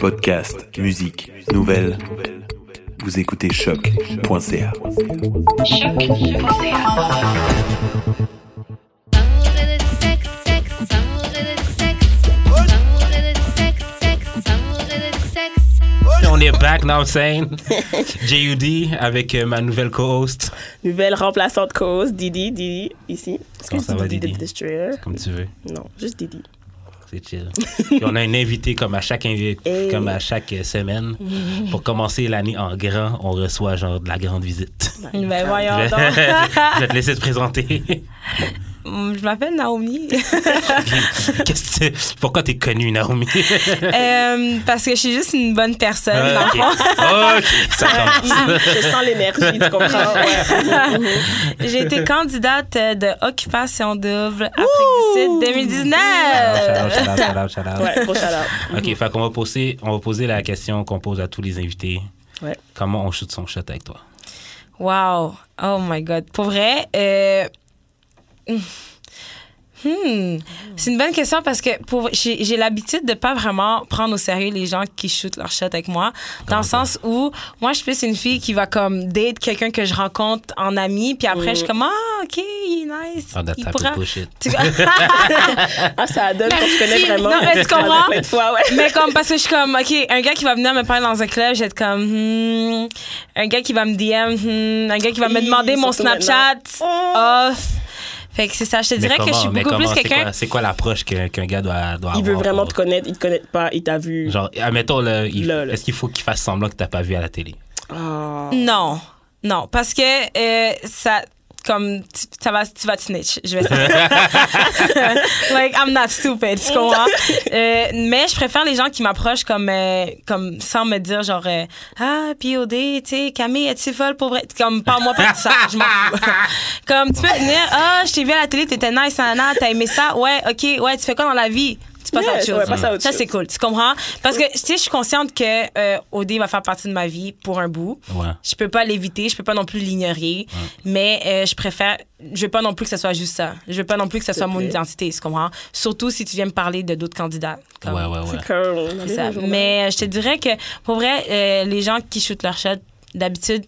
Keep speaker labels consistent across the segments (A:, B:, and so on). A: Podcast, musique, nouvelles. Vous écoutez choc.ca.
B: On est back now, saying JUD avec euh, ma nouvelle co-host,
C: Nouvelle remplaçante cause, Didi, Didi, ici. Est-ce que
B: Comment ça
C: je dis
B: va,
C: Didi,
B: Didi?
C: the Destroyer?
B: comme tu veux.
C: Non, juste Didi.
B: C'est chill. Puis on a un invité comme à chaque invi-
C: Hey.
B: comme à chaque euh, semaine. Pour commencer l'année en grand, on reçoit genre de la grande visite.
D: Ben
B: Je
D: voyons
B: vais,
D: donc.
B: je vais te laisser te présenter.
D: Hum, Je m'appelle Naomi.
B: Qu'est-ce que tu- pourquoi t'es connue, Naomi?
D: Euh, parce que je suis juste une bonne personne. dans le
B: ok,
D: fond.
B: Ok, ça commence.
C: Je sens l'énergie, tu comprends?
D: Ah,
C: Ouais.
D: J'ai été candidate euh, de Occupation Double Afrique du Sud 2019.
B: Shout out, shout out, shout out, shout out.
C: ouais, gros chaleur.
B: Ok, fait qu'on va poser, on va poser la question qu'on pose à tous les invités.
C: Ouais.
B: Comment on shoot son shot avec toi?
D: Wow. Oh my God. Pour vrai, euh, hmm, c'est une bonne question parce que pour j'ai j'ai l'habitude de pas vraiment prendre au sérieux les gens qui shootent leur shot avec moi. Dans le sens où, moi, je suis plus une fille qui va comme date quelqu'un que je rencontre en ami, puis après, je suis comme, ah, OK, il est nice.
B: Oh, that
D: il
B: type
D: pourra-
B: of bullshit.
D: Tu-
C: Ah, ça donne quand tu connais
D: Merci.
C: vraiment.
D: Non, est-ce qu'on
C: Ça donne
D: va?
C: plein de fois, ouais.
D: Mais comme, parce que je suis comme, OK, un gars qui va venir me parler dans un club, je vais être comme, hmm. Un gars qui va me DM, hmm. Un gars qui va me
C: Oui,
D: demander mon
C: surtout Oh.
D: Snapchat, off. Fait que c'est ça, je te
B: Mais
D: dirais que je suis
B: comment- mais
D: beaucoup plus
B: comment- c'est
D: quelqu'un.
B: quoi- C'est quoi, l'approche que- qu'un gars doit, doit
C: Il
B: avoir?
C: veut vraiment
B: pour-
C: te connaître, il te connaît pas, il t'a vu.
B: Genre, admettons, là, il-
C: Là, là.
B: est-ce qu'il faut qu'il fasse semblant que t'as pas vu à la télé?
C: Ah.
D: Non, non, parce que euh, ça. Comme, tu, ça va, tu vas te snitch, je vais ça. like, I'm not stupid, tu comprends? Euh, mais je préfère les gens qui m'approchent comme, euh, comme sans me dire, genre, euh, ah, POD, tu sais, Camille, es-tu folle pour vrai? Comme, parle-moi pas de ça, je m'en fous. comme, tu peux venir, ah, je t'ai vu à la télé, t'étais nice, nana, t'as aimé ça, ouais, ok, ouais, tu fais quoi dans la vie? Tu passes à
C: Yes,
D: autre chose.
C: ouais, passe à autre
D: ça,
C: chose.
D: c'est cool, tu comprends? Parce que, tu sais, je suis consciente que euh, OD va faire partie de ma vie pour un bout.
B: Ouais.
D: Je peux pas l'éviter, je peux pas non plus l'ignorer, mais euh, je préfère, je veux pas non plus que ce soit juste ça. Je veux pas non plus que ce soit mon
C: plaît.
D: identité, tu comprends? Surtout si tu viens me parler de d'autres candidats. comme-
B: Ouais, ouais, ouais.
C: C'est cool.
D: c'est ça. Mais euh, je te dirais que, pour vrai, euh, les gens qui shootent leur shot, d'habitude,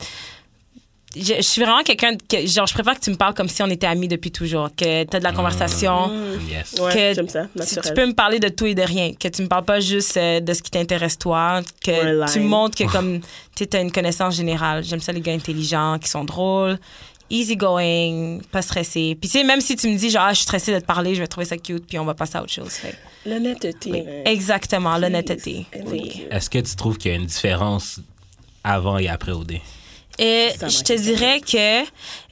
D: je, je suis vraiment quelqu'un que, genre, je préfère que tu me parles comme si on était amis depuis toujours, que t'as de
B: Ah.
D: la conversation.
B: Yes.
C: Ouais,
D: que
C: j'aime ça,
D: tu,
C: naturel.
D: tu peux me parler de tout et de rien, que tu me parles pas juste euh, de ce qui t'intéresse toi, que
C: Ouais,
D: tu
C: line.
D: montres que comme tu as une connaissance générale. J'aime ça les gars intelligents qui sont drôles, easy going, pas stressés. Puis tu sais même si tu me dis genre Ah, je suis stressée de te parler, je vais trouver ça cute puis on va passer à autre chose. Fait.
C: L'honnêteté. hein.
D: Exactement, l'honnêteté. Oui.
B: Est-ce que tu trouves qu'il y a une différence avant et après OD?
D: Euh,
C: Ça
D: je
C: manque
D: te
C: de
D: dirais que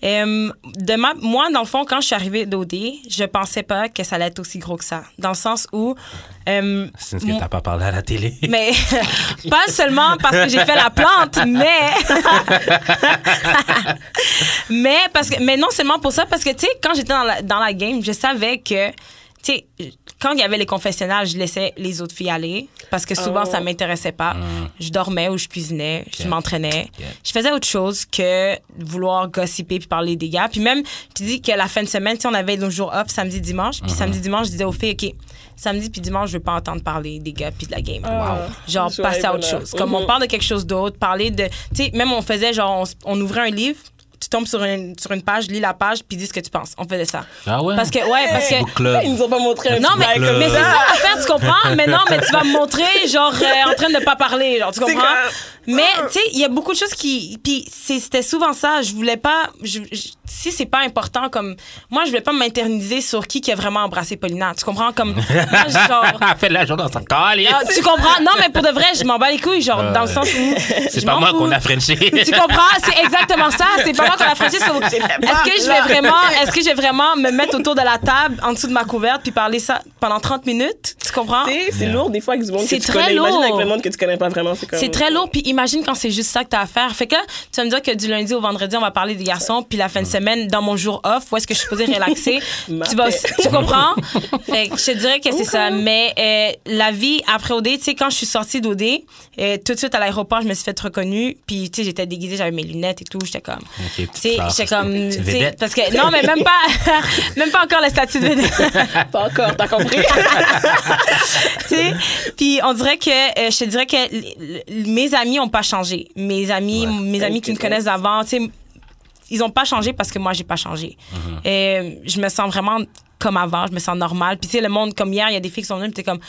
D: euh, de ma- moi, dans le fond, quand je suis arrivée d'OD, je pensais pas que ça allait être aussi gros que ça. Dans le sens où euh,
B: C'est ce que t'as pas parlé à la télé.
D: Mais pas seulement parce que j'ai fait la plante, mais mais parce que mais non seulement pour ça parce que tu sais quand j'étais dans la, dans la game, je savais que tu sais quand il y avait les confessionnals, je laissais les autres filles aller parce que souvent
C: Oh.
D: ça m'intéressait pas. Je dormais ou je cuisinais,
B: Yeah.
D: je m'entraînais.
B: Yeah.
D: Je faisais autre chose que vouloir gossiper puis parler des gars. Puis même tu dis que la fin de semaine, tu sais, on avait nos jours off samedi dimanche, puis samedi dimanche, je disais aux filles OK, samedi puis dimanche, je veux pas entendre parler des gars puis de la game
C: Ah,
D: genre
C: Joyeux
D: passer à autre
C: bonheur.
D: chose. Comme
C: Mhm.
D: on parle de quelque chose d'autre, parler de. Tu sais, même on faisait genre, on, s- on ouvrait un livre, tu tombes sur une, sur une page, lis la page, puis dis ce que tu penses. On faisait ça.
B: Ah ouais?
D: Parce que, ouais, parce que.
B: Book club.
C: Ils nous ont pas montré un
D: Non,
C: petit
D: mais,
C: bail comme
D: mais c'est
C: ça.
D: ça l'affaire, tu comprends? Mais non, mais tu vas me montrer, genre, euh, en train de pas parler, genre, tu comprends? Mais, tu sais, il y a beaucoup de choses qui. Puis, c'est- c'était souvent ça. Je voulais pas. je- je- si c'est pas important, comme. Moi, je voulais pas m'interniser sur qui qui a vraiment embrassé Paulina. Tu comprends? Comme. moi, genre,
B: Ah, fait la journée, on s'en colle.
D: ah, tu comprends? Non, mais pour de vrai, je m'en bats les couilles, genre, dans le sens où.
B: C'est
D: je
B: pas
D: m'en
B: moi
D: fous.
B: qu'on a frenché.
D: Tu comprends? C'est exactement ça. C'est pas moi qu'on a franchi. sur- Est-ce que je vais vraiment, est-ce que je vais vraiment me mettre autour de la table, en dessous de ma couverte, puis parler ça pendant 30 minutes? Tu comprends?
C: Tu sais, C'est lourd des fois avec du monde que
D: C'est
C: tu
D: très
C: connais. Imagine
D: lourd.
C: avec le monde que tu connais pas vraiment. C'est comme-
D: C'est très lourd, puis imagine quand c'est juste ça que t'as à faire. Fait que tu vas me dire que du lundi au vendredi, on va parler des garçons, puis la fin de semaine, dans mon jour off, où est-ce que je suis posée relaxer,
C: Ma
D: tu, vas,
C: paix.
D: tu comprends? Fait que je te dirais que c'est ça. Mais euh, la vie après OD, tu sais, quand je suis sortie d'OD, euh, tout de suite à l'aéroport, je me suis fait reconnue, puis tu sais, j'étais déguisée, j'avais mes lunettes et tout, j'étais comme.
B: Ok. tes
D: Tu sais,
B: petites fleurs.
D: j'étais comme.
B: Petite
D: tu sais,
B: vedette.
D: Parce que, non, mais même pas, même pas encore le statut de vedette.
C: Pas encore, t'as compris?
D: tu sais. Puis on dirait que euh, je te dirais que l- l- mes amis ont pas changé. Mes amis,
B: Ouais.
D: mes amis qui me
C: Ok.
D: connaissent d'avant, tu sais, ils ont pas changé parce que moi j'ai pas changé. Euh, je me sens vraiment comme avant, je me sens normale. Puis tu sais le monde comme hier, il y a des filles qui sont venues, puis t'es comme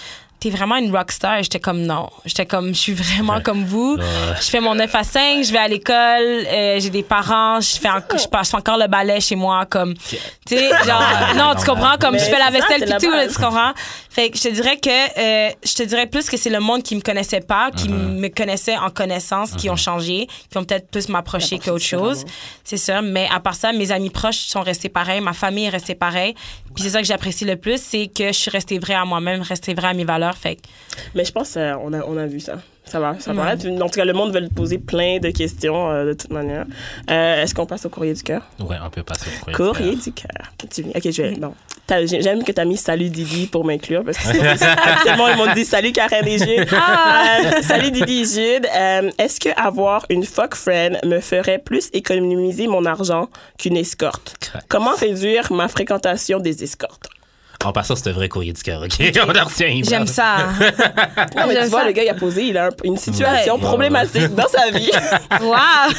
D: T'es vraiment une rockstar. J'étais comme non. J'étais comme, je suis vraiment comme vous. Je fais mon 9 à 5, je vais à l'école, euh, j'ai des parents, je fais, en- je passe encore le balai chez moi, comme, tu sais, genre,
B: Normal,
D: non, tu
B: normal.
D: comprends, comme
C: Mais
D: je fais la
C: c'est ça,
D: vaisselle
C: c'est
D: puis tout,
C: la
D: là,
C: base.
D: tu comprends? Fait que je te dirais que euh, je te dirais plus que c'est le monde qui me connaissait pas, qui me connaissait en connaissance, qui ont changé, qui ont peut-être plus m'approché
C: M'approché
D: qu'autre chose. C'est ça. Mais à part ça, mes amis proches sont restés pareils, ma famille est restée pareille. Puis c'est ça que j'apprécie le plus, c'est que je suis restée vraie à moi-même, restée vraie à mes valeurs. Fait que
C: Mais je pense qu'on a, on a vu ça. Ça va, ça va. En tout cas, le monde veut te poser plein de questions euh, de toute manière. Euh, Est-ce qu'on passe au courrier du cœur?
B: Ouais, on peut passer au courrier.
C: Courrier du cœur. Tu- Ok, je vais.
D: Mm.
C: Non. T'as- j'ai- J'aime que t'as mis salut Didi pour m'inclure parce que sinon, habituellement, ils m'ont dit salut Karen et Jude.
D: Ah!
C: Euh, salut Didi et Jude. Euh, Est-ce que avoir une fuck friend me ferait plus économiser mon argent qu'une escorte?
B: Crac.
C: Comment réduire ma fréquentation des escortes?
B: En passant, c'est un vrai courrier du cœur, OK? on en retient une.
D: j'aime ça.
C: Non, mais
D: Ah, J'aime
C: tu vois,
D: ça.
C: le gars, il a posé, il a un- une situation
B: Ouais.
C: problématique dans sa vie.
D: Wow!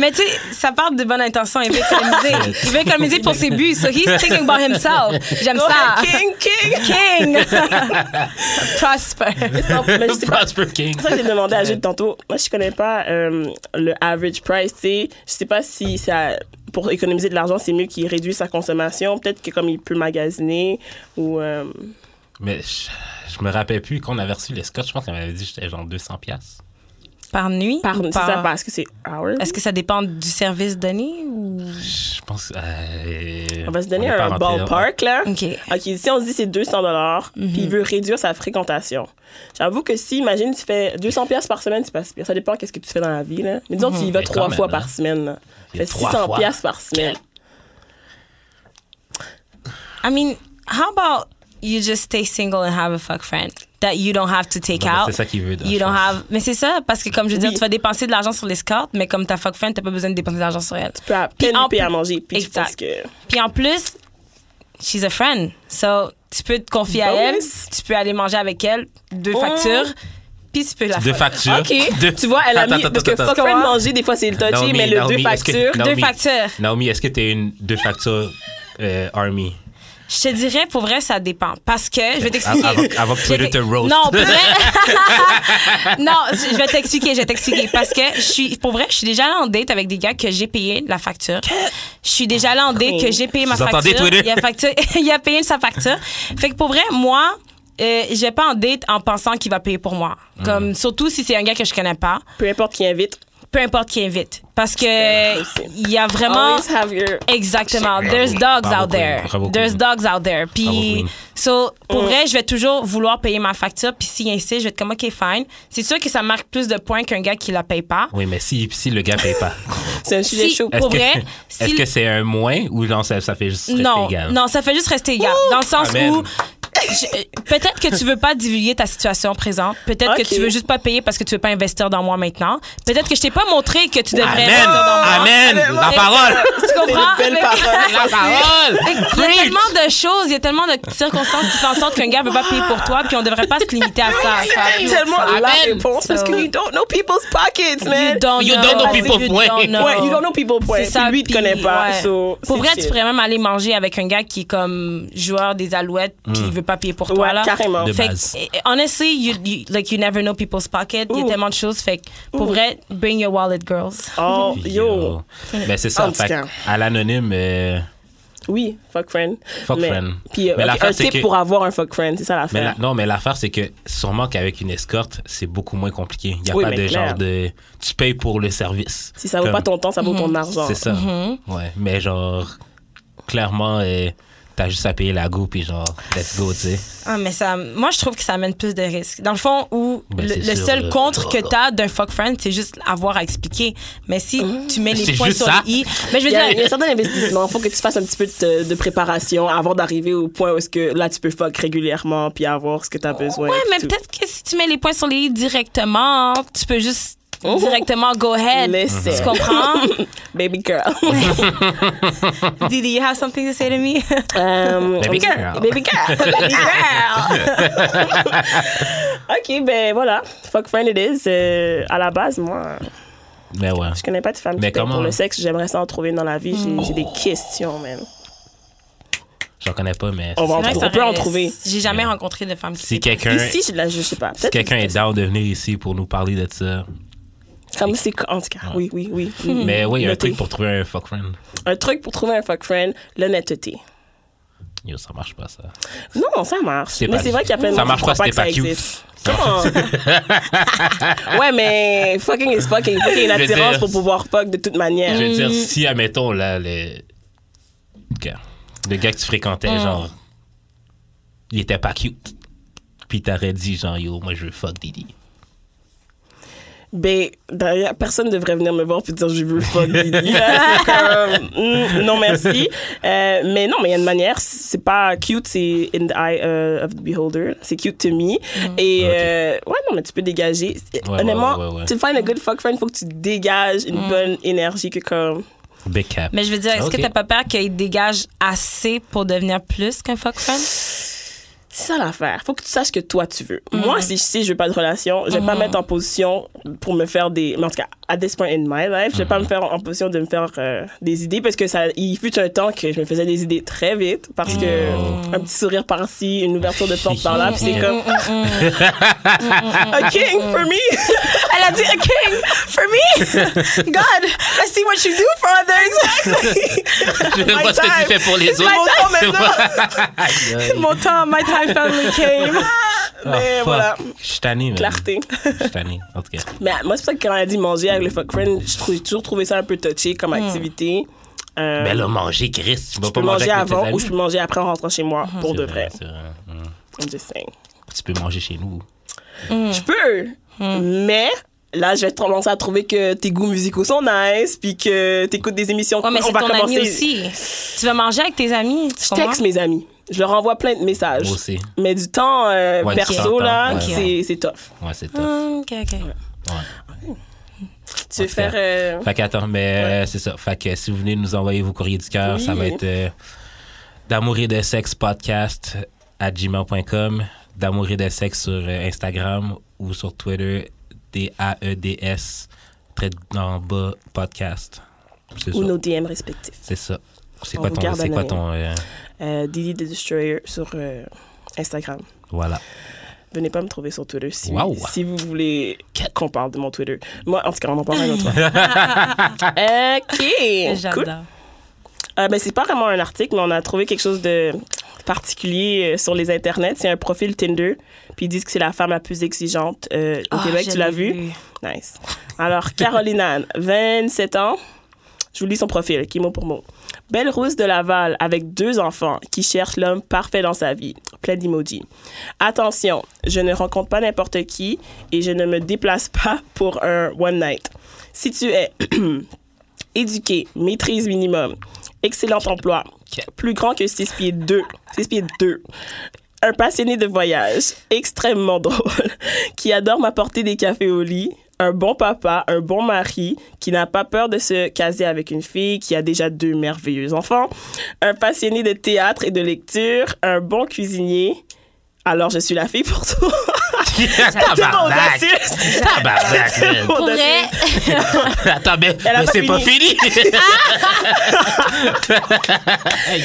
D: Mais tu sais, ça part de bonnes intentions. Il veut économiser. Il veut économiser pour ses buts. So he's thinking about himself. J'aime ça.
C: King, King!
D: King! Prosper.
C: Non, mais je sais pas.
B: Prosper King.
C: C'est pour ça que j'ai demandé à Jude tantôt. Moi, je connais pas euh, le average price, tu sais. Je sais pas si ça, pour économiser de l'argent, c'est mieux qu'il réduise sa consommation. Peut-être que comme il peut magasiner ou. euh,
B: Mais je, je me rappelle plus quand on avait reçu les scotch, je pense qu'on m'avait dit que j'étais genre 200 pièces.
D: Par nuit?
C: par,
D: ou
C: c'est ça, parce que c'est hourly.
D: Est-ce que ça dépend du service donné ou.
B: Je pense euh,
C: On va se donner
B: est pas
C: un
B: rentré, là.
C: ballpark, là.
D: OK. Mhm.
C: OK, si on se dit c'est 200 dollars, puis il veut réduire sa fréquentation. J'avoue que si, imagine, tu fais 200 pièces par semaine, c'est pas si pire. Ça dépend qu'est-ce que tu fais dans la vie, là. Mais
D: Mhm.
C: disons, tu y vas
B: Mais quand
C: trois
B: même,
C: fois
B: hein.
C: par semaine, là.
B: Il y a
C: Fait
B: trois
C: 600
B: fois.
C: pièces par semaine.
D: I mean, how about you just stay single and have a fuck friend that you don't have to take
B: Non, mais
D: out?
B: C'est ça qu'il veut. dans
D: You
B: le
D: don't
B: fond.
D: have. Mais c'est ça, parce que comme je veux dire,
C: Oui.
D: tu vas dépenser de l'argent sur l'escorte, mais comme ta fuck friend, t'as pas besoin de dépenser de l'argent sur elle.
C: Tu peux à
D: Puis
C: peine
D: en
C: lui payer à
D: plus-
C: manger, puis je pense
D: Exact.
C: que...
D: Puis en plus, she's a friend. So, tu peux te confier à elle,
C: Bonus.
D: tu peux aller manger avec elle, deux
C: Oh.
D: factures, puis tu peux la
B: Deux
D: fuck.
B: factures.
C: OK.
B: Deux-
C: Tu vois, elle a
B: Attends,
C: mis.
B: attends,
C: Parce que
B: attends,
C: fuck
B: attends.
C: friend manger, des fois, c'est le touchy,
B: Naomi,
C: mais le
B: Naomi,
C: deux
B: est-ce que-
C: factures.
B: Naomi.
D: Deux factures.
B: Naomi, est-ce que t'es une deux factures euh, Army?
D: Je te dirais, pour vrai, ça dépend. Parce que, je vais t'expliquer.
B: Avant- avant que Twitter
D: Je vais-
B: te roast.
D: Non, pour vrai. non, je je vais t'expliquer, je vais t'expliquer. Parce que, je suis, pour vrai, je suis déjà allée en date avec des gars que j'ai payé la facture. Je suis déjà allée en date que j'ai payé ma
B: Vous entendez,
D: facture.
B: Twitter?
D: Il, a factu- il a payé sa facture. Fait que, pour vrai, moi, euh, je vais pas en date en pensant qu'il va payer pour moi.
B: Mm.
D: Comme, surtout si c'est un gars que je connais pas.
C: Peu importe qui invite.
D: Peu importe qui invite. Parce que, il y a vraiment.
C: Always have your.
D: Exactement.
B: Bravo.
D: There's dogs
B: Bravo,
D: out there.
B: Queen. Bravo,
D: There's
B: Queen.
D: dogs out there.
B: Bravo,
D: Puis,
B: Queen.
D: so,
C: Mm.
D: pour vrai, je vais toujours vouloir payer ma facture. Puis s'il insiste, je vais être comme, OK, fine. C'est sûr que ça marque plus de points qu'un gars qui la paye pas.
B: Oui, mais si, si le gars paye pas.
C: C'est un sujet
D: Si-
C: chaud.
B: Est-ce
D: Pour
B: que-
D: vrai, si-
B: Est-ce que c'est un moins ou non, ça, ça fait juste
D: Non,
B: rester égal?
D: non, ça fait juste rester égal. Dans le sens
B: Amen.
D: où je- peut-être que tu veux pas divulguer ta situation présente. Peut-être
C: Ok.
D: que tu veux juste pas payer parce que tu veux pas investir dans moi maintenant. Peut-être que je t'ai pas montré que tu devrais
B: Amen!
D: investir dans moi.
B: Amen! La
D: Et-
B: parole!
D: Tu
C: C'est
D: comprends?
C: une belle
D: Fait-
C: parole.
B: La parole!
D: Il y a tellement de choses, il y a tellement de circonstances qui font en sorte qu'un gars ne veut pas payer pour toi, puis on ne devrait pas se limiter à ça.
C: C'est tellement la réponse parce que
D: So-
C: you don't know people's pockets, man.
D: You don't
B: You
D: know.
B: don't know
D: You
B: people, point.
D: don't know.
C: Ouais, you don't know people, point.
D: C'est
C: Puis
D: ça,
C: lui, il te
D: puis,
C: connaît pas.
D: ouais.
C: so,
D: pour
C: c'est
D: vrai,
C: chill.
D: tu pourrais même aller manger avec un gars qui est comme joueur des alouettes, puis il veut pas payer pour toi.
C: Ouais,
D: là.
C: carrément.
B: Mm. De
D: Fait
B: base.
D: que, eh, honestly, you, you- like, you never know people's pocket. Il y a
C: Ouh.
D: tellement de choses. Fait que, pour
C: Ouh.
D: vrai, bring your wallet, girls.
C: Oh, yo.
B: Ben, c'est ça.
C: En tout
B: fait
C: cas.
B: que à l'anonyme, euh,
C: Oui, fuck friend.
B: Fuck
C: Mais-
B: friend.
C: Puis euh,
B: Mais
C: ok,
B: l'affaire,
C: un
B: c'est
C: tip
B: que-
C: pour avoir un fuck friend, c'est ça
B: Mais
C: l'affaire.
B: la- non, mais l'affaire, c'est que sûrement qu'avec une escorte, c'est beaucoup moins compliqué. Il n'y a
C: Oui,
B: pas
C: mais
B: de
C: clair.
B: genre de. Tu payes pour le service.
C: Si ça vaut
B: Comme-
C: pas ton Mm-hmm. temps, ça vaut
D: Mhm.
C: ton argent.
B: C'est ça. Ouais. Mais genre, clairement, euh, t'as juste à payer la go, puis genre, let's go, tu sais.
D: Ah, mais ça, moi, je trouve que ça amène plus de risques. Dans le fond, où
B: Ben,
D: le,
B: c'est
D: le
B: sûr,
D: seul
B: euh,
D: contre que
C: Ah,
B: euh,
D: tu as d'un fuck friend, c'est juste avoir à expliquer. Mais si
C: Mmh.
D: tu mets les
B: C'est
D: points
B: juste
D: sur
B: ça.
D: les i, mais je veux
C: Il y, a, il y
D: dire,
C: a certains investissements. Il faut que tu fasses un petit peu de, de préparation avant d'arriver au point où est-ce que là tu peux fuck régulièrement puis avoir ce que tu as besoin.
D: ouais,
C: puis
D: mais
C: tout.
D: peut-être que si tu mets les points sur les i directement, tu peux juste directement go ahead.
C: Oh. Listen.
D: Tu comprends?
C: Baby girl.
D: Didi, you have something to say to me?
C: Um,
B: Baby
C: oui.
B: girl.
C: Baby girl. Baby girl. OK, ben voilà. Fuck friend it is. Euh, à la base, moi,
B: Mais ouais.
C: je connais pas de femme
B: Mais
C: qui payent
B: comment? Oh.
C: pour le sexe. J'aimerais ça en trouver une dans la vie. J'ai j'ai des questions, même.
B: J'en connais pas, mais
C: On va en
D: C'est vrai que
C: trouver.
D: ça
C: On peut en
D: reste-
C: trouver.
D: J'ai jamais rencontré de femme qui
B: si quelqu'un
C: Ici, je, la, je sais pas.
B: si
C: Peut-être
B: quelqu'un est down de venir ici pour nous parler de ça.
C: Comme c'est en tout cas, oui, oui, oui. Mm.
B: Mais oui, il y a un
C: Notez.
B: truc pour trouver un fuck friend.
C: Un truc pour trouver un fuck friend, l'honnêteté.
B: Yo, ça marche pas, ça.
C: Non, ça marche.
B: C'est
C: mais
B: pas-
C: c'est vrai qu'il y a plein de
B: ça
C: gens
B: marche
C: qui croient
B: pas si
C: que ça
B: t'es pas cute.
C: existe. Come on. ouais, mais fucking is fucking. Fucking une
B: Je veux
C: attirance
B: dire-
C: pour pouvoir fuck de toute manière.
B: Je veux dire, si, admettons, là, le... que- le gars que tu fréquentais,
C: Ah.
B: genre, il était pas cute. Puis t'aurais dit, genre, yo, moi, je veux fuck Didi.
C: Ben, d'ailleurs, personne devrait venir me voir puis dire je veux fuck Didi. C'est comme, mm, non, merci. Euh, mais non, mais il y a une manière. C'est pas cute, c'est in the eye euh, of the beholder. C'est cute to me. Et
B: Ok.
C: euh, ouais, non, mais tu peux dégager.
B: ouais,
C: Honnêtement,
B: ouais, ouais, ouais.
C: to find a good fuck friend, faut que tu dégages une bonne énergie que comme.
B: Big cap.
D: Mais je veux dire, est-ce
B: Ok.
D: que t'as pas peur qu'il dégage assez pour devenir plus qu'un fuck friend?
C: C'est ça l'affaire. Faut que tu saches que toi tu veux. Moi, si je sais, je veux pas de relation, je vais pas mettre en position pour me faire des. mais en tout cas, at this point in my life, je vais pas me faire en position de me faire euh, des idées parce que ça. Il fut un temps que je me faisais des idées très vite parce que un petit sourire par-ci, une ouverture de porte par-là, puis
B: Mm,
C: c'est comme
B: Mm-hmm.
C: a king for me.
D: Elle a dit, a king for me! God, I see what you do for others!
B: je
C: my
B: vois ce que tu
C: time.
B: fais pour les
C: C'est mon
B: autres.
C: temps maintenant.
D: Mon temps, my time family came.
B: Ah,
C: Mais
B: fuck.
C: voilà.
B: Je suis tanné, man.
C: Clarté.
B: Je suis tanné, en tout cas.
C: Mais moi, c'est pour ça que quand elle a dit manger avec le fuck friend, je trou- j'ai toujours trouvé ça un peu touché comme activité. Euh,
B: Mais là, manger, Chris, tu vas
C: je
B: pas
C: peux manger
B: manger avec tes
C: avant
B: amis.
C: ou je peux manger après en rentrant chez moi pour
B: C'est
C: de
B: vrai,
C: vrai.
B: c'est vrai. Mm.
C: I'm just saying.
B: Tu peux manger chez nous.
C: Je peux,
D: Hmm.
C: mais là, je vais commencer à trouver que tes goûts musicaux sont nice, puis que t'écoutes des émissions.
D: Ouais, mais
C: cool.
D: c'est ton ami aussi. Tu vas manger avec tes amis. tu
C: Je
D: comprends?
C: texte mes amis. Je leur envoie plein de messages.
B: Moi aussi.
C: Mais du temps euh,
B: Ouais, du temps,
C: perso, là,
B: ouais.
C: c'est- c'est tough.
B: Ouais, c'est top.
D: Ah, OK, OK.
C: Oh,
B: Ouais.
C: Tu veux
B: Ok.
C: faire... euh,
B: Fait qu'attends, mais euh, c'est ça. Fait que si vous venez nous envoyer vos courriers du cœur,
C: Oui.
B: ça va être euh, d'amour et de sexe podcast à gmail.com, d'amour et de sexe sur euh, Instagram ou sur Twitter, E D-A-E-D-S, trait d'en bas podcast. C'est ça.
C: ou nos DM respectifs.
B: C'est ça. C'est
C: On
B: quoi
C: vous
B: ton.
C: garde
B: C'est quoi
C: anonyme.
B: ton. euh,
C: Euh, Didi the Destroyer sur euh, Instagram.
B: voilà.
C: Venez pas me trouver sur Twitter si,
B: Wow.
C: si vous voulez qu'on parle de mon Twitter. Moi, en tout cas, on en parlera un autre fois. OK. Cool.
D: J'adore.
C: Euh, ben, c'est pas vraiment un article, mais on a trouvé quelque chose de particulier euh, sur les internets. C'est un profil Tinder. Puis ils disent que c'est la femme la plus exigeante euh, au
D: Ah,
C: Québec.
D: je
C: Tu l'as
D: l'ai
C: vu? Nice. Alors, Caroline Anne, 27 ans. Je vous lis son profil, qui est mot pour mot. Belle rousse de Laval avec deux enfants qui cherche l'homme parfait dans sa vie. Plein d'emojis. Attention, je ne rencontre pas n'importe qui et je ne me déplace pas pour un one night. Si tu es éduqué, maîtrise minimum, excellent emploi, plus grand que 6 pieds 2, 6 pieds 2, un passionné de voyage, extrêmement drôle, qui adore m'apporter des cafés au lit, un bon papa, un bon mari, qui n'a pas peur de se caser avec une fille, qui a déjà deux merveilleux enfants, un passionné de théâtre et de lecture, un bon cuisinier. Alors, je suis la fille pour toi. C'est mon
B: Tabarnak!
C: astuce.
B: Tabarnak, man.
C: Mon
D: Pour vrai,
C: astuce.
B: Attends, mais,
C: Elle a
B: mais
C: pas
B: c'est pas fini! Aïe,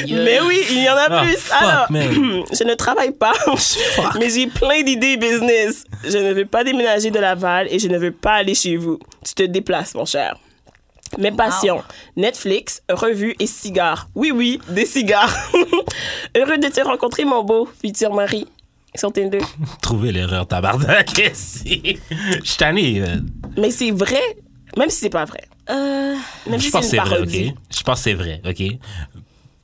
B: aïe.
C: Mais oui, il y en a
B: Euh, Ah,
C: plus.
B: fuck,
C: Alors,
B: man.
C: je ne travaille pas, mais j'ai plein d'idées business. Je ne veux pas déménager de Laval et je ne veux pas aller chez vous. Tu te déplaces, mon cher. Mes passions, Netflix, revues et cigares. Oui, oui, des cigares. Heureux de te rencontrer, mon beau futur mari. Sur Tinder.
B: Trouver l'erreur, tabarnak! Qu'est-ce que c'est? Je suis tanné. euh,
C: Mais c'est vrai, même si c'est pas vrai.
D: euh,
C: Même
B: Je
C: si
B: pense que
C: c'est
B: c'est
C: une
B: vrai,
C: parodie.
B: OK? Je pense que c'est vrai, OK?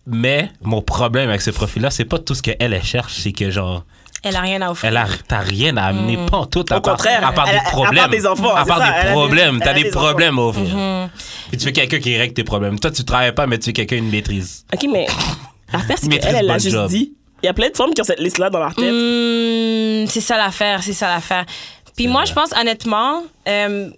B: Mais mon problème avec ce profil-là, c'est pas tout ce qu'elle elle cherche, c'est que genre,
D: elle a rien à offrir.
B: elle a, t'as rien à amener, pas en tout, à
C: Hmm. Au
B: part,
C: contraire,
B: à part
C: elle a-
B: des
C: à part
B: problèmes.
C: des enfants,
B: à
C: c'est
B: part
C: ça, elle a
B: des
C: des-
B: problèmes,
C: elle
B: t'as
C: a
B: des
C: des Hmm.
B: problèmes à ouvrir. Et tu fais quelqu'un qui règle tes problèmes. Toi, tu travailles pas, mais tu fais quelqu'un qui maîtrise.
C: Ok, mais l'affaire, c'est
B: Maîtrise
C: qu'elle, elle l'a
B: bonne
C: juste
B: job. Mm.
C: dit. Il y a plein de femmes qui ont cette liste-là dans leur tête.
D: Hmm, c'est ça l'affaire, c'est ça l'affaire. Puis moi, je pense honnêtement, euh,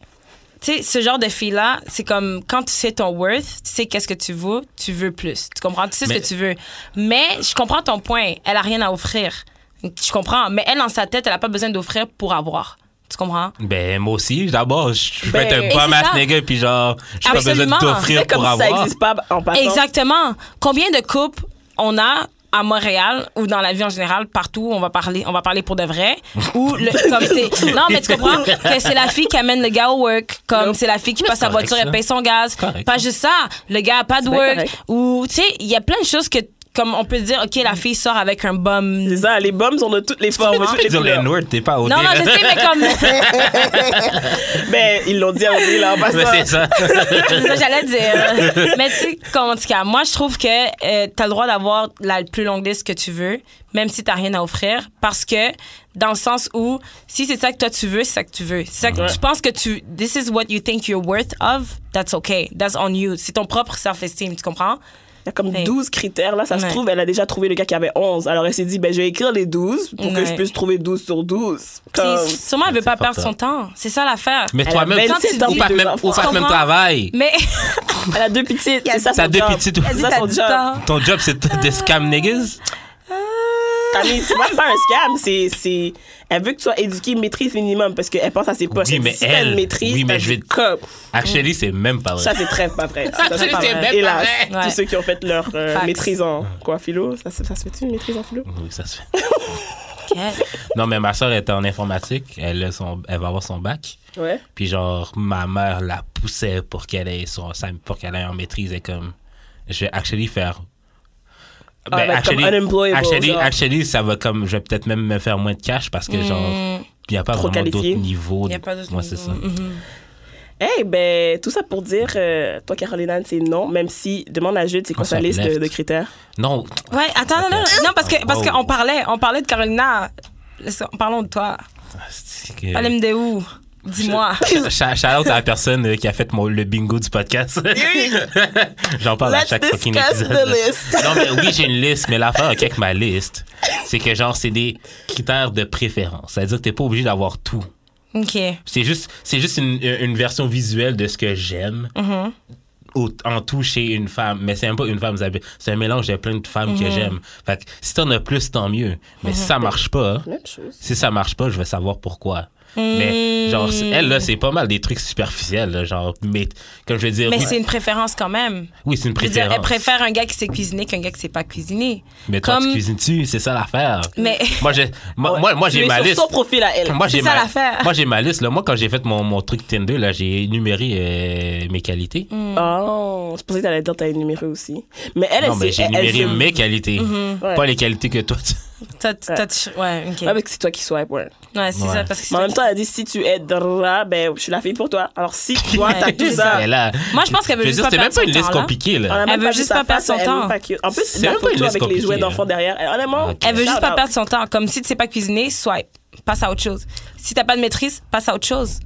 D: tu sais, ce genre de fille-là, c'est comme quand tu sais ton worth, tu sais qu'est-ce que tu veux, tu veux plus. Tu comprends? Tu sais
B: Mais-
D: ce que tu veux. Mais je comprends ton point. Elle a rien à offrir. Je comprends. Mais elle, dans sa tête, elle a pas besoin d'offrir pour avoir. Tu comprends?
B: Ben, moi aussi, d'abord, je peux
C: Ben,
B: être
C: et
B: un
C: c'est
B: bomb ass
D: ça.
B: nigga, puis genre, j'ai pas besoin de
D: Absolument.
B: t'offrir
C: C'est comme
B: pour
C: si ça
B: avoir.
C: n'existe pas en passant.
D: Exactement. Combien de couples on a à Montréal ou dans la vie en général, partout, on va parler, on va parler pour de vrai. Ou le- comme c'est, non mais tu comprends que c'est la fille qui amène le gars au work, comme c'est la fille qui passe sa
B: correct,
D: voiture et
B: ça.
D: paye son gaz.
B: correct,
D: Pas juste ça, le gars a pas de
C: bien
D: work.
C: correct.
D: Ou tu sais, il y a plein de choses que comme on peut dire, ok la fille sort avec un bum.
C: C'est ça, les bombes sont de toutes les formes. de toutes
B: Tu peux
C: les
B: dire
C: couleurs.
B: l'N-word, t'es pas au
D: Non non je sais mais comme
C: Ben, ils l'ont dit à Audrey, là, en
B: Mais
C: passant.
B: c'est ça.
D: C'est ça que j'allais dire. Mais tu sais, comme en tout cas, moi, je trouve que euh, t'as le droit d'avoir la plus longue liste que tu veux, même si t'as rien à offrir, parce que dans le sens où, si c'est ça que toi tu veux, c'est ça que tu veux. C'est ça que tu penses que tu. This is what you think you're worth of, that's okay. That's on you. C'est ton propre self-esteem, tu comprends?
C: Il y a comme
D: Ouais.
C: 12 critères, là. Ça se
D: Ouais.
C: trouve, elle a déjà trouvé le gars qui avait 11. Alors, elle s'est dit, ben, je vais écrire les 12 pour que
D: Ouais.
C: je puisse trouver 12 sur 12.
D: Puis
C: Comme...
D: sûrement, elle veut pas
B: C'est
D: perdre son
B: fucked
D: temps. C'est ça l'affaire.
B: Mais
C: Elle
B: toi-même,
C: a
D: Quand tu
C: 27 ans,
D: dis-
B: ou faites
C: deux
B: même, ou
C: enfants.
D: faites
B: faire même
D: Comprends?
B: travail.
D: Mais.
C: Elle a deux petites. C'est ça,
B: T'as
C: son
B: deux
C: job.
B: petites.
C: C'est ça, son
D: du
C: job.
D: temps.
B: Ton job, c'est
C: Ah.
B: de scam niggas?
C: Camille, c'est même pas un scam. C'est, c'est... Elle veut que tu sois éduqué, maîtrise minimum, parce qu'elle pense à ses poches.
B: Oui,
C: Elle
B: mais
C: dit, si t'as une
B: elle-
C: maîtrise,
B: oui, mais
C: t'as
B: je
C: du
B: vais-
C: cop.
B: Actually, c'est même pas
C: Ça,
B: vrai.
C: c'est très pas vrai. Ça,
B: Actually,
C: c'est pas
D: c'est
C: vrai.
D: même
B: pas
C: Hélas,
B: vrai.
D: Ouais.
C: tous ceux qui ont fait leur euh,
D: Facts.
C: maîtrise en quoi, philo, ça, se- ça se fait-tu une maîtrise en philo?
B: Oui, ça se fait.
D: Ok.
B: Non, mais ma soeur était en informatique. Elle, a son, elle va avoir son bac.
C: Ouais.
B: Puis genre, ma mère la poussait pour qu'elle ait, son, sa- pour qu'elle ait en maîtrise. Et comme, je vais actually faire... Ben,
C: Ah, mais comme unemployable,
B: actually,
C: genre.
B: actually, ça va comme... Je vais peut-être même me faire moins de cash parce que genre, il n'y a pas
C: Hmm. Trop
B: vraiment
C: qualifié.
B: d'autres niveaux.
D: Il n'y a pas d'autre
B: Moi, c'est ça.
D: niveau. Mhm.
C: Eh ben, tout ça pour dire, euh, toi, Caroline, Anne, c'est non, même si demande à Jude, c'est quoi
B: On
C: sa
B: se
C: liste de,
B: lève.
C: de critères?
B: Non,
C: Mm-hmm.
D: Ouais, attends, non, non, non, parce que parce
B: Oh.
D: qu'on parlait, on parlait de Carolina. Laisse- Parlons de toi.
B: c'est que-
D: Parlez-me de où? Dis-moi.
B: Shout shout out à la personne euh, qui a fait mon- le bingo du podcast. J'en parle à
C: Let's
B: chaque fucking
C: discuss
B: épisode.
C: the list.
B: non, mais oui, j'ai une liste, mais l'affaire ok, avec ma liste, c'est que genre, c'est des critères de préférence. C'est-à-dire que t'es pas obligé d'avoir tout.
D: OK.
B: C'est juste, c'est juste une, euh, une version visuelle de ce que j'aime
C: Mm-hmm.
B: au- en tout chez une femme. Mais c'est même pas une femme, ça- c'est un mélange de plein de femmes
C: Mm-hmm.
B: que j'aime. Fait que si t'en as plus, tant mieux. Mais si ça marche pas,
C: Même chose.
B: si ça marche pas, je vais savoir pourquoi. Mais genre, c'est- elle, là, c'est pas mal des trucs superficiels, là, genre, mais, comme je veux dire,
D: Mais
B: oui,
D: c'est une préférence quand même.
B: oui, c'est une
D: Je veux dire,
B: préférence.
D: elle préfère un gars qui sait cuisiner qu'un gars qui sait pas cuisiner.
B: mais toi, tu cuisines-tu, c'est ça l'affaire.
D: Mais-
B: Moi, j'ai, moi, moi, moi,
C: Tu
B: j'ai
C: es
B: ma
C: sur
B: liste.
C: son profil à elle.
B: Moi, j'ai
D: C'est ça
B: ma,
D: l'affaire.
B: moi, j'ai ma liste, là. Moi, quand j'ai fait mon, mon truc Tinder, là, j'ai énuméré euh, mes qualités.
D: Mm.
C: Oh, je pensais que t'allais dire que t'allais énumérer aussi. Mais elle,
B: non,
C: elle,
B: mais
C: s'est-
B: j'ai
C: elle, elle
B: énuméré
C: se-
B: mes qualités.
D: Mm-hmm.
C: Ouais.
B: Pas les qualités que toi, tu...
D: T'as- t'as- t'as- ouais, OK.
C: Ouais, parce que c'est toi qui swipe, ouais.
D: Ouais, c'est
B: Ouais.
D: ça. Parce que c'est
C: Mais en
D: toi
C: même temps, elle a dit si tu es drap, ben, je suis la fille pour toi. Alors si toi, t'as
D: Ouais,
C: tout
D: c'est
C: ça.
B: Mais là,
D: Moi, je pense qu'elle veut
B: veux
D: juste
B: dire,
D: pas
B: C'est même
D: perdre
B: pas
D: son
B: une liste
D: temps, là.
B: compliquée,
C: On a
B: là.
C: même pas
D: Elle veut
C: vu
D: juste
C: sa
D: pas perdre
C: face,
D: son
C: elle est
D: temps.
C: même pas cute. En plus,
B: C'est
C: la
B: même pas une
C: photo
B: liste
C: avec les jouets
B: compliquée,
C: d'enfants
B: là.
C: derrière. Elle, honnêtement,
B: hein. Ok.
D: Elle veut juste
C: shout
D: pas
C: out.
D: perdre son temps. Comme si tu sais pas cuisiner, swipe. Passe à autre chose. Si t'as pas de maîtrise, passe à autre chose.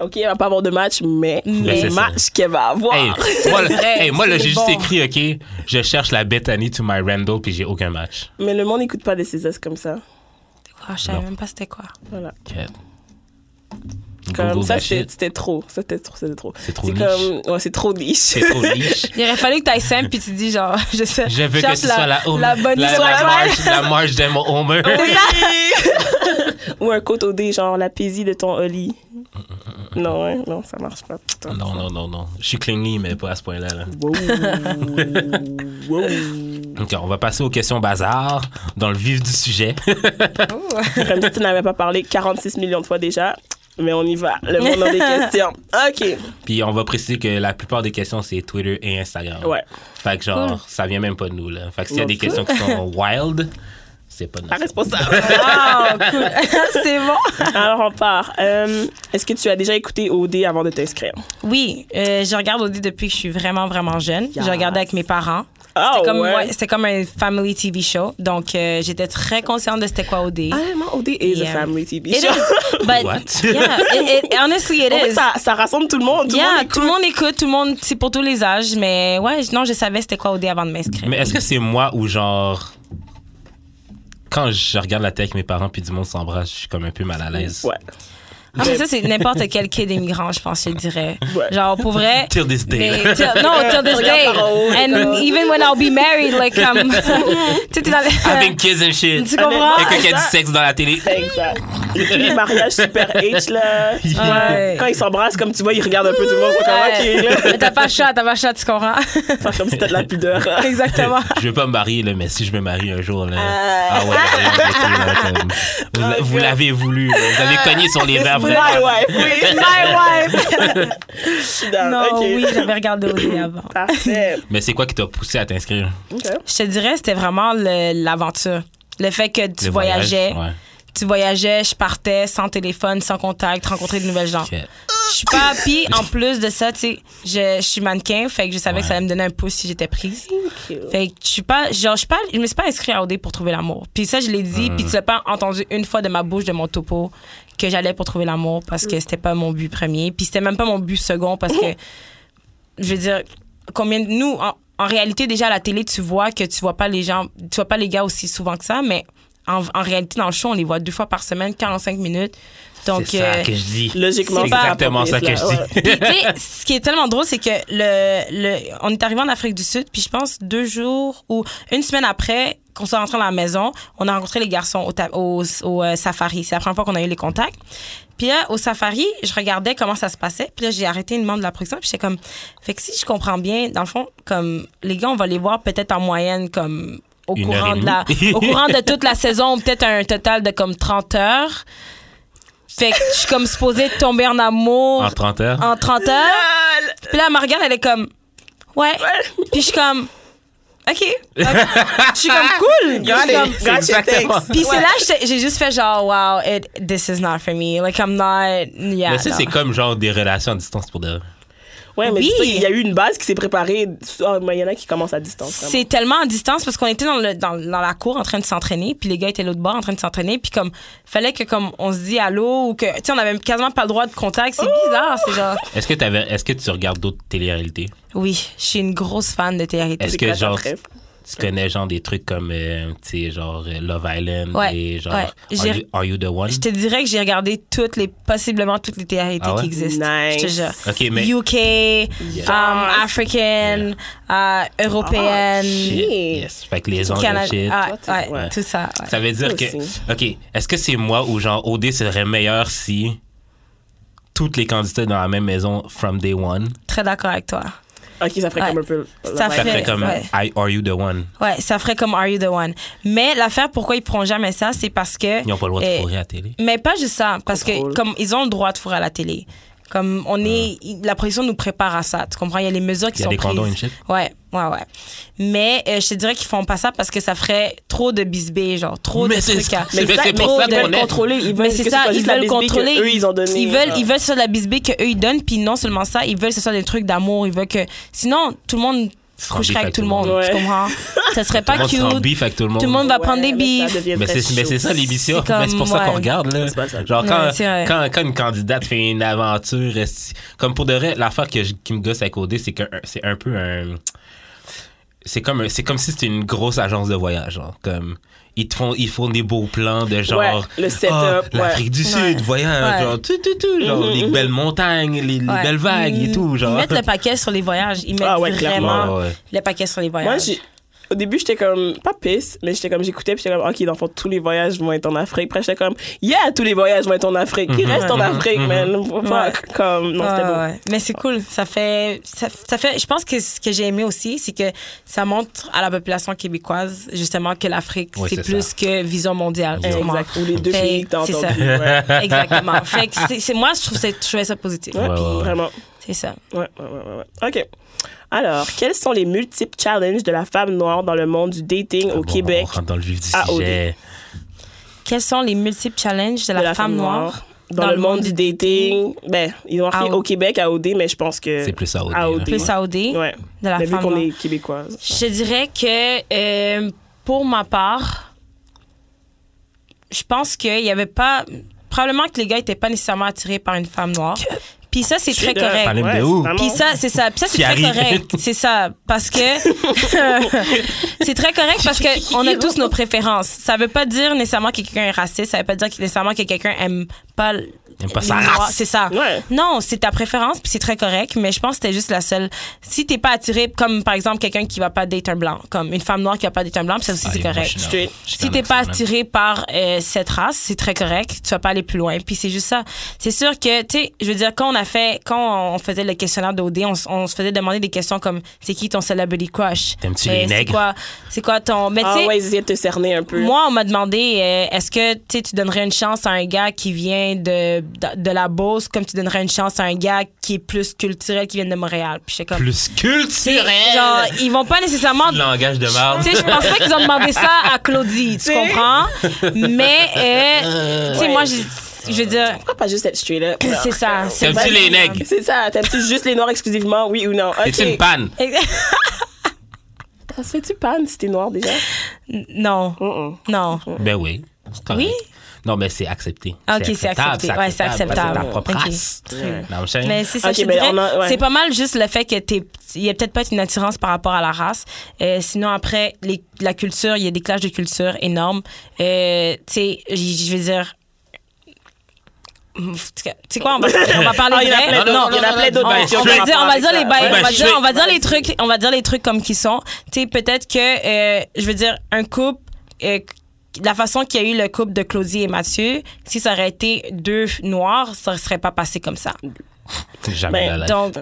C: Ok, elle va pas avoir de match, mais
D: Mais
C: le
B: c'est ça.
C: match qu'elle va avoir.
B: Hey, moi, là,
D: vrai,
B: hey, moi, là,
D: c'est
B: j'ai
D: bon.
B: juste écrit, OK, je cherche la Bethany to my Randall, puis j'ai aucun match.
C: Mais le monde n'écoute pas des CSS comme ça.
D: Oh, je savais
B: Non.
D: même pas c'était quoi.
C: Voilà.
B: Cat.
C: Comme
B: Google
C: ça,
B: that
C: c'était
B: shit.
C: c'était trop. Ça, C'était trop. C'était trop.
B: C'est trop niche.
C: comme. Ouais, c'est trop niche.
B: C'est trop niche.
D: Il aurait fallu que t'ailles simple puis tu dis genre, je sais.
B: Je veux que
D: cherche
B: ce soit la, home-
D: la bonne
B: la,
D: histoire.
B: la marche, la marche de mon Homer.
C: Ou un côte au dé, genre la paisie de ton Oli.
B: Mm,
C: non, hein, non, ça marche pas. Putain.
B: Non, non, non, non. Je suis clingy, mais pas à ce point-là. là.
C: Wow. wow.
B: OK, on va passer aux questions bazar, dans le vif du sujet.
C: Comme si tu n'avais pas parlé 46 millions de fois déjà. Mais on y va. Le monde a des questions. OK.
B: Puis on va préciser que la plupart des questions, c'est Twitter et Instagram.
C: Ouais.
B: Fait que genre, ça vient même pas de nous, là. Fait que s'il y a
C: Non,
B: des
C: cool.
B: questions qui sont wild, c'est pas de
C: Pas
B: nous.
C: responsable.
D: Wow, Ah, cool. c'est bon.
C: Alors, on part. Euh, Est-ce que tu as déjà écouté OD avant de t'inscrire?
D: Oui, euh, je regarde Audi depuis que je suis vraiment, vraiment jeune.
C: Yes.
D: Je regardais avec mes parents.
C: Ah,
D: C'était comme,
C: ouais.
D: ouais, c'était comme un family TV show. Donc, euh, j'étais très consciente de c'était quoi OD.
C: Ah, non, OD is
D: Yeah.
C: a family TV
D: It
C: show.
D: is, but
B: What?
D: yeah, it- it- honestly, it
C: En fait,
D: is.
C: ça, ça rassemble tout le monde. Tout le
D: yeah,
C: monde écoute.
D: tout le monde écoute, tout le monde, c'est pour tous les âges. Mais ouais, non, je savais c'était quoi OD avant de m'inscrire.
B: Mais est-ce que c'est moi ou genre. Quand je regarde la télé avec mes parents puis du monde s'embrasse, je suis comme un peu mal à l'aise.
C: Ouais.
D: Ah, mais ça, c'est n'importe quel kid immigrant, je pense, je dirais.
C: Ouais.
D: Genre, pour vrai.
B: Till this day.
D: Mais, euh, till- non, till this day.
C: par en haut,
D: And
C: comme-
D: even when I'll be married, like, um, tu sais, t'es dans le-
B: Having kids and shit.
D: Tu comprends?
B: Quelqu'un qui a du sexe dans la télé.
C: Exact. Et tous les mariages super H, là.
D: Ouais.
C: Quand ils s'embrassent, comme tu vois, ils regardent un peu tout le monde. Ils sont comme,
D: Ouais.
C: OK, là.
D: Mais Euh, t'as pas le choix, t'as pas le choix, tu comprends?
C: Faire comme si t'as de la pudeur.
D: Exactement.
B: Je veux pas me marier, là, mais si je me marie un jour, là.
C: Ah.
B: Ah ouais, là, comme- vous,
C: my
B: vous
C: God.
B: l'avez voulu, là. Vous avez cogné sur les verres,
C: My
B: vraiment.
C: wife, oui,
D: It's my wife!
C: je suis down.
D: Non,
C: Ah, OK.
D: oui, j'avais regardé OD avant.
C: Parfait.
B: Mais c'est quoi qui t'a poussé à t'inscrire?
C: OK.
D: Je te dirais, c'était vraiment le- l'aventure. Le fait que tu
B: Le voyage?
D: voyageais,
B: Ouais.
D: tu voyageais, je partais sans téléphone, sans contact, rencontrer de nouvelles gens.
B: Ok.
D: Je suis pas puis en plus de ça, tu sais, je, je suis mannequin, fait que je savais
B: Ouais.
D: que ça allait me donner un pouce si j'étais prise.
C: you.
D: Fait que je suis pas genre je suis pas je me suis pas inscrite à OD pour trouver l'amour. Puis ça je l'ai dit,
B: Mm.
D: puis tu l'as pas entendu une fois de ma bouche de mon topo que j'allais pour trouver l'amour parce que c'était pas mon but premier, puis c'était même pas mon but second parce que je veux dire combien de nous en, en réalité déjà à la télé tu vois que tu vois pas les gens, tu vois pas les gars aussi souvent que ça, mais en, en réalité dans le show on les voit deux fois par semaine, 45 minutes. Donc
B: c'est ça
D: euh,
B: que je dis.
C: Logiquement,
B: C'est
C: pas
B: exactement ça que je
C: approprié, là.
B: dis.
D: puis, tu sais, ce qui est tellement drôle, c'est que le, le, on est arrivé en Afrique du Sud, puis je pense deux jours ou une semaine après qu'on soit rentré à la maison, on a rencontré les garçons au, ta- au, au, euh, safari. C'est la première fois qu'on a eu les contacts. Puis là, au safari, je regardais comment ça se passait. Puis là, j'ai arrêté une membre de la production. Puis j'étais comme, fait que si je comprends bien, dans le fond, comme les gars, on va les voir peut-être en moyenne comme au
B: Une heure
D: courant
B: et
D: de la,
B: demie.
D: au courant de toute la saison, peut-être un total de comme 30 heures. Fait que je suis comme supposée tomber en amour
B: En 30 heures.
D: en 30 heures. Puis là, elle me regarde, elle est comme, ouais. Puis je suis comme, OK. je suis comme, cool. Je suis Ah. comme-
C: Got it.
B: exactement.
C: thanks.
D: Puis c'est là, j'étais- j'ai juste fait genre, wow, it, this is not for me. Like, I'm not, yeah.
B: Mais ça,
D: non.
B: c'est comme genre des relations à distance pour de.
C: Ouais, mais
D: Oui.
C: tu sais, il y a eu une base qui s'est préparée. Ah, mais Il y en a qui commencent à distance. vraiment.
D: C'est tellement à distance parce qu'on était dans, le, dans, dans la cour en train de s'entraîner, puis les gars étaient l'autre bord en train de s'entraîner, puis comme, fallait que comme on se dit allô ou que, tu sais, on avait quasiment pas le droit de contact. C'est bizarre, c'est genre.
B: Est-ce que, t'avais- est-ce que tu regardes d'autres télé-réalités?
D: Oui, je suis une grosse fan de télé-réalité.
B: Est-ce
C: C'est
B: que
C: quoi ta
B: genre
C: préf?
B: tu connais genre des trucs comme euh, tu sais genre euh, Love Island
D: Ouais,
B: et genre
D: ouais.
B: Are,
D: J'ai-
B: you, Are You the One?
D: Je te dirais que j'ai regardé toutes les, possiblement toutes les télé-réalités
B: Ah ouais?
D: qui existent.
C: Nice.
D: Je te jure.
B: Ok, mais-
D: UK, um, African, euh,
B: Ah,
D: européenne,
B: Shit,
C: Shit.
B: Yes. Fait que les anges
D: Cana-
B: et shit.
D: ah,
C: Toi,
D: ouais,
C: tu- ouais.
D: tout ça. ouais.
B: Ça veut dire
C: Toi
B: que
C: aussi.
B: OK, est-ce que c'est moi ou genre OD serait meilleur si toutes les candidats dans la même maison from day one?
D: Très d'accord avec toi.
C: Ok, ça ferait
D: Ouais.
C: comme un peu.
D: Ça
B: Ça
D: Ouais,
B: ferait comme
D: ouais.
B: I- Are You the One?
D: Ouais, ça ferait comme Are You the One. Mais l'affaire pourquoi ils pourront jamais ça, c'est parce que
B: Ils n'ont pas le droit
D: euh,
B: de fourrer à la télé.
D: Mais pas juste ça, parce
C: Contrôle.
D: que comme ils ont le droit de fourrer à la télé. Comme on est, la production nous prépare à ça. Tu comprends? Il y a les mesures
B: Il
D: qui
B: y a
D: sont
B: des condoms
D: prises.
B: and shit.
D: Ouais, ouais, ouais. Mais euh, je te dirais qu'ils font pas ça parce que ça ferait trop de bisbés, genre trop
B: Mais
D: de
B: c'est-
D: trucs à.
B: c'est- mais c'est pour
D: trop
B: ça
D: de-
B: qu'on
C: Ils
B: est-
C: veulent contrôler. Ils veulent
D: mais
C: que
D: c'est
C: ce
D: ça,
C: soit
D: ils
C: juste la
D: veulent
C: bisbille que
D: contrôler.
C: Eux, ils ont donné. euh,
D: Ils veulent,
C: genre.
D: ils veulent sur la bisbée qu'eux, ils donnent, puis non seulement ça, ils veulent que ce soit des trucs d'amour. Ils veulent que. Sinon, tout le monde
B: Sera en
D: coucherait
B: bif
D: avec tout le monde.
C: Ouais.
D: Tu comprends? Ça serait
B: Tout le
D: pas
B: monde
D: cute.
B: sera en beef avec tout le monde.
D: Tout le monde va
C: Ouais,
D: prendre des
C: mais ça
D: bifs.
C: devient
B: Mais
C: très
B: c'est, mais
C: chaud.
B: c'est ça l'émission.
D: C'est
B: Mais c'est pour
D: comme-
B: ça qu'on
D: ouais.
B: regarde. Là.
C: C'est pas ça.
B: Genre, quand,
D: Ouais, c'est vrai.
B: quand, quand une candidate fait une aventure, est-ce- comme pour de vrai, l'affaire que je- qui me gosse à coder, c'est que c'est un peu un. C'est comme, un- c'est comme si c'était une grosse agence de voyage. Genre. Comme, ils, te font, ils font des beaux plans de genre.
C: le
B: ah,
C: setup,
B: L'Afrique du
D: Ouais.
B: Sud, voyage.
D: Ouais. Mm-hmm.
B: Genre, tout, tout, tout, genre, les belles montagnes, les, les
D: Ouais. Mm-hmm.
B: belles vagues et tout. Genre. Ah,
D: Ils mettent le paquet sur les voyages. Ils mettent
C: Ah ouais, clairement.
D: vraiment
B: Ouais, ouais.
D: le paquet sur les voyages.
C: Moi, j'ai- au début, j'étais comme, pas pisse, mais j'étais comme, j'écoutais, puis j'étais comme, OK, dans le fond, tous les voyages vont être en Afrique. Après, j'étais comme, yeah, tous les voyages vont être en Afrique. Ils restent en Afrique, man. Fuck.
D: Mhm. Ouais.
C: Comme, non, c'était
D: Ouais,
C: beau.
D: Ah ouais. Mais c'est cool. Ça fait, ça, ça fait. Je pense que ce que j'ai aimé aussi, c'est que ça montre à la population québécoise justement que l'Afrique
B: Ouais,
D: c'est
B: c'est
D: plus
B: ça.
D: que vision mondiale.
B: Ouais.
D: tu comprends?
C: Exact. Ou les deux
D: Fait-
C: pays que t'as
D: c'est ça.
C: entendus. Ouais.
D: Exactement. fait que c'est- c'est moi, je trouve ça, je trouvais ça positif.
C: Ouais,
B: ouais,
C: puis
B: ouais.
C: Vraiment.
D: C'est ça.
C: Ouais, ouais, ouais, ouais, ouais. OK. Alors, quels sont les multiples challenges de la femme noire dans le monde du dating
B: Bon,
C: au Québec
B: On rentre dans le vif du
C: à OD.
B: sujet.
D: Quels sont les multiples challenges de la, femme, noire
C: dans, le monde du dating? Ben, ils ont marqué
D: Ah,
C: au Québec à OD, mais je pense que.
B: C'est plus à OD,
C: À
B: là.
C: OD.
D: hein. plus AOD
C: Ouais.
D: de la
C: mais vu
D: femme
C: qu'on
D: noire?
C: est québécoise.
D: Je dirais que euh, pour ma part, je pense qu'il n'y avait pas. Probablement que les gars n'étaient pas nécessairement attirés par une femme noire. Puis ça, c'est très
C: Shit, hein.
D: correct.
B: Parlez-moi.
C: Ouais,
B: de où?
C: c'est vraiment-
D: Puis ça, c'est ça. Puis ça, c'est
B: Qui
D: très
B: arrive.
D: correct. C'est ça. Parce que. c'est très correct parce qu'on a tous nos préférences. Ça veut pas dire nécessairement que quelqu'un est raciste. Ça veut pas dire que- nécessairement que quelqu'un aime pas
B: T'aimes pas sa
D: les noirs,
B: race.
D: C'est ça.
C: Ouais.
D: Non, c'est ta préférence, puis c'est très correct, mais je pense que c'était juste la seule. Si t'es pas attiré, comme par exemple quelqu'un qui va pas date un blanc, comme une femme noire qui va pas date un blanc, puis ça aussi
B: Ah,
D: c'est
B: et moi, je
D: correct.
B: suis
C: Straight.
B: non, je suis
D: Si
B: dans
D: t'es pas
B: l'accident, man.
D: attiré par euh, cette race, c'est très correct. Tu vas pas aller plus loin. Puis c'est juste ça. C'est sûr que, tu sais, je veux dire, quand on a fait, quand on faisait le questionnaire d'OD, on, s- on se faisait demander des questions comme c'est qui ton celebrity crush
B: T'aimes-tu
D: Euh,
B: les
D: C'est
B: nègres?
D: quoi, c'est quoi ton. Mais tu
C: Ah
D: sais,
C: ouais, ils essayaient de te cerner un peu.
D: moi, on m'a demandé euh, est-ce que tu sais, tu donnerais une chance à un gars qui vient de, de, de la Beauce comme tu donnerais une chance à un gars qui est plus culturel, qui vient de Montréal. Puis j'étais comme.
B: Plus
D: Tu sais,
B: culturel.
D: Genre, ils vont pas nécessairement.
B: Langage de marde.
D: Tu sais, je pense pas qu'ils ont demandé ça à Claudie, tu comprends? Mais, euh, tu sais,
C: Ouais.
D: moi, je, je veux dire,
C: Pourquoi pas juste être straight up?
D: c'est ça. c'est
B: T'aimes-tu
D: pas-
B: les nègres?
C: C'est ça, t'aimes-tu juste les noirs exclusivement, oui ou non? Ok.
B: T'es-tu une panne?
C: Ça se fait-tu panne si t'es noir déjà?
D: Non,
C: Mm-mm. Hein?
D: non.
B: Ben oui. c'est correct.
D: Oui?
B: Non, mais c'est accepté.
D: Ah, ok, c'est accepté. Ouais, c'est acceptable.
B: C'est ta propre
D: Ok.
B: race. Non, je sais.
D: Mais c'est ça,
C: Ok,
D: je te
C: ben,
D: dirais,
C: on a- ouais.
D: c'est pas mal juste le fait que t'es, il y a peut-être pas une attirance par rapport à la race. Euh, sinon après les- la culture, il y a des clashs de culture énormes. Euh, tu sais, j- je veux dire, tu sais quoi, on va, on va parler
C: Ah, il y en a
D: vrai.
C: plein d'autres, il y en a plein d'autres ben,
D: On,
C: versions
D: on
C: par
D: va dire, on va
C: rapport
D: dire
C: à
D: les
C: ça.
D: bails,
B: Ouais,
D: on va
B: ben,
D: dire, on va
C: straight.
D: dire les trucs, on va dire les trucs comme qu'ils sont. Tu sais, peut-être que, euh, je veux dire, un couple, euh, la façon qu'il y a eu le couple de Claudie et Mathieu, si ça aurait été deux noirs, ça serait pas passé comme ça.
B: Jamais
C: Ben,
B: la life.
D: Donc,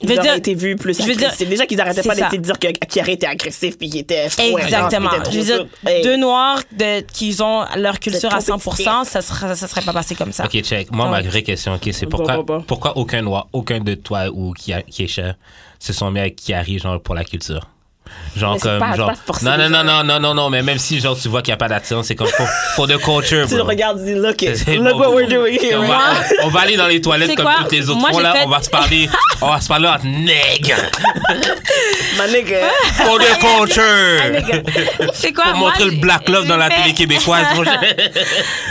C: Ils
D: je veux
C: auraient
D: dire,
C: été vus plus
D: je veux dire-
C: agressifs. C'est déjà qu'ils arrêtaient
D: c'est
C: pas
D: ça.
C: d'essayer de dire que- qu'ils auraient été agressifs puis qu'ils étaient fous,
D: Exactement.
C: intenses, puis
D: Je
C: qu'ils
D: veux
C: étaient
D: dire,
C: trop durs. Hey.
D: deux noirs de, qui ont leur culture à
C: trop
D: 100%, ça serait, ça serait pas passé comme ça.
B: Ok, check. Moi,
D: Ah
B: ma
D: ouais.
B: vraie question, ok, c'est
C: Bon,
B: pourquoi,
C: bon, bon.
B: pourquoi aucun noir, aucun de toi ou qui, a- qui est cher se sont mis à Kiari, genre, pour la culture? Genre,
C: Mais c'est
B: comme,
C: pas-
B: genre.
C: pas forcer
B: non, non,
C: les
B: non,
C: gens.
B: non, non, non, non, mais même si, genre, tu vois qu'il n'y a pas d'attirance, c'est comme, for, for the culture,
C: Tu le
B: bro.
C: regardes, tu dis, look, it.
B: C'est
C: look
B: bon,
C: what
B: bro.
C: we're doing here.
B: On va,
D: Moi-
B: on va aller dans les toilettes
D: C'est
B: comme
D: quoi?
B: toutes les autres
D: Moi,
B: fois,
D: j'ai
B: là.
D: fait-
B: On va se parler, on va se parler entre nègres.
C: My nigga.
D: Ah!
B: For the culture.
D: C'est quoi?
B: Pour
D: ah, moi,
B: montrer le
D: j'ai-
B: black love dans la
D: j'ai
B: télé
D: fait-
B: québécoise. mon cher.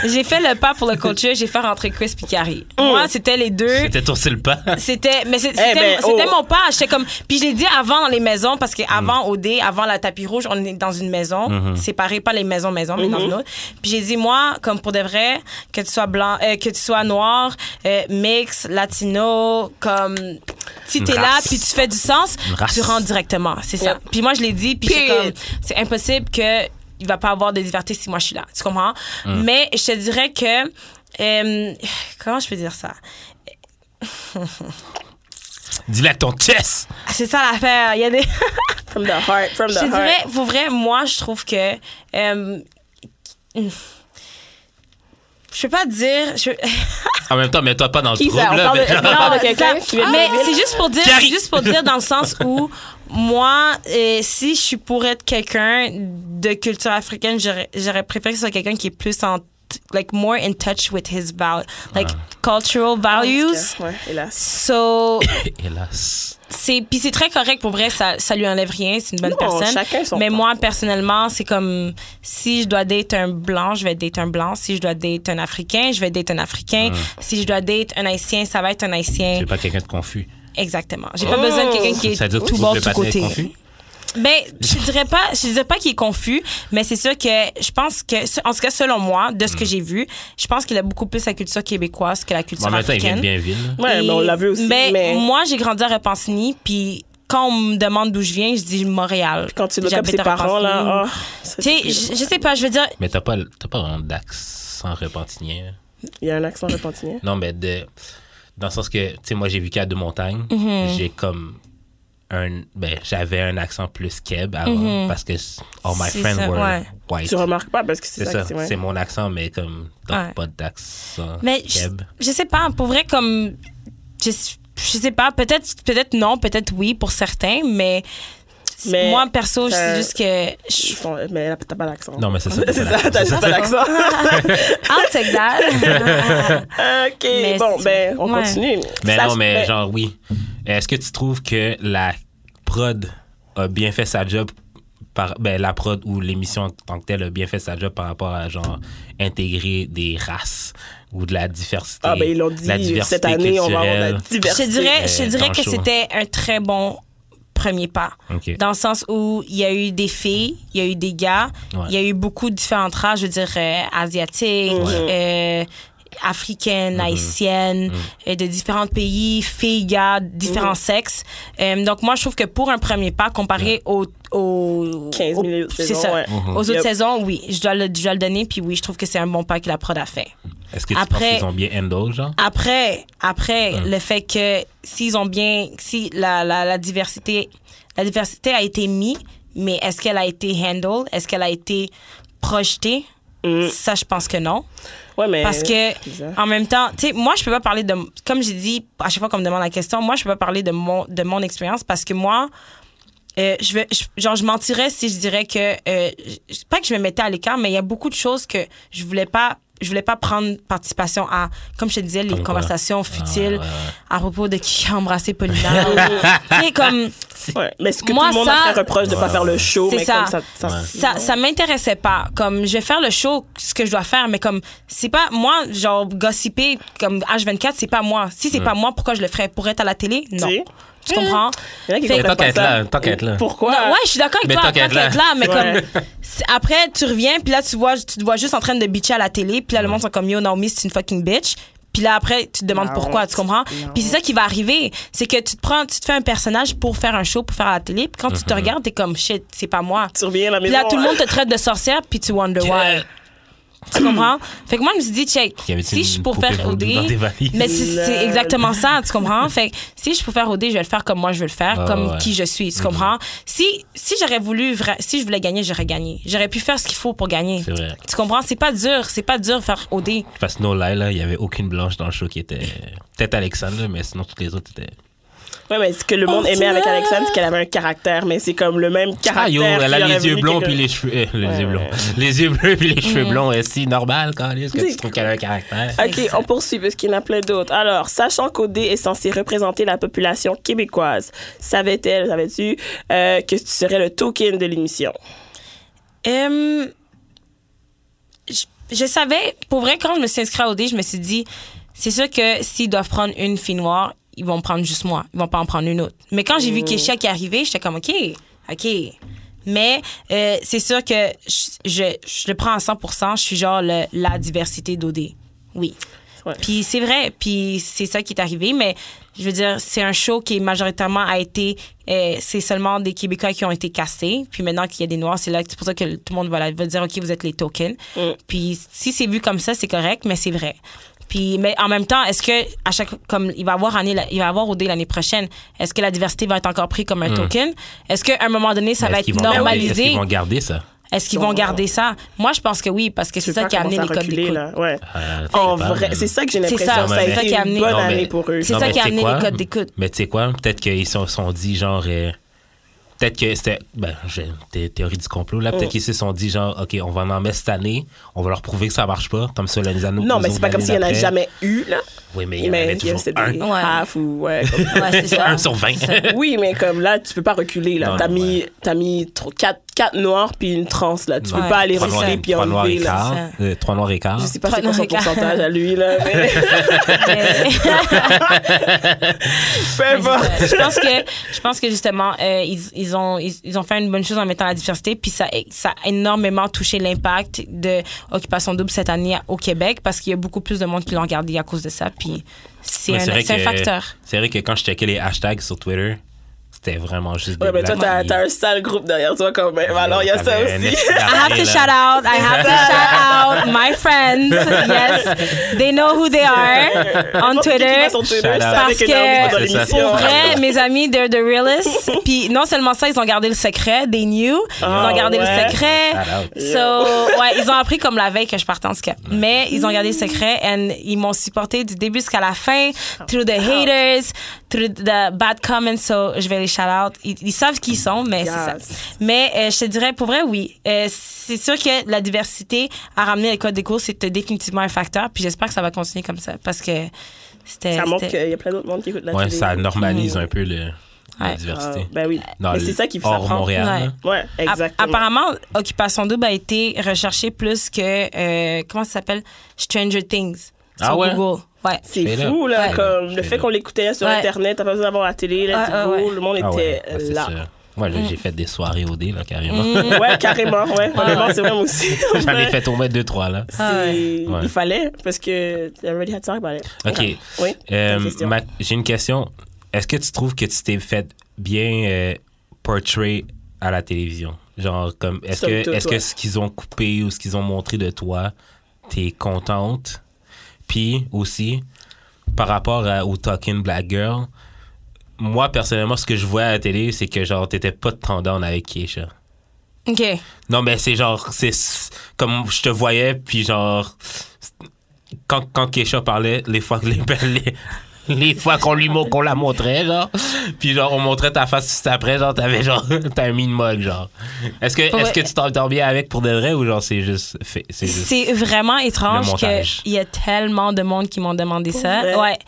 D: J'ai fait le pas pour le culture, j'ai fait rentrer Chris et Carrie.
C: Mm.
D: Moi, c'était les deux.
B: C'était tour sur le pas.
D: C'était, mais c'est- c'était,
C: ben, oh.
D: c'était mon pas. J'étais comme, puis je l'ai dit avant dans les maisons parce qu'avant au dé, avant la tapis rouge, on est dans une maison séparée, pas les maisons maisons, mais dans une autre. Puis j'ai dit moi, comme pour de vrai, que tu sois blanc, euh, que tu sois noir, euh, mix, latino, comme si t'es là,
B: race.
D: puis tu fais du sens,
B: Une race.
D: tu rentres directement, c'est ça.
C: Yep.
D: Puis moi je l'ai dit, puis j'étais
C: Period.
D: comme, c'est impossible que il va pas avoir de liberté si moi je suis là. Tu comprends? Mais je te dirais que. euh, comment je peux dire ça?
B: Dis-le avec ton chest.
D: Ah, C'est ça l'affaire. Il y a des.
C: From the heart, from
D: je
C: the
D: te dirais,
C: heart.
D: pour vrai, moi, je trouve que. euh, je peux pas dire. je-
B: En même temps, mets-toi pas dans le
C: Qui
B: trouble.
C: ça? On
B: là,
C: parle
B: mais-
C: de- on parle de quelqu'un
D: ça-
C: qui vient de
D: mais
C: la ville?
D: c'est juste pour dire,
B: Qui arrive.
D: juste pour dire dans le sens où moi, euh, si je suis pour être quelqu'un de culture africaine, j'aurais j'aurais préféré que ce soit quelqu'un qui est plus en, t- like more in touch with his val, like
C: Ah,
D: cultural values.
C: Ouais, hélas.
D: So,
B: Hélas.
D: c'est puis c'est très correct pour vrai ça ça lui enlève rien c'est une bonne
C: Non,
D: personne
C: chacun son
D: mais
C: temps.
D: moi personnellement c'est comme si je dois date un blanc je vais date un blanc si je dois date un africain je vais date un africain si je dois date un haïtien ça va être un haïtien
B: Tu pas quelqu'un de confus.
D: exactement j'ai pas besoin de
C: Oh!
D: quelqu'un qui
B: Ça veut
D: est
B: dire que
D: tout
B: tu
D: bord
B: veux
D: tout
B: pas tenir
D: côté
B: confus?
D: ben, je dirais pas, je dirais pas qu'il est confus, mais c'est sûr que je pense que, en tout cas selon moi, de
B: Mm.
D: ce que j'ai vu, je pense qu'il a beaucoup plus la culture québécoise que la
B: Bon,
D: culture
B: en même temps, il vient
D: africaine.
B: de Bienville.
C: Ouais, mais on
D: Et-
C: l'a vu aussi.
D: ben,
C: mais
D: moi, j'ai grandi à Repentigny, puis quand on me demande d'où je viens, je dis Montréal.
C: quand tu le comme
D: J'habite
C: ses
D: à
C: parents, là,
D: Repentigny.
C: oh, ça, c'est
D: Tu sais,
C: plus-
D: je, je sais pas, je veux dire,
B: Mais t'as pas, t'as pas vraiment d'accent repentinien.
C: il y a un accent repentinien.
B: Non, mais de, dans le sens que, tu sais, moi, j'ai vécu à deux montagnes.
D: Mhm.
B: J'ai comme un. Ben, j'avais un accent plus keb avant parce que all my
D: Mhm. C'est
B: friends
D: ça,
B: were
D: ouais.
B: white.
C: Tu remarques pas parce que c'est
B: C'est
C: ça
B: ça.
C: que c'est. ouais.
B: C'est mon accent, mais comme, t'as
D: Ouais.
B: pas d'accent
D: mais je,
B: keb.
D: je sais pas, pour vrai, comme, je, je sais pas, peut-être peut-être non, peut-être oui pour certains, mais,
C: Mais
D: moi, perso,
C: ça-
D: c'est juste que
C: Ils
D: je
C: font- Mais là, t'as pas l'accent.
B: Non, mais c'est ça, t'as
C: c'est
B: pas
C: ça, t'as pas l'accent.
D: Ah, c'est exact.
C: OK,
D: Mais
C: bon,
D: c'est-
C: ben, on
D: ouais.
C: continue.
B: Mais
C: Ça-
B: non, mais genre, oui. Est-ce que tu trouves que la prod a bien fait sa job par, ben, la prod ou l'émission en tant que telle a bien fait sa job par rapport à genre intégrer des races ou de la diversité.
C: Ah, ben, ils l'ont dit,
B: la diversité
C: cette année, on va avoir de la
B: culturelle.
D: Je
C: diversité.
D: te dirais, je te
B: Euh,
D: dirais
B: dans
D: que
B: le show.
D: c'était un très bon premier pas.
B: Ok.
D: Dans le sens où il y a eu des filles, il y a eu des gars,
B: Ouais.
D: il y a eu beaucoup de différentes races, je veux dire, euh, asiatiques,
C: Ouais.
D: euh, africaines,
B: Mm-hmm.
D: haïtiennes, euh, de différents pays, filles, gars, différents
C: Mm-hmm.
D: sexes. Euh, donc, moi, je trouve que pour un premier pas, comparé aux, aux,
C: 15 000
D: aux-
C: autres
D: c'est
C: saisons,
D: ça.
C: ouais.
D: aux autres
C: Yep.
D: saisons, oui, je dois, le, je dois le donner. Puis oui, je trouve que c'est un bon pas que la prod a fait.
B: Est-ce que tu
D: Après-
B: penses qu'ils ont bien handle, genre?
D: Après, après le fait que s'ils ont bien, si la, la, la diversité, la diversité a été mise, mais est-ce qu'elle a été handled? Est-ce qu'elle a été projetée? Ça, je pense que non.
C: Ouais, mais.
D: Parce que,
C: bizarre.
D: en même temps, tu sais, moi, je peux pas parler de. Comme j'ai dit, à chaque fois qu'on me demande la question, moi, je peux pas parler de mon, de mon expérience parce que moi, euh, je vais, je- genre, je mentirais si je dirais que. euh, je- c'est pas que je me mettais à l'écart, mais il y a beaucoup de choses que je voulais pas. Je voulais pas prendre participation à, comme je te disais, les
B: Comme quoi? Ah,
D: conversations
B: ouais,
D: futiles
B: ouais, ouais.
D: à propos de qui a embrassé Paulina. tu sais, comme.
C: Ouais. Mais ce que
D: Moi,
C: tout le monde
D: ça-
C: après reproche de pas faire le show,
D: C'est
C: mais
D: ça.
C: comme ça. ça,
D: ça, ça m'intéressait pas. Comme, je vais faire le show, ce que je dois faire, mais comme, c'est pas moi, genre, gossiper comme H24, c'est pas moi. Si
B: Hmm.
D: c'est pas moi, pourquoi je le ferais? Pour être à la télé? Non.
C: Si.
D: Tu comprends?
C: Il y en a qui
D: Fait-
C: comprennent
B: Tant qu'à
C: pas
B: être
C: ça.
B: là, tant qu'à être là.
C: Pourquoi?
D: Non, ouais, je suis d'accord avec
B: Hmm. Mais
D: toi.
B: tant qu'à être là.
D: mais
C: Ouais.
D: comme. c'est- Après, tu reviens, puis là, tu, vois, tu te vois juste en train de bitcher à la télé, puis là,
B: Hmm.
D: le monde sont comme Yo, Naomi, c'est une fucking bitch. Puis là, après, tu te demandes
B: Ah
C: Non.
D: pourquoi, tu comprends?
C: Non.
D: Puis c'est ça qui va arriver. C'est que tu te prends, tu te fais un personnage pour faire un show, pour faire à la télé, puis quand tu
B: Mhm.
D: te regardes, t'es comme shit, c'est pas moi.
C: Tu reviens à la
D: Puis
C: maison.
D: là, tout le
C: hein.
D: monde te traite de sorcière, puis tu wonder
C: Ah,
D: why. Tu comprends? Fait que moi, je me suis dit, check,
B: Y avait-il
D: si je suis
B: une
D: pour
B: poupée
D: faire OD,
B: vaudou dans tes valises?
D: mais si- c'est
C: Lol.
D: exactement ça, tu comprends? Fait que si je suis pour faire OD, je vais le faire comme moi je veux le faire,
B: Ah,
D: comme
B: ouais.
D: qui je suis, tu comprends? Si, si j'aurais voulu, vra- si je voulais gagner, j'aurais gagné. J'aurais pu faire ce qu'il faut pour gagner.
B: C'est vrai.
D: Tu comprends? C'est pas dur, c'est pas dur faire OD.
B: Parce que No Lie, là, il n'y avait aucune blanche dans le show qui était. Peut-être Alexandre, là, mais sinon toutes les autres étaient.
C: euh, Ouais, mais ce que le monde
D: Oh,
C: aimait avec
D: tu
C: Alexandre, c'est qu'elle avait un caractère, mais c'est comme le même caractère.
B: Ah yo, elle
C: qu'il
B: a
C: aurait
B: les yeux
C: voulu
B: blonds
C: que-
B: puis les cheveux. eh, les yeux blonds. Les yeux bleus puis les cheveux blonds. eh, si normal quand même, que tu
C: Mm. C'est-
B: trouves qu'elle a un caractère.
C: Ok, on poursuit parce qu'il y en a plein d'autres. Alors, sachant qu'OD est censé représenter la population québécoise, savais-elle, savais-tu, euh, que tu serais le token de l'émission?
D: Hum, je, je savais, pour vrai, quand je me suis inscrite à OD, je me suis dit, c'est sûr que s'ils doivent prendre une fille noire, ils vont prendre juste moi. Ils vont pas en prendre une autre. Mais quand j'ai vu Keisha qui est arrivée, j'étais comme, OK, OK. Mais euh, c'est sûr que je, je- je le prends à 100 Je suis genre le- la diversité d'OD. Oui.
C: Ouais.
D: Puis c'est vrai, puis c'est ça qui est arrivé, mais je veux dire, c'est un show qui majoritairement a été, euh, c'est seulement des Québécois qui ont été cassés, puis maintenant qu'il y a des Noirs, c'est là, c'est pour ça que tout le monde va, la- va dire, OK, vous êtes les tokens.
C: Mm.
D: Puis si c'est vu comme ça, c'est correct, mais c'est vrai. Puis, mais en même temps, est-ce que à chaque comme il va y avoir année, il va y avoir OD l'année prochaine, est-ce que la diversité va être encore prise comme un token Est-ce qu'à un moment donné, ça
B: Mm. Mais
D: va
B: est-ce
D: être
B: qu'ils vont garder- Est-ce
D: normalisé
B: qu'ils vont garder ça?
D: Est-ce qu'ils vont garder ça Moi, je pense que oui, parce que c'est
C: Tu veux
D: ça
C: pas
D: qui a amené les
C: commencer à
D: codes
C: reculer,
D: d'écoute.
C: là. Ouais.
B: Euh, je
C: En
B: sais pas,
C: vrai,
B: mais-
C: c'est ça que j'ai
D: C'est
C: l'impression.
D: ça,
B: mais-
C: Ça, a
B: c'est ça
C: été
D: qui a
C: une
D: amené-
C: bonne
B: Non, mais-
C: année pour eux.
D: C'est
B: Non,
D: ça
B: mais
D: qui a
B: tu sais
D: amené
B: quoi?
D: les codes d'écoute.
B: Mais tu sais quoi? Peut-être qu'ils se sont, sont dit genre. euh, Peut-être que c'était. Ben, j'ai une thé- théorie du complot là.
C: Mm.
B: Peut-être qu'ils se sont dit genre, OK, on va en mettre cette année. On va leur prouver que ça marche pas. Comme ça, les anneaux.
C: Non, mais c'est pas comme s'il y en a jamais eu, là.
B: Oui, mais il y en
C: Mais
B: avait
C: il y a
B: toujours
C: c'était
B: un.
C: des
D: un. Ouais.
C: half ou. Ouais, comme-
D: Ouais, c'est ça.
B: Un sur 20.
D: C'est ça.
C: Oui, mais comme là, tu peux pas reculer.
B: Non,
C: là. T'as
B: non,
C: mis, t'as mis tro- quatre, quatre noirs puis une trans. Là. Tu
D: Ouais.
C: peux pas aller
D: Trois noirs
C: reculer
D: et-
C: puis
B: Trois noirs
C: enlever.
B: et
C: Là.
B: quart. Euh, Trois noirs et quart.
C: Je sais pas c'est quoi
D: Trois
C: son
D: noirs et quart.
C: pourcentage à lui. Là, mais...
D: Mais-
C: Peu importe.
D: je pense que je pense que justement euh, ils, ils ont ils, ils ont fait une bonne chose en mettant la diversité puis ça ça a énormément touché l'impact de occupation double cette année au Québec parce qu'il y a beaucoup plus de monde qui l'ont regardé à cause de ça puis c'est
B: Ouais,
D: un,
B: vrai
D: c'est un
B: que-
D: facteur
B: C'est vrai que quand je checkais les hashtags sur Twitter, c'était vraiment juste des
C: Ouais, mais toi,
B: blagues.
C: t'as t'as un sale groupe derrière toi quand même. Alors, il y a ça
B: T'avais un
C: aussi.
B: esti
D: I have
B: d'arrêt, là.
D: to shout out I have to shout out my friends yes they know who they are on
C: N'importe qui qui
D: Twitter
C: va sur Twitter,
B: Shout out.
C: savait
D: Parce
C: que Naomi était
B: c'est
C: dans
D: que,
B: ça.
C: l'émission.
D: pour vrai, mes amis, they're the realest. Puis non seulement ça, ils ont gardé le secret, they knew. Ils
C: Ah,
D: ont gardé
C: ouais.
D: le secret.
B: Shout out.
D: So, ouais, ils ont appris comme la veille que je partais en skate. Mais ils ont gardé le secret and ils m'ont supporté du début jusqu'à la fin, through the
C: Ah.
D: haters, through the bad comments. So, je vais les shout out. Ils, ils savent qui ils sont, mais c'est ça.
C: Yes.
D: Mais euh, je te dirais, pour vrai, oui. Euh, c'est sûr que la diversité à ramener les codes des cours, c'était définitivement un facteur. Puis j'espère que ça va continuer comme ça parce que c'était.
C: Ça montre
D: c'était-
C: qu'il euh, y a plein d'autres monde qui écoute la
B: Ouais,
C: télé.
B: ça
C: Mm.
B: normalise un peu le, la
D: Ouais.
C: Ah,
B: diversité.
C: Ben oui.
B: Dans
C: Mais
B: le-
C: c'est ça qu'il faut
B: Hors
C: apprendre.
B: Montréal.
D: Ouais.
B: là.
C: Ouais,
D: App-
C: exactement.
D: Apparemment, Occupation Double a été recherchée plus que, euh, comment ça s'appelle? Stranger Things.
B: Ah
D: sur
B: ouais?
D: Google. Ouais.
C: C'est
B: Fais-le.
C: fou, là,
B: Ouais.
C: comme le
B: Fais-le.
C: fait qu'on l'écoutait sur
D: Ouais.
C: Internet, t'as pas besoin d'avoir la télé, là,
D: Ouais,
C: tu
D: ouais,
C: vois,
D: ouais.
C: le monde
B: Ah
C: était
B: ouais, ça, c'est
C: euh, là. Mm.
B: sûr. Moi, là, j'ai fait des soirées OD, là, carrément.
C: Ouais, carrément, ouais. Honnêtement, c'est vrai, moi aussi.
B: J'en ai fait au moins deux, trois, là.
C: C'est-
D: Ah ouais.
B: Ouais.
C: Il fallait, parce que I already had to talk about it.
B: OK.
C: Oui.
B: Euh,
C: ta question.
B: ma- J'ai une question. Est-ce que tu trouves que tu t'es fait bien euh, portray à la télévision? Genre, comme, est-ce
C: Somme
B: que,
C: toute,
B: est-ce que
C: ouais.
B: ce qu'ils ont coupé ou ce qu'ils ont montré de toi, t'es contente? Puis aussi, par rapport à- au Talking Black Girl, moi, personnellement, ce que je vois à la télé, c'est que, genre, t'étais pas de down avec Keisha.
D: OK.
B: Non, mais c'est genre, c'est comme je te voyais, puis genre, quand, quand Keisha parlait, les fois que les, les, les fois qu'on lui mo- qu'on la montrait, genre, puis genre, on montrait ta face juste après, genre, t'avais genre, t'as mis une mug, genre. Est-ce que,
D: Ouais.
B: est-ce que tu t'entends bien avec pour de vrai ou genre, c'est juste, fait- c'est juste.
D: C'est vraiment
B: Le
D: étrange
B: montage.
D: qu'il y a tellement de monde qui m'ont demandé ça.
C: vrai?
D: Ouais.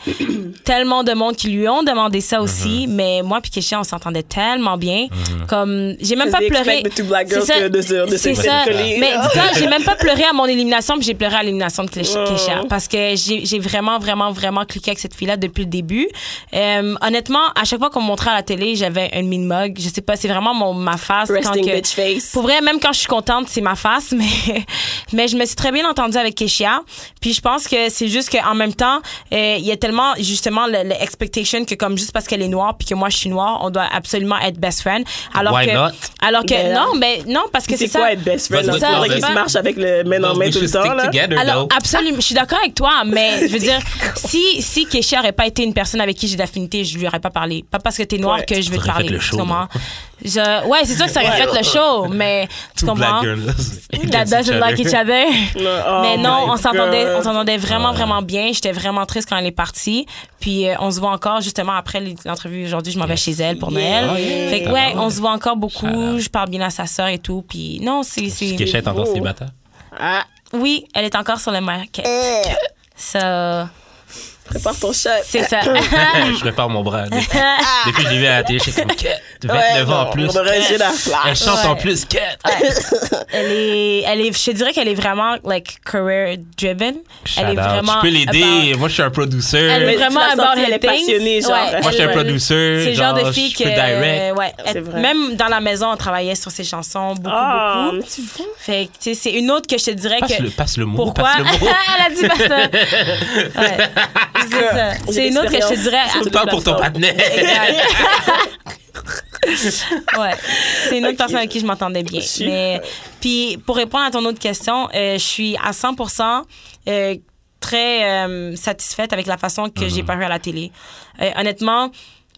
D: tellement de monde qui lui ont demandé ça
B: Mm-hmm.
D: aussi. Mais moi puis Kesha, on s'entendait tellement bien. Comme, j'ai même pas
C: They
D: pleuré.
C: expect the two black girls
D: C'est ça.
C: que de se- de se
D: C'est ça.
C: coller.
D: Mais dis-toi, j'ai même pas pleuré à mon élimination, puis j'ai pleuré à l'élimination de Kesha.
C: Oh.
D: Kesha. parce que j'ai j'ai vraiment, vraiment, vraiment cliqué avec cette fille-là depuis le début. Euh, honnêtement, à chaque fois qu'on me montrait à la télé, j'avais un min mug. Je sais pas, c'est vraiment mon, ma face. quand
C: Resting
D: que-
C: bitch face.
D: Pour vrai, même quand je suis contente, c'est ma face, mais, mais je me suis très bien entendue avec Keshia. Puis je pense que c'est juste qu'en même temps, euh, il y a tellement justement le- le expectation que comme juste parce qu'elle est noire puis que moi je suis noire, on doit absolument être best friend. Alors
B: Why
D: que,
B: not?
D: alors que
C: Ben,
D: non, mais non parce que
C: C'est
D: c'est ça.
C: quoi être best friend?
B: But
C: dans
B: look,
C: le sens,
B: look,
C: Like, ils
B: look.
C: se marchent avec le main en main tout le temps, là.
D: Alors, absolument, je suis d'accord avec toi, mais je veux dire, si, si Kesha aurait pas été une personne avec qui j'ai d'affinité, je lui aurais pas parlé. Pas parce que t'es noire
C: Ouais.
D: que je vais te
B: T'aurais fait
D: parler.
B: le show,
D: tu comprends? Je- ouais, c'est sûr que ça aurait fait le show, mais tu comprends? That doesn't like each other.
C: Oh
D: Mais non,
C: my
D: on s'entendait,
C: God. Oh.
D: on s'entendait vraiment, vraiment bien. J'étais vraiment triste quand elle est partie. Puis euh, on se voit encore justement après l- l'entrevue aujourd'hui. Je m'en vais chez elle pour Noël.
B: Oh, yeah.
D: Fait que
B: Ah,
D: ouais,
B: ouais.
D: on se voit encore beaucoup.
B: Shout out.
D: Je parle bien à sa sœur et tout. Puis non, c'est, c'est-
B: Kesha est encore
C: beau.
B: célibataire.
C: Ah,
D: oui, elle est encore sur le market. Ça,
C: prépare ton chat.
D: c'est ça.
B: je prépare mon bras. Depuis, depuis que j'ai vu à la télé, je suis comme, Quête, 29 ans en plus.
C: On aurait
B: Quête.
C: j'ai la flamme.
B: Elle chante
D: Ouais.
B: en plus, Quête.
D: elle est, elle est, je te dirais qu'elle est vraiment like career driven.
B: Shout
D: elle est
B: out.
D: vraiment.
B: Je peux l'aider.
D: about-
B: Moi, je suis un
D: Elle
B: producteur.
D: est
C: Mais tu
D: vraiment
C: l'as senti,
D: about her
C: elle est
D: things.
C: passionnée, genre. euh,
D: Ouais,
B: Moi, je suis un
D: elle-
B: producteur.
D: C'est le genre de fille
B: je
D: que.
B: peux direct.
D: ouais,
C: C'est
D: elle-
C: vrai.
D: même dans la maison, on travaillait sur ses chansons beaucoup,
C: Ah,
D: beaucoup.
C: mais tu vois.
D: Fait que, tu sais, c'est une autre que je te dirais
B: Passe,
D: que.
B: le, passe le mot.
D: Pourquoi?
B: Passe le mot.
D: Elle a dit pas ça. Ouais. C'est ça.
C: J'ai
D: C'est une autre que je te
C: l'expérience.
D: dirais. Ah,
C: Sur
B: Parle pour ton
C: plateforme.
B: partenaire.
D: Ouais. C'est une autre personne avec qui je m'entendais bien.
C: Super.
D: Mais puis pour répondre à ton autre question, euh, je suis à 100% euh, très euh, satisfaite avec la façon que
B: Mhm.
D: j'ai paru à la télé. Euh, honnêtement,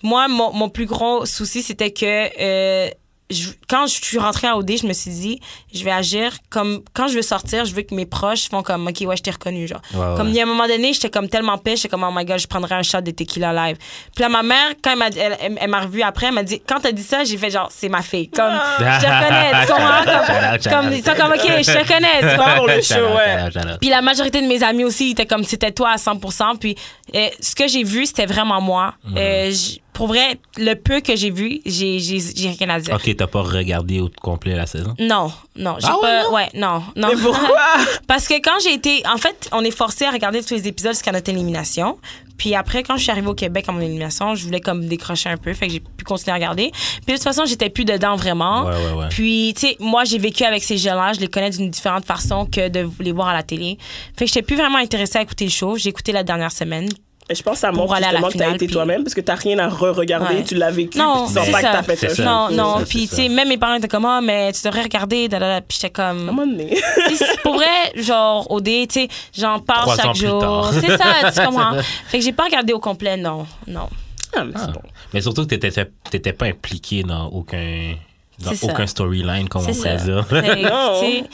D: moi mon, mon plus gros souci c'était que euh, je- quand je suis rentrée à OD, je me suis dit, je vais agir comme quand je veux sortir, je veux que mes proches font comme, ok, ouais, je t'ai reconnu, genre.
B: Ouais, ouais.
D: Comme il y a un moment donné, j'étais comme tellement pêche, j'étais comme, oh my god, je prendrais un shot de tequila live. Puis là, ma mère, quand elle m'a, elle, elle- elle m'a revue après, elle m'a dit, quand t'as dit ça, j'ai fait genre, c'est ma fille. Comme, je te connais, tu comprends? Comme,
B: Shout out, shout
D: comme,
B: out.
D: ils sont comme, ok, je te connais, tu comprends?
C: Pour
B: Shout
C: le
B: out,
C: show,
B: shout
C: ouais.
B: out, shout out.
D: Puis la majorité de mes amis aussi, ils étaient comme, c'était toi à 100%. Puis euh, ce que j'ai vu, c'était vraiment moi. Euh, j- pour vrai, le peu que j'ai vu, j'ai, j'ai, j'ai rien à dire.
B: Ok, t'as pas regardé au complet la saison?
D: Non, non, j'ai
B: Ah ouais,
D: pas.
B: non?
D: Ouais, non, non.
C: Mais pourquoi?
D: Parce que quand j'ai été. En fait, on est forcé à regarder tous les épisodes jusqu'à notre élimination. Puis après, quand je suis arrivée au Québec à mon élimination, je voulais comme décrocher un peu. Fait que j'ai pu continuer à regarder. Puis de toute façon, j'étais plus dedans vraiment.
B: Ouais, ouais, ouais.
D: Puis, tu sais, moi, j'ai vécu avec ces gens-là. Je les connais d'une différente façon que de les voir à la télé. Fait que j'étais plus vraiment intéressée à écouter le show. J'ai écouté la dernière semaine.
C: Mais je pense que ça montre
D: aller à la
C: justement que t'as
D: finale,
C: été
D: puis-
C: toi-même parce que t'as rien à re-regarder,
D: Ouais.
C: tu l'as vécu, puis
D: Non,
C: tu sens
D: c'est
C: pas que
D: ça.
C: t'as fait
B: C'est ça.
C: un choix.
D: Non,
B: c'est
D: non.
B: ça,
D: Puis,
B: c'est
D: tu sais,
B: ça.
D: même mes parents étaient comme, ah, mais tu devrais regarder. da, da, da. Puis j'étais
C: À
D: comme.
C: un moment donné.
B: Ah.
D: Puis c'est- pour vrai, genre, OD, tu sais, j'en parle
B: Trois ans
D: chaque
B: plus
D: jour.
B: tard.
D: C'est ça, tu comprends? fait que j'ai pas regardé au complet, non. Non.
C: Ah, mais c'est bon.
B: Mais surtout que t'étais- t'étais pas impliqué dans aucun, dans
D: C'est ça.
B: aucun storyline, comme on
D: C'est ça.
B: pourrait dire.
D: Fait que,
C: Non.
D: tu sais,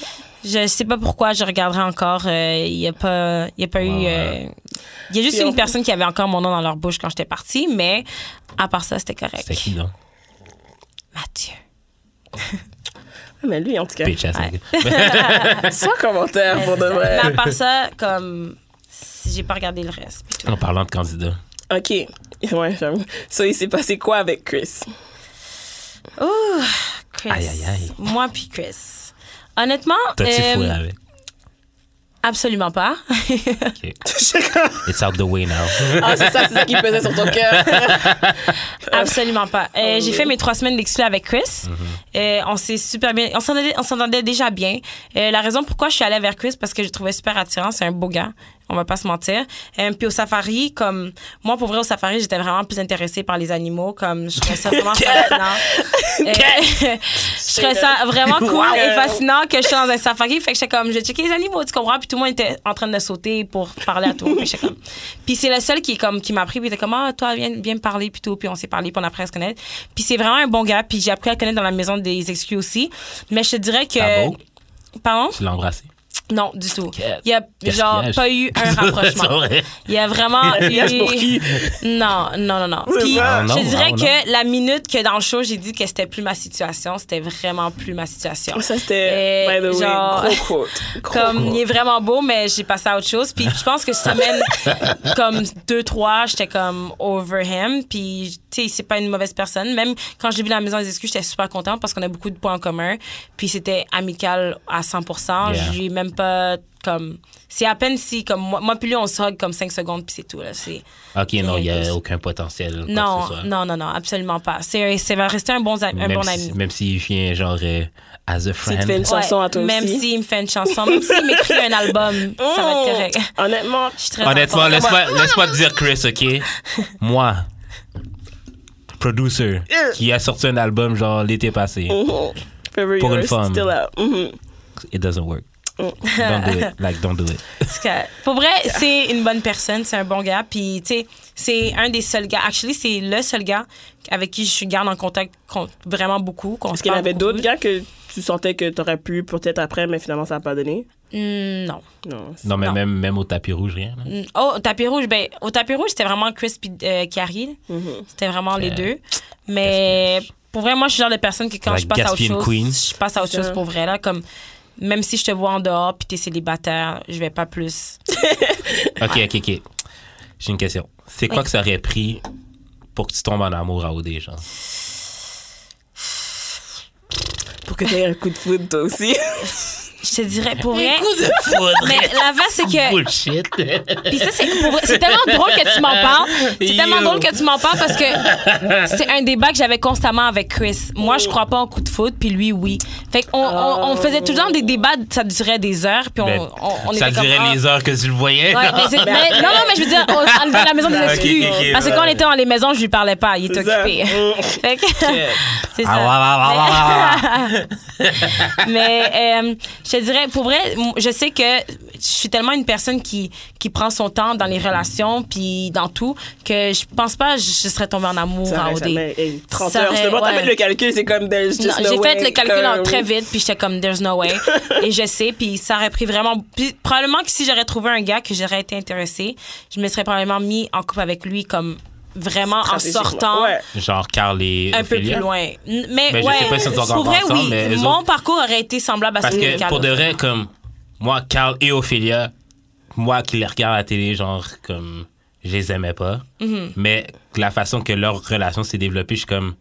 D: je sais pas pourquoi je regarderai encore. Il y a pas, y a pas eu.
B: ouais.
D: Il y a juste
C: Puis
D: une
C: on-
D: personne qui avait encore mon nom dans leur bouche quand j'étais partie, mais à part ça, c'était correct.
B: C'était qui, non?
D: Mathieu.
C: Ah, mais lui, en tout cas,
B: Bitch ass
D: Ouais.
B: nigga.
D: Ah,
C: sans commentaire pour de vrai.
D: Mais à part ça, comme. J'ai pas regardé le reste. puis tout.
B: En parlant de candidat.
C: OK. Ouais, j'avoue. Ça, il s'est passé quoi avec Chris?
D: Ouh, Chris.
B: Aïe, aïe, aïe.
D: Moi puis Chris. Honnêtement,
B: T'as-tu
D: euh,
B: fouillé avec?
D: Absolument pas.
B: It's out the way now.
C: ah, c'est ça, c'est ça qui pesait sur ton cœur.
D: Absolument pas. Euh,
C: Oh.
D: J'ai fait mes trois semaines d'exclus avec Chris. Euh, on s'est super bien, on s'entendait- on s'entendait déjà bien. Euh, la raison pourquoi je suis allée vers Chris, parce que je le trouvais super attirant. C'est un beau gars. On va pas se mentir. Euh, puis au safari, comme moi pour vrai au safari, j'étais vraiment plus intéressée par les animaux. Comme je trouvais ça vraiment fascinant. Euh, je trouvais ça vraiment cool
C: Wow.
D: et fascinant que je suis dans un safari. Fait que j'étais comme, je checkais les animaux, tu comprends? Puis tout le monde était en train de sauter pour parler à toi. Fait que j'étais comme. Puis c'est le seul qui, est comme, qui m'a pris. Puis il était comme, ah, toi, viens, viens me parler. Puis tout. Puis on s'est parlé. Puis on a appris à se connaître. Puis c'est vraiment un bon gars. Puis j'ai appris à le connaître dans la maison des exclus aussi. Mais je te dirais que.
B: Ah bon?
D: Pardon?
B: Tu l'as embrassé.
D: Non, du tout.
B: Quel-
D: Il y a genre
B: gaspillage.
D: pas eu un
B: C'est
D: rapprochement.
B: vrai.
D: Il y a vraiment.
C: Yes, pour qui?
D: Non, non, non, non.
C: C'est
D: Puis,
C: ça.
B: Ah non,
D: je dirais
B: ah
D: que la minute que dans le show, j'ai dit que c'était plus ma situation, c'était vraiment plus ma situation.
C: Ça, c'était,
D: Et
C: by the way,
D: genre-
C: gros quote. Gros
D: Comme il est vraiment beau, mais j'ai passé à autre chose. Puis je pense que semaine comme deux, trois, j'étais comme over him. Puis tu sais, c'est pas une mauvaise personne. Même quand j'ai vu la maison des excuses, j'étais super contente parce qu'on a beaucoup de points en commun. Puis c'était amical à 100%.
B: Yeah.
D: Je lui ai même pas comme. C'est à peine si, comme moi, moi puis lui, on se hug comme cinq secondes, puis c'est tout. Là. C'est,
B: Ok, non, il n'y
D: Yes.
B: a aucun potentiel. quoi que
D: euh, non,
B: ce soit.
D: non, non, non, absolument pas. C'est, c'est va rester un bon, ami- un
B: même,
D: bon
B: si,
D: ami.
B: même s'il vient genre euh, as a friend.
C: fais une chanson à toi
D: même
C: aussi.
D: s'il me fait une chanson, même s'il m'écrit un album, ça va être correct.
C: Mm. Honnêtement,
D: Je suis très
B: Oh! Honnêtement,
D: enceinte.
B: laisse-moi laisse pas te dire Chris, ok? Moi, producer,
D: Euh.
B: qui a sorti un album genre l'été passé.
C: Forever
B: Pour une
C: Yours,
B: femme.
C: Still out. Mhm.
B: It doesn't work.
D: Euh.
B: Don't do it. Like, don't do it.
D: Parce que, pour vrai, c'est une bonne personne, c'est un bon gars. Puis, tu sais, c'est un des seuls gars. Actually, c'est le seul gars avec qui je suis garde en contact con- vraiment beaucoup. qu'on
C: Est-ce
D: se
C: qu'il y en
D: parle
C: avait
D: beaucoup.
C: d'autres gars que tu sentais que t'aurais pu peut-être après, mais finalement, ça n'a pas donné?
D: Hmm, non.
C: Non. c'est-
B: Non, mais
D: Non.
B: Même, même au tapis rouge, rien. là.
D: Hmm. Oh, au tapis rouge, ben, au tapis rouge, c'était vraiment Chris et euh, Carrie.
C: Mm-hmm.
D: C'était vraiment les
B: Yeah.
D: deux. Mais
B: Euh, Gaspillage.
D: pour vrai, moi, je suis le genre de personne que quand
B: La
D: je passe à autre
B: Gaspillin
D: chose,
B: Queen.
D: je passe à autre
C: C'est
D: chose
C: ça.
D: pour vrai. Là, comme, même si je te vois en dehors puis t'es célibataire, je vais pas plus.
B: Ok, ok, ok. J'ai une question. C'est quoi que ça aurait pris pour que tu tombes en amour à OD, genre?
C: Pour que tu aies un coup de foudre, toi aussi.
D: Je te dirais, pour vrai.
B: Faudrait-
D: Mais la veste, c'est que.
B: Bullshit.
D: Puis ça, c'est pour vrai, c'est tellement drôle que tu m'en parles. C'est tellement
B: Yo.
D: drôle que tu m'en parles parce que c'est un débat que j'avais constamment avec Chris. Moi, je crois pas en coup de foot, puis lui, oui. Fait qu'on on,
C: Oh.
D: on faisait tout le temps des débats, ça durait des heures, puis on,
B: Ben,
D: on, on
B: ça
D: était comme,
B: durait
D: ah,
B: les heures que tu le voyais.
D: Ouais, mais c'est- mais- non, non, mais je veux dire, on, on était à la maison des
B: Ok,
D: exclus.
B: ok, ok,
D: parce que
B: ouais.
D: quand on était dans les maisons, je lui parlais pas, il était
C: C'est ça.
D: occupé.
C: Mm.
D: Fait que- c'est
B: Ah, ouais,
D: ça.
B: ouais, ouais, ouais, ouais, ouais.
D: Mais euh, je te dirais, pour vrai, m- je sais que je suis tellement une personne qui, qui prend son temps dans les relations puis dans tout que je pense pas que je serais tombée en amour
C: Ça
D: à
C: aurait
D: OD.
C: jamais- hey, 30
D: Ça
C: heures, je te
D: aurait-
C: vois, t'as
D: ouais.
C: fait le calcul, c'est comme there's
D: Non,
C: just no
D: j'ai fait
C: way,
D: le calcul en
C: comme-
D: très vite, puis j'étais comme, there's no way. et je sais, puis ça aurait pris vraiment. puis probablement que si j'aurais trouvé un gars que j'aurais été intéressée, je me serais probablement mis en couple avec lui, comme vraiment en
C: Stratégiquement.
D: sortant
C: Ouais.
B: Genre Carl et
D: un peu
B: Ophélia.
D: plus loin. N- Mais,
B: Mais je
D: ouais,
B: sais pas si ils sont encore
D: pour vrai,
B: ensemble,
D: oui.
B: mais eux
D: Mon
B: autres-
D: parcours aurait été semblable à
B: Parce
D: celui de
B: que
D: Carlos.
B: pour de vrai, comme moi, Carl et Ophélia, moi qui les regarde à la télé, genre comme je les aimais pas.
D: Mhm.
B: Mais la façon que leur relation s'est développée, je suis comme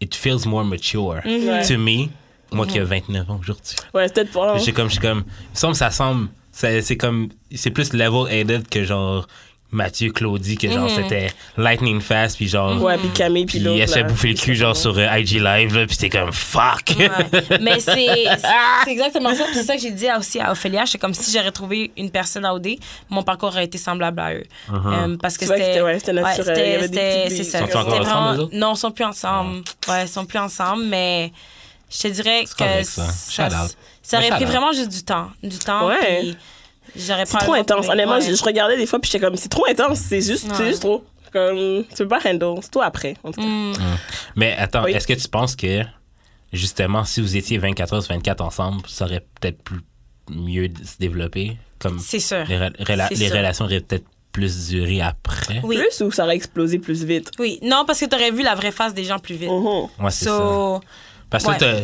B: it feels more mature
D: Mhm.
B: to me. Moi qui ai 29 ans aujourd'hui.
C: Ouais, c'est peut-être pour.
B: J'ai comme, je suis comme, il me semble, ça semble, c'est c'est comme, c'est plus level headed que genre Mathieu, Claudie, que genre c'était lightning fast, puis genre.
C: Mhm. Ouais, puis Camille, puis
B: Puis
C: l'autre.
B: elle se fait
C: là.
B: bouffer le cul, genre sur euh, IG Live, là, puis t'es comme fuck!
D: Ouais. Mais c'est
C: Ah!
D: c'est exactement ça. Puis C'est ça que j'ai dit à- aussi à Ophélia. C'est comme si j'aurais trouvé une personne à OD, mon parcours aurait été semblable à eux. Euh, parce que
C: Tu vois que
D: c'était.
C: c'était- ouais, c'était naturel. Il y avait des
D: c'était-
C: petites
D: c'est
C: billes.
D: ça.
B: Uh-huh. Sont-ils encore
D: C'était
B: ensemble,
D: vraiment-
B: eux autres? Ah.
D: Non, ils sont plus ensemble. Ouais, ils sont plus ensemble, mais je te dirais que.
B: correct, ça. Shout out.
D: ça aurait
B: Mais shout
D: pris
B: out.
D: vraiment juste du temps. Du temps.
C: Ouais.
D: puis J'aurais
C: C'est trop intense. Honnêtement, je, je regardais des fois, puis j'étais comme, c'est trop intense, c'est juste, c'est
D: Ouais. Mm,
C: juste trop. Comme, tu peux pas handle, c'est toi après. En tout cas.
B: Mais attends,
C: Oui.
B: est-ce que tu penses que, justement, si vous étiez 24 sur 24 ensemble, ça aurait peut-être plus mieux de se développer? Comme
D: C'est sûr.
B: les, re- rela-
D: C'est
B: les
D: sûr.
B: relations auraient peut-être plus duré après?
D: Oui.
C: Plus ou ça aurait explosé plus vite?
D: Oui, non, parce que t'aurais vu la vraie face des gens plus vite.
C: Mhm.
B: Moi, Ah, c'est
D: So,
B: ça. Parce que
D: ouais.
B: t'as-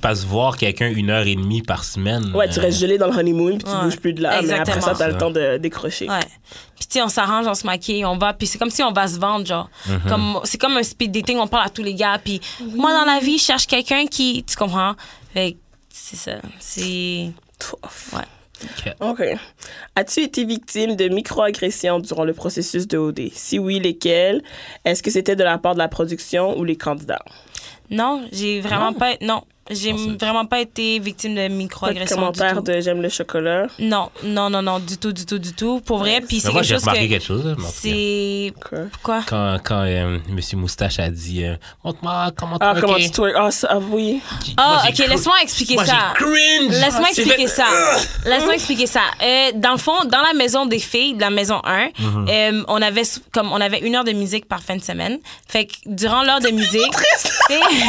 B: parce que voir quelqu'un une heure et demie par semaine.
C: Ouais, tu
B: euh,
C: restes gelé dans le honeymoon, puis tu
D: Ouais.
C: bouges plus de là. Mais après
D: Exactement.
C: ça, t'as le
B: Ça.
C: temps de décrocher.
D: Ouais. Puis tu sais, on s'arrange, on se maquille, on va, puis c'est comme si on va se vendre, genre.
B: Mm-hmm.
D: Comme c'est comme un speed dating, on parle à tous les gars, puis moi dans la vie, je cherche quelqu'un qui, tu comprends Fait que c'est ça, c'est
C: Tough.
D: ouais.
B: Ok.
C: OK. As-tu été victime de microagressions durant le processus de OD? Si oui, lesquelles? Est-ce que c'était de la part de la production ou les candidats?
D: Non, j'ai vraiment
B: Non.
D: pas. Non, j'ai
B: Pensez.
D: vraiment pas été victime de
C: Pas de
D: microagression du
C: commentaire
D: tout.
C: de j'aime le chocolat.
D: Non, non, non, non, du tout, du tout, du tout. Pour vrai, puis
B: Mais
D: c'est
B: moi,
D: quelque
B: j'ai
D: chose hein,
B: remarqué
D: que.
B: quelque chose. là, mon frère.
D: C'est
C: OK.
D: quoi?
B: Quand, quand euh, Monsieur Moustache a dit euh, Montre-moi comment
C: Ah,
B: twerker.
C: comment tu twerk? Ah, ça, ah oui.
B: Moi,
D: Ah,
B: j'ai
D: ok,
B: cru-
D: laisse-moi expliquer
B: Moi,
D: ça.
B: j'ai cringe.
D: Laisse-moi
B: C'est
D: expliquer
B: fait-
D: ça.
C: Ah!
D: Laisse-moi expliquer ça. Euh, dans le fond, dans la maison des filles, de la maison 1,
B: Mhm.
D: euh, on avait sou- comme on avait une heure de musique par fin de semaine. Fait que durant l'heure de musique,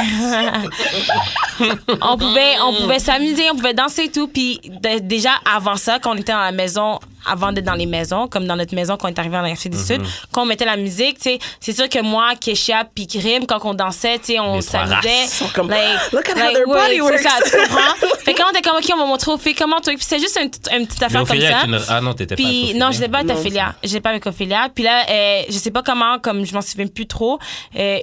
D: t'sais, on pouvait on pouvait s'amuser, on pouvait danser et tout. Puis de- déjà avant ça, quand on était dans la maison, avant d'être dans les maisons, comme dans notre maison quand on est arrivé en Afrique
B: Mhm.
D: du Sud, quand on mettait la musique, t'sais, c'est sûr que moi, Kesha, puis Grim, quand on dansait, t'sais, on
B: Les trois
D: s'amusait.
B: races
C: sont comme, "Ah, Look at how their
D: ouais,
C: body
D: c'est ça,
C: works.
D: tu comprends? fait que quand on était comme, OK, on va montrer aux filles comment tu... Puis c'était juste une, petite- une petite
B: Mais
D: affaire comme
B: Ophélia
D: ça.
B: est une- Ah non, t'étais pas
D: Puis
B: avec
D: non,
B: Ophélia.
D: j'étais pas avec Ophélia. J'étais pas avec Ophélia. Puis là, euh, je sais pas comment, comme je m'en souviens plus trop. euh,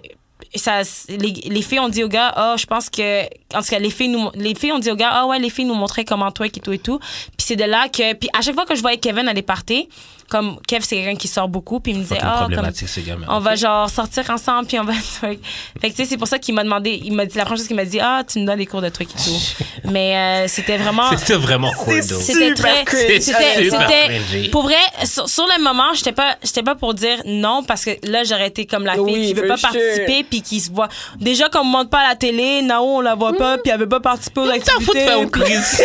D: ça, les, les filles ont dit aux gars, oh, je pense que. En tout cas, les filles, nous, les filles ont dit aux gars, ah ouais, les filles nous montraient comment toi et tout et tout. Puis c'est de là que. Puis à chaque fois que je voyais Kevin aller partir, comme Kev, c'est quelqu'un qui sort beaucoup, puis il me disait,
B: Fucking
D: ah, comme
B: problématique, ce gars, mais
D: on va genre sortir ensemble puis on va fait que tu sais c'est pour ça qu'il m'a demandé il m'a dit la première chose qu'il m'a dit ah tu me donnes des cours de trucs et tout mais euh, c'était vraiment
B: C'était vraiment cool, though.
C: super
D: c'était très
C: cringe.
D: c'était
B: Super
D: c'était-
B: cringy.
D: pour vrai sur, sur le moment j'étais pas j'étais pas pour dire non parce que là j'aurais été comme la fille
C: Oui,
D: qui veut
C: for
D: pas
C: sure.
D: participer puis qui se voit déjà qu'on me montre pas à la télé Nao on la voit
C: Mm.
D: pas puis elle veut pas participer aux
B: T'en fous de
D: activités
B: faire au
D: puis-
B: quiz.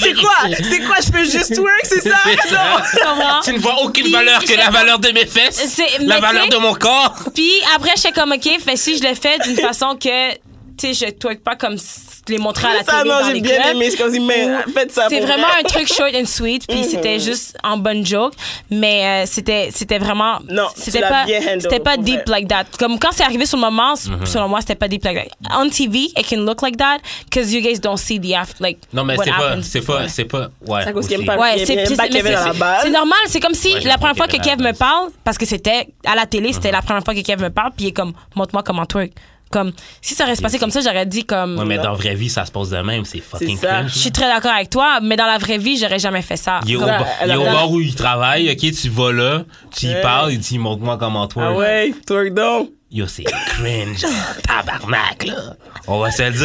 C: C'est quoi? C'est quoi? Je peux juste twerk, c'est ça? Ah,
D: tu comprends?
B: Tu ne vois aucune
D: Hein? Puis,
B: valeur que
D: j'étais
B: la
D: comme-
B: valeur de mes fesses,
D: C'est- mais
B: la
D: tu
B: valeur
D: sais-
B: de mon corps.
D: Puis après, j'étais comme, OK, fait si je le fais d'une façon que, tu sais, je twerk pas comme s- les montrer à la
C: Ça,
D: télé
C: non,
D: dans
C: j'ai
D: les
C: bien
D: clubs.
C: aimé. C'est comme si, mais faites ça.
D: C'est
C: pour
D: vraiment
C: vrai. Mhm.
D: un truc short and sweet, puis c'était juste en bonne joke, mais euh, c'était c'était vraiment
C: Non, tu
D: c'était
C: l'as
D: pas
C: bien handle,
D: c'était pas
C: pour
D: deep
C: vrai.
D: like that. Comme quand c'est arrivé sur le moment, s-
B: Mhm.
D: selon moi, c'était pas deep like that. On TV, it can look like that because you guys don't see the after like
B: Non, mais
D: what
B: c'est pas,
D: happens
B: c'est pas,
D: before.
B: c'est pas, ouais.
C: C'est à cause qu'il aime
B: aussi.
C: pas-
D: Ouais,
C: Il
D: c'est
C: aime
D: c'est-
C: pas Kevin
D: mais
C: à la
D: c'est-
C: base.
D: c'est normal. C'est comme si
B: Ouais, j'aime
D: la
B: pas
D: première fois que
B: Kevin à la
D: Kev me
B: base. Mhm.
D: parle, parce que c'était à la télé, c'était la première fois que Kev me parle, puis il est comme, montre-moi comment twerk. Comme, si ça aurait se passé comme ça, j'aurais dit comme,
B: Ouais, mais dans la vraie vie, ça se passe de même. C'est fucking
C: C'est ça.
B: cringe.
D: je suis très d'accord avec toi, mais dans la vraie vie, j'aurais jamais fait ça.
B: Il est au,
C: Ouais,
B: bar-
C: elle
B: il est
C: a
B: au
C: raison.
B: bar où il travaille, ok, tu vas là, tu y
C: Ouais.
B: parles, il dit montre-moi comment toi.
C: Ah ouais, twerk donc.
B: Yo, c'est cringe, tabarnak, là. On va se le dire. là.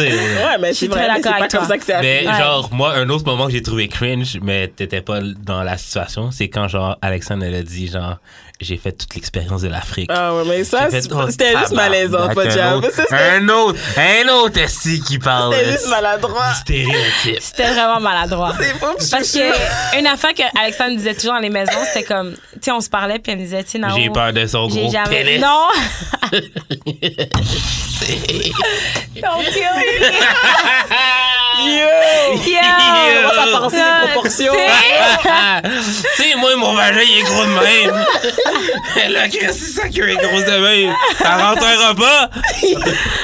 C: Ouais, mais
D: Je suis
C: c'est
D: très
C: vrai, mais c'est
D: d'accord
C: pas
D: avec toi.
C: comme ça que c'est arrivé.
B: Mais
D: Ouais.
B: genre, moi, un autre moment que j'ai trouvé cringe, mais t'étais pas dans la situation, c'est quand genre Alexandre elle a dit genre j'ai fait toute l'expérience de l'Afrique.
C: Ah ouais, mais ça,
B: J'ai fait, oh,
C: c'était juste
B: tabarnak,
C: malaisant, pas de
B: un
C: job.
B: autre-
C: Ça, c'était-
B: Un autre, un autre esti qui parle.
C: C'était juste maladroit.
B: du Stéréotype.
D: C'était vraiment maladroit.
C: C'est pas
D: Parce que une affaire que Alexandre disait toujours dans les maisons, c'était comme, tu sais, on se parlait, puis elle me disait, tu sais,
C: Ah
D: non.
B: J'ai peur de son
D: J'ai
B: gros pénis.
D: jamais. Non!
C: Yo!
D: Yeah!
C: Moi, ça pensait des
D: Euh,
C: proportions.
D: c'est-
B: tu sais, moi, mon vagin, il est gros de même. Mais là, Christy, sa queue est grosse de même. Ça rentrera pas.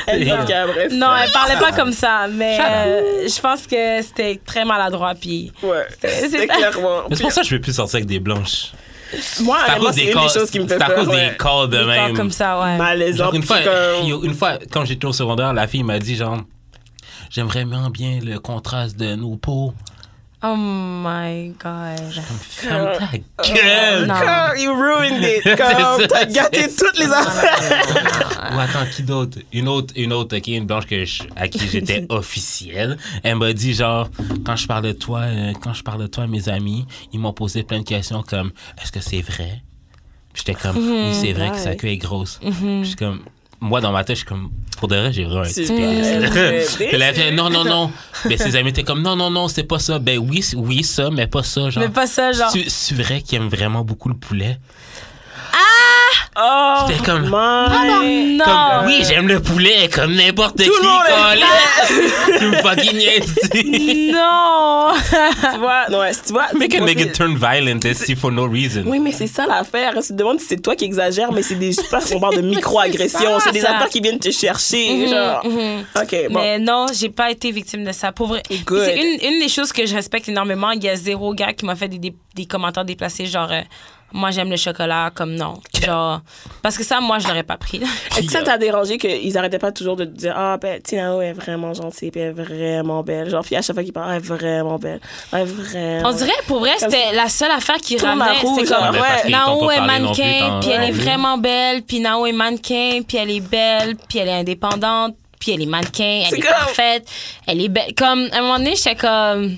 C: Elle dit qu'elle, bref.
D: Non, elle parlait pas comme ça, mais euh, je pense que c'était très maladroit. Puis
C: Ouais,
D: C'est-
C: c'était
D: c'est ça.
C: clairement.
B: Mais c'est pour ça que je veux plus sortir avec des blanches.
C: Ah, Moi,
B: C'est à
C: honnêtement,
B: cause
C: c'est
B: des
C: une
B: corps.
C: des choses qui me fait
B: C'est à
C: peur.
B: cause
C: ouais. Bah,
B: des corps de
D: des corps
B: même.
D: comme ça, ouais.
C: Malaisant.
B: Genre, une
C: puis
B: fois,
C: comme-
B: yo, une fois, quand j'étais au secondaire, la fille m'a dit, genre, j'aimerais vraiment bien le contraste de nos peaux.
D: Oh my god.
B: Ferme ta gueule.
D: Euh, Non.
C: Comme, you ruined it. Comme,
B: Ah. ça,
C: t'as gâté toutes les affaires.
B: Ou attends, qui d'autre? Une autre, une autre, ok, une blanche que je- à qui j'étais officielle. Elle m'a dit, genre, quand je parle de toi, euh, quand je parle de toi, à mes amis, ils m'ont posé plein de questions comme, est-ce que c'est vrai? Puis J'étais comme,
D: Mhm,
B: oui, c'est vrai que sa queue est grosse. J'étais comme, moi, dans ma tête, je suis comme, pour de vrai, j'ai vraiment un
C: Tu
B: petit
C: devrais
B: pénis. Puis elle
C: décider.
B: fait, non, non, non. Mais ses amis étaient comme, non, non, non, c'est pas ça. Ben oui, c- oui, ça, mais pas ça, genre.
D: Mais pas ça, genre.
B: C'est c'est vrai qu'il aime vraiment beaucoup le poulet.
D: Ah!
C: Oh,
B: J'étais comme,
C: my.
D: Non!
B: comme, Ah, euh, oui, j'aime le poulet comme n'importe qui. Tout
C: le monde
B: Tu me fucking niaises.
D: Non!
C: Tu vois, non, ouais, tu vois.
B: Make
C: c'est
B: a
C: pour-
B: nigga turn violent esti, for no reason.
C: Oui, mais c'est ça l'affaire. Tu te demandes si c'est toi qui exagères, mais c'est des parce qu'on parle de micro-agressions.
D: ça,
C: C'est des
D: ça.
C: affaires qui viennent te
B: Mhm,
C: chercher. Genre, ok, bon.
D: Mais non, j'ai pas été victime de ça. Pour vrai. Puis
C: Good.
D: C'est une, une des choses que je respecte énormément. Il y a zéro gars qui m'a fait des, des, des commentaires déplacés, genre. euh, moi j'aime le chocolat, comme non. Genre, parce que ça, moi, je l'aurais pas pris.
C: Est-ce
B: euh,
C: que ça t'a dérangé qu'ils arrêtaient pas toujours de te dire Ah, ben, Tina Howe est vraiment gentille, puis elle est vraiment belle. Genre, puis à chaque fois qu'ils parlent, elle est vraiment belle. Elle est vraiment.
D: On dirait, pour vrai,
C: Comme
D: c'était la seule affaire qui
C: Tourne
D: ramenait.
C: la hein. roue,
D: C'était
C: genre. Ouais,
D: comme,
C: mais parce
B: qu'ils t'ont
D: Nao
B: pas
D: est
B: parlé non plus
D: mannequin,
B: tant-
D: puis elle
B: Ouais.
D: est vraiment belle, puis Nao est mannequin, puis elle est belle, puis elle est indépendante, puis elle est mannequin,
C: C'est
D: elle est
C: comme-
D: parfaite, elle est belle. Comme, à un moment donné, j'étais comme...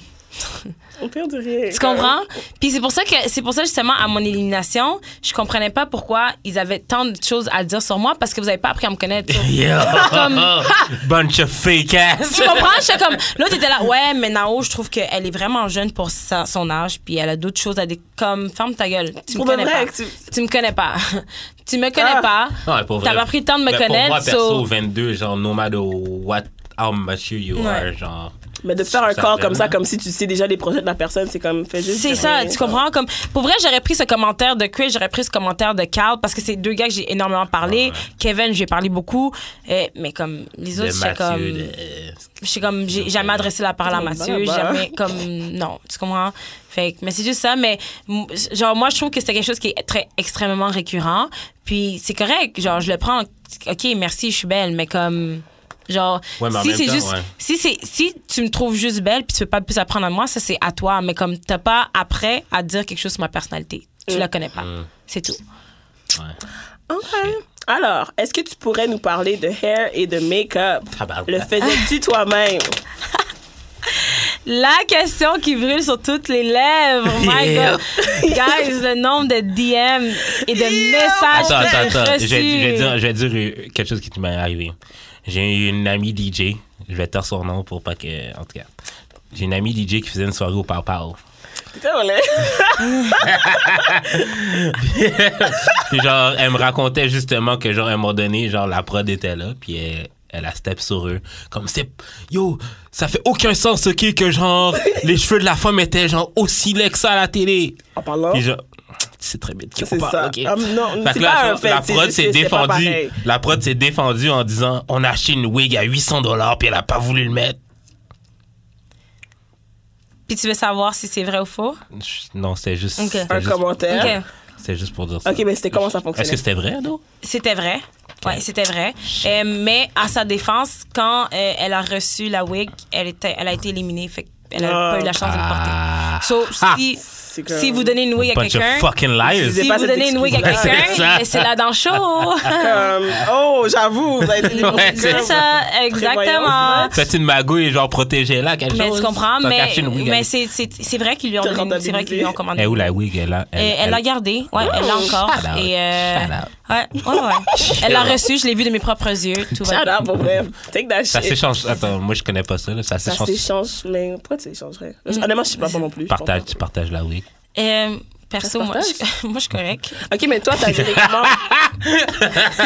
C: Au pire du rire.
D: Tu comprends? Puis c'est pour ça que c'est pour ça justement à mon élimination, je comprenais pas pourquoi ils avaient tant de choses à dire sur moi parce que vous avez pas appris à me connaître.
B: Yo!
D: Comme-
B: Bunch of fake ass!
D: tu comprends? J'étais comme l'autre était là, ouais, mais Nao, je trouve qu'elle est vraiment jeune pour sa- son âge, puis elle a d'autres choses à dire. Comme ferme ta gueule, tu me
C: Pour de
D: connais
C: vrai,
D: pas.
C: que tu-
D: Tu me connais pas. tu me connais
C: Ah.
D: pas.
B: Ouais, pour vrai.
D: T'as pas pris le temps de me
B: Ben,
D: connaître.
B: Pour moi,
D: so-
B: perso, 22, genre, no matter what, how mature you
D: Ouais. Ben,
B: are, genre.
C: Mais de faire un
B: Ça
C: corps
B: vraiment-
C: comme ça, comme si tu sais déjà les projets de la personne, c'est comme. Fais juste.
D: C'est
C: dire
D: ça,
C: rien.
D: tu comprends? Comme, pour vrai, j'aurais pris ce commentaire de Chris, j'aurais pris ce commentaire de Carl, parce que c'est deux gars que j'ai énormément parlé. Kevin, j'ai parlé beaucoup. Eh, mais comme les
B: Ah, De
D: autres, j'étais comme.
B: Mathieu, de-
D: J'étais comme, j'ai jamais adressé la parole à Mathieu, j'ai jamais comme, non, tu comprends? Fait que- mais c'est juste ça, mais m- genre, moi, je trouve que c'était quelque chose qui est très, extrêmement récurrent. Puis c'est correct, genre, je le prends, OK, merci, je suis belle, mais comme, genre,
B: Ouais, mais en
D: si
B: même
D: c'est
B: temps,
D: juste,
B: ouais.
D: si c'est, si tu me trouves juste belle puis tu veux pas plus apprendre à moi, ça c'est à toi, mais comme t'as pas après à dire quelque chose sur ma personnalité. Tu la connais pas.
B: Mm.
D: C'est tout.
C: Ok. Alors, est-ce que tu pourrais nous parler de hair et de make-up?
B: Tabarnak.
C: Le faisais-tu toi-même?
D: La question qui brûle sur toutes les lèvres. Oh My
B: Yeah.
D: God. Guys, le nombre de DM et de messages
B: Attends,
D: que
B: attends,
D: j'ai
B: attends. Je
D: reçus.
B: vais, je vais dire, je vais dire euh, quelque chose qui m'est arrivé. J'ai une amie DJ. Je vais taire son nom pour pas que. En tout cas. J'ai une amie DJ qui faisait une soirée au Pau Pau.
C: Putain, on est-
B: Puis genre, elle me racontait justement que genre, à un moment donné, genre, la prod était là, puis elle, elle a step sur eux. Comme c'est. Yo, ça fait aucun sens, ok, que genre, les cheveux de la femme étaient genre aussi laids que ça à la télé.
C: En parlant.
B: Puis genre, c'est très bien
C: Oh. C'est ça.
B: ok.
C: Ah, non,
B: Fait que
C: c'est
B: là,
C: pas
B: genre,
C: un fait,
B: la
C: c'est
B: prod
C: juste
B: s'est
C: que c'est pas
B: défendue.
C: pareil.
B: La prod s'est défendue en disant on a acheté une wig à 800 dollars puis elle a pas voulu le mettre.
D: Puis tu veux savoir si c'est vrai ou faux?
B: Chut, Non, c'était juste.
D: Ok.
B: c'était
C: Un
B: juste-
C: commentaire.
D: Ok.
B: C'était juste pour dire ça.
C: Ok, mais c'était comment ça
B: Est-ce que
C: fonctionnait?
B: c'était vrai, non?
D: C'était vrai. Ouais, c'était vrai. Euh, mais à sa défense, quand euh, elle a reçu la wig, elle, était, elle a été éliminée. Fait qu'elle a
C: Ah.
D: pas eu la chance de le porter. So,
B: Ah.
D: si,
C: C'est comme-
D: si vous donnez une wig à
B: Bunch of
D: quelqu'un,
B: fucking liars.
C: Excusez
D: si
C: pas
D: vous
C: cette
D: donnez une wig à
B: excuse. C'est
D: quelqu'un,
B: ça.
D: laissez-la dans le show.
C: Comme, oh, j'avoue, vous avez été des
B: Ouais,
D: C'est ça, exactement.
B: Faites une magouille, genre protégez-la, quelque
D: ah, Mais
B: chose.
D: Ben, tu comprends,
B: T'as
D: mais,
B: caché une wig à-
D: mais c'est, c'est, c'est vrai qu'ils lui ont
C: T'as
D: donné- c'est vrai qu'ils lui ont
C: rentabilisé.
D: commandé.
B: Elle est où la wig, elle a.
D: Euh, elle l'a gardée, ouais, elle l'a encore.
B: Shout out,
D: Et euh,
B: shout out.
D: ouais, ouais, ouais. elle l'a reçue, je l'ai vue de mes propres yeux. Tout va
C: Shout out, pour vrai. Take that
B: Ça
C: shit.
B: s'échange. Attends, moi je connais pas ça, là. Ça
C: Ça
B: s'échange.
C: s'échange, mais pourquoi tu échangerais? Honnêtement, je sais pas moi non plus. je pense
B: Partage, tu partages la wig.
D: Euh,
C: Ça se
D: perso, moi, je, moi, je suis correct.
C: pas. Ok, mais toi, t'as directement.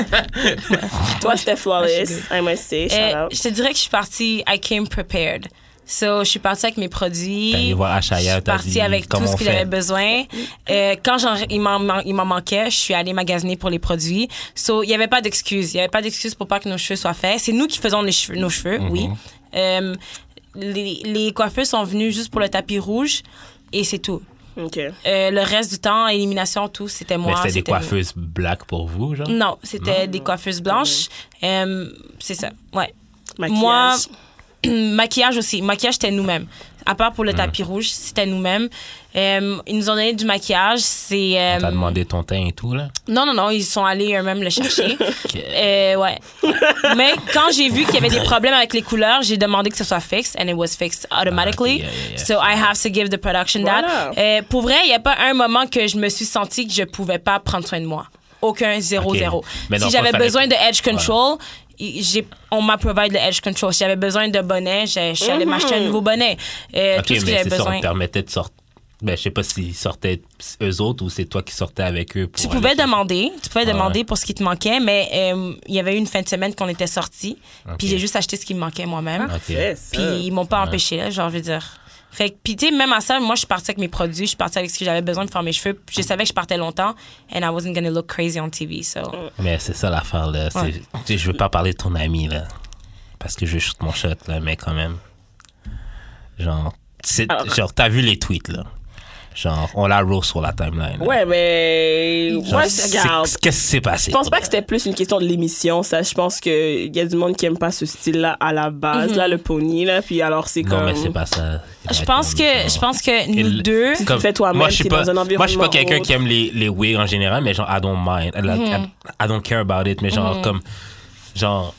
C: Toi, c'était
D: Ah,
C: flawless, I must say. Shout
D: Euh,
C: out.
D: je te dirais que je suis partie, I came prepared. So, je suis partie avec mes produits.
B: T'es allée voir
D: je
B: Ashaya,
D: suis
B: t'as dit,
D: partie avec tout
B: comment
D: ce
B: on
D: que
B: fait?
D: j'avais besoin. Euh, quand j'en- il m'en man- il m'en manquait, je suis allée magasiner pour les produits. So, il n'y avait pas d'excuse. Il n'y avait pas d'excuse pour pas que nos cheveux soient faits. C'est nous qui faisons les cheveux, nos cheveux,
B: Mhm.
D: oui. Euh, les, les coiffeurs sont venus juste pour le tapis rouge et c'est tout.
C: Ok.
D: Euh, le reste du temps, élimination, tout, c'était moi.
B: mais c'était des
D: nous.
B: coiffeuses black pour vous, genre?
D: Non, c'était des coiffeuses blanches. Euh, c'est ça, ouais.
C: Maquillage.
D: Moi, maquillage aussi. Maquillage, c'était nous-mêmes. À part pour le tapis rouge, c'était nous-mêmes. Euh, ils nous ont donné du maquillage. C'est. euh,
B: T'as demandé ton teint et tout, là?
D: Non, non, non, ils sont allés eux-mêmes le chercher. Euh, ouais. Mais quand j'ai vu qu'il y avait des problèmes avec les couleurs, j'ai demandé que ce soit fixe, and it was fixed automatically.
B: Ah, ok, yeah, yeah, yeah.
D: So I have to give the production that.
C: Voilà.
D: Euh, pour vrai, il n'y a pas un moment que je me suis sentie que je pouvais pas prendre soin de moi. Aucun zéro
B: Ok.
D: zéro.
B: Mais dans
D: si
B: le fond,
D: j'avais
B: fallait-
D: besoin de edge control, i- j'ai- on m'a provide le edge control. Si j'avais besoin de bonnet, j'ai- je suis allée m'acheter un nouveau bonnet. Euh,
B: Ok,
D: tout ce que
B: mais
D: j'avais
B: c'est ça, on
D: besoin.
B: te permettait de sortir. Ben, je sais pas s'ils sortaient eux autres ou c'est toi qui sortais avec eux. Pour
D: Tu
B: aller
D: pouvais
B: chercher.
D: demander, tu pouvais
B: Ah
D: demander
B: ouais.
D: pour ce qui te manquait, mais euh, il y avait eu une fin de semaine qu'on était sortis, puis j'ai juste acheté ce qui me manquait moi-même.
B: Ok.
C: C'est ça.
D: Puis
B: Euh,
D: ils m'ont pas empêché, là, genre, je veux dire. Fait que, puis tu sais, même à ça, moi, je suis partie avec mes produits, je suis partie avec ce que j'avais besoin de faire mes cheveux, puis je savais que je partais longtemps, and I wasn't gonna look crazy on TV, so.
C: Mm.
B: Mais c'est ça l'affaire, là. C'est-
D: Ouais.
B: tu sais, Je veux pas parler de ton ami, là. Parce que je shoot mon shot,
C: Ah.
B: là, mais quand même. Genre, c'est- genre t'as vu les tweets, là. Genre, on la roast sur la timeline. là.
C: Ouais, mais.
B: Genre,
C: Moi, je
B: c'est-
C: regarde.
B: Qu'est-ce qui s'est passé?
C: Je pense pas que c'était plus une question de l'émission, ça. Je pense qu'il y a du monde qui aime pas ce style-là à la
D: Mm-hmm.
C: base, là, le pony, là. Puis alors, c'est
B: Non,
C: comme.
B: mais c'est pas ça.
D: Je pense que, je pense que nous
B: Et-
D: deux,
C: tu le fais toi-même,
B: moi, je suis
C: t'es
B: pas-
C: dans un
B: Moi, je suis pas
C: environnement
B: quelqu'un
C: autre.
B: qui aime les, les wigs en général, mais genre, I don't mind. I, like-
D: Mhm.
B: I- I don't care about it. Mais genre, comme, genre,